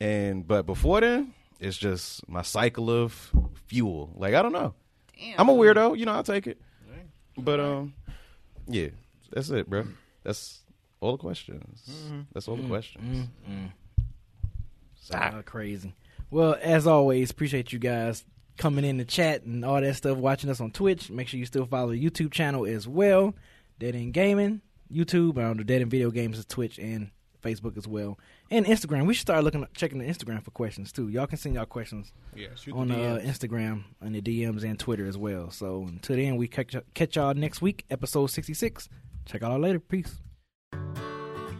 Speaker 2: And but before then, it's just my cycle of fuel. Like I don't know. I'm a weirdo, you know. I'll take it. But um, yeah, that's it, bro. That's all the questions. That's all the questions.
Speaker 3: Ah.
Speaker 1: Uh, crazy. Well, as always, appreciate you guys coming in the chat and all that stuff, watching us on Twitch. Make sure you still follow the YouTube channel as well. Dead End Gaming, YouTube, and the Dead End Video Games is Twitch and Facebook as well, and Instagram. We should start looking checking the Instagram for questions too. Y'all can send y'all questions
Speaker 3: Yeah, shoot
Speaker 1: on
Speaker 3: the
Speaker 1: uh,
Speaker 3: DMs.
Speaker 1: Instagram and the DMs and Twitter as well. So until then, we catch catch y'all next week, episode sixty six. Check y'all out later. Peace.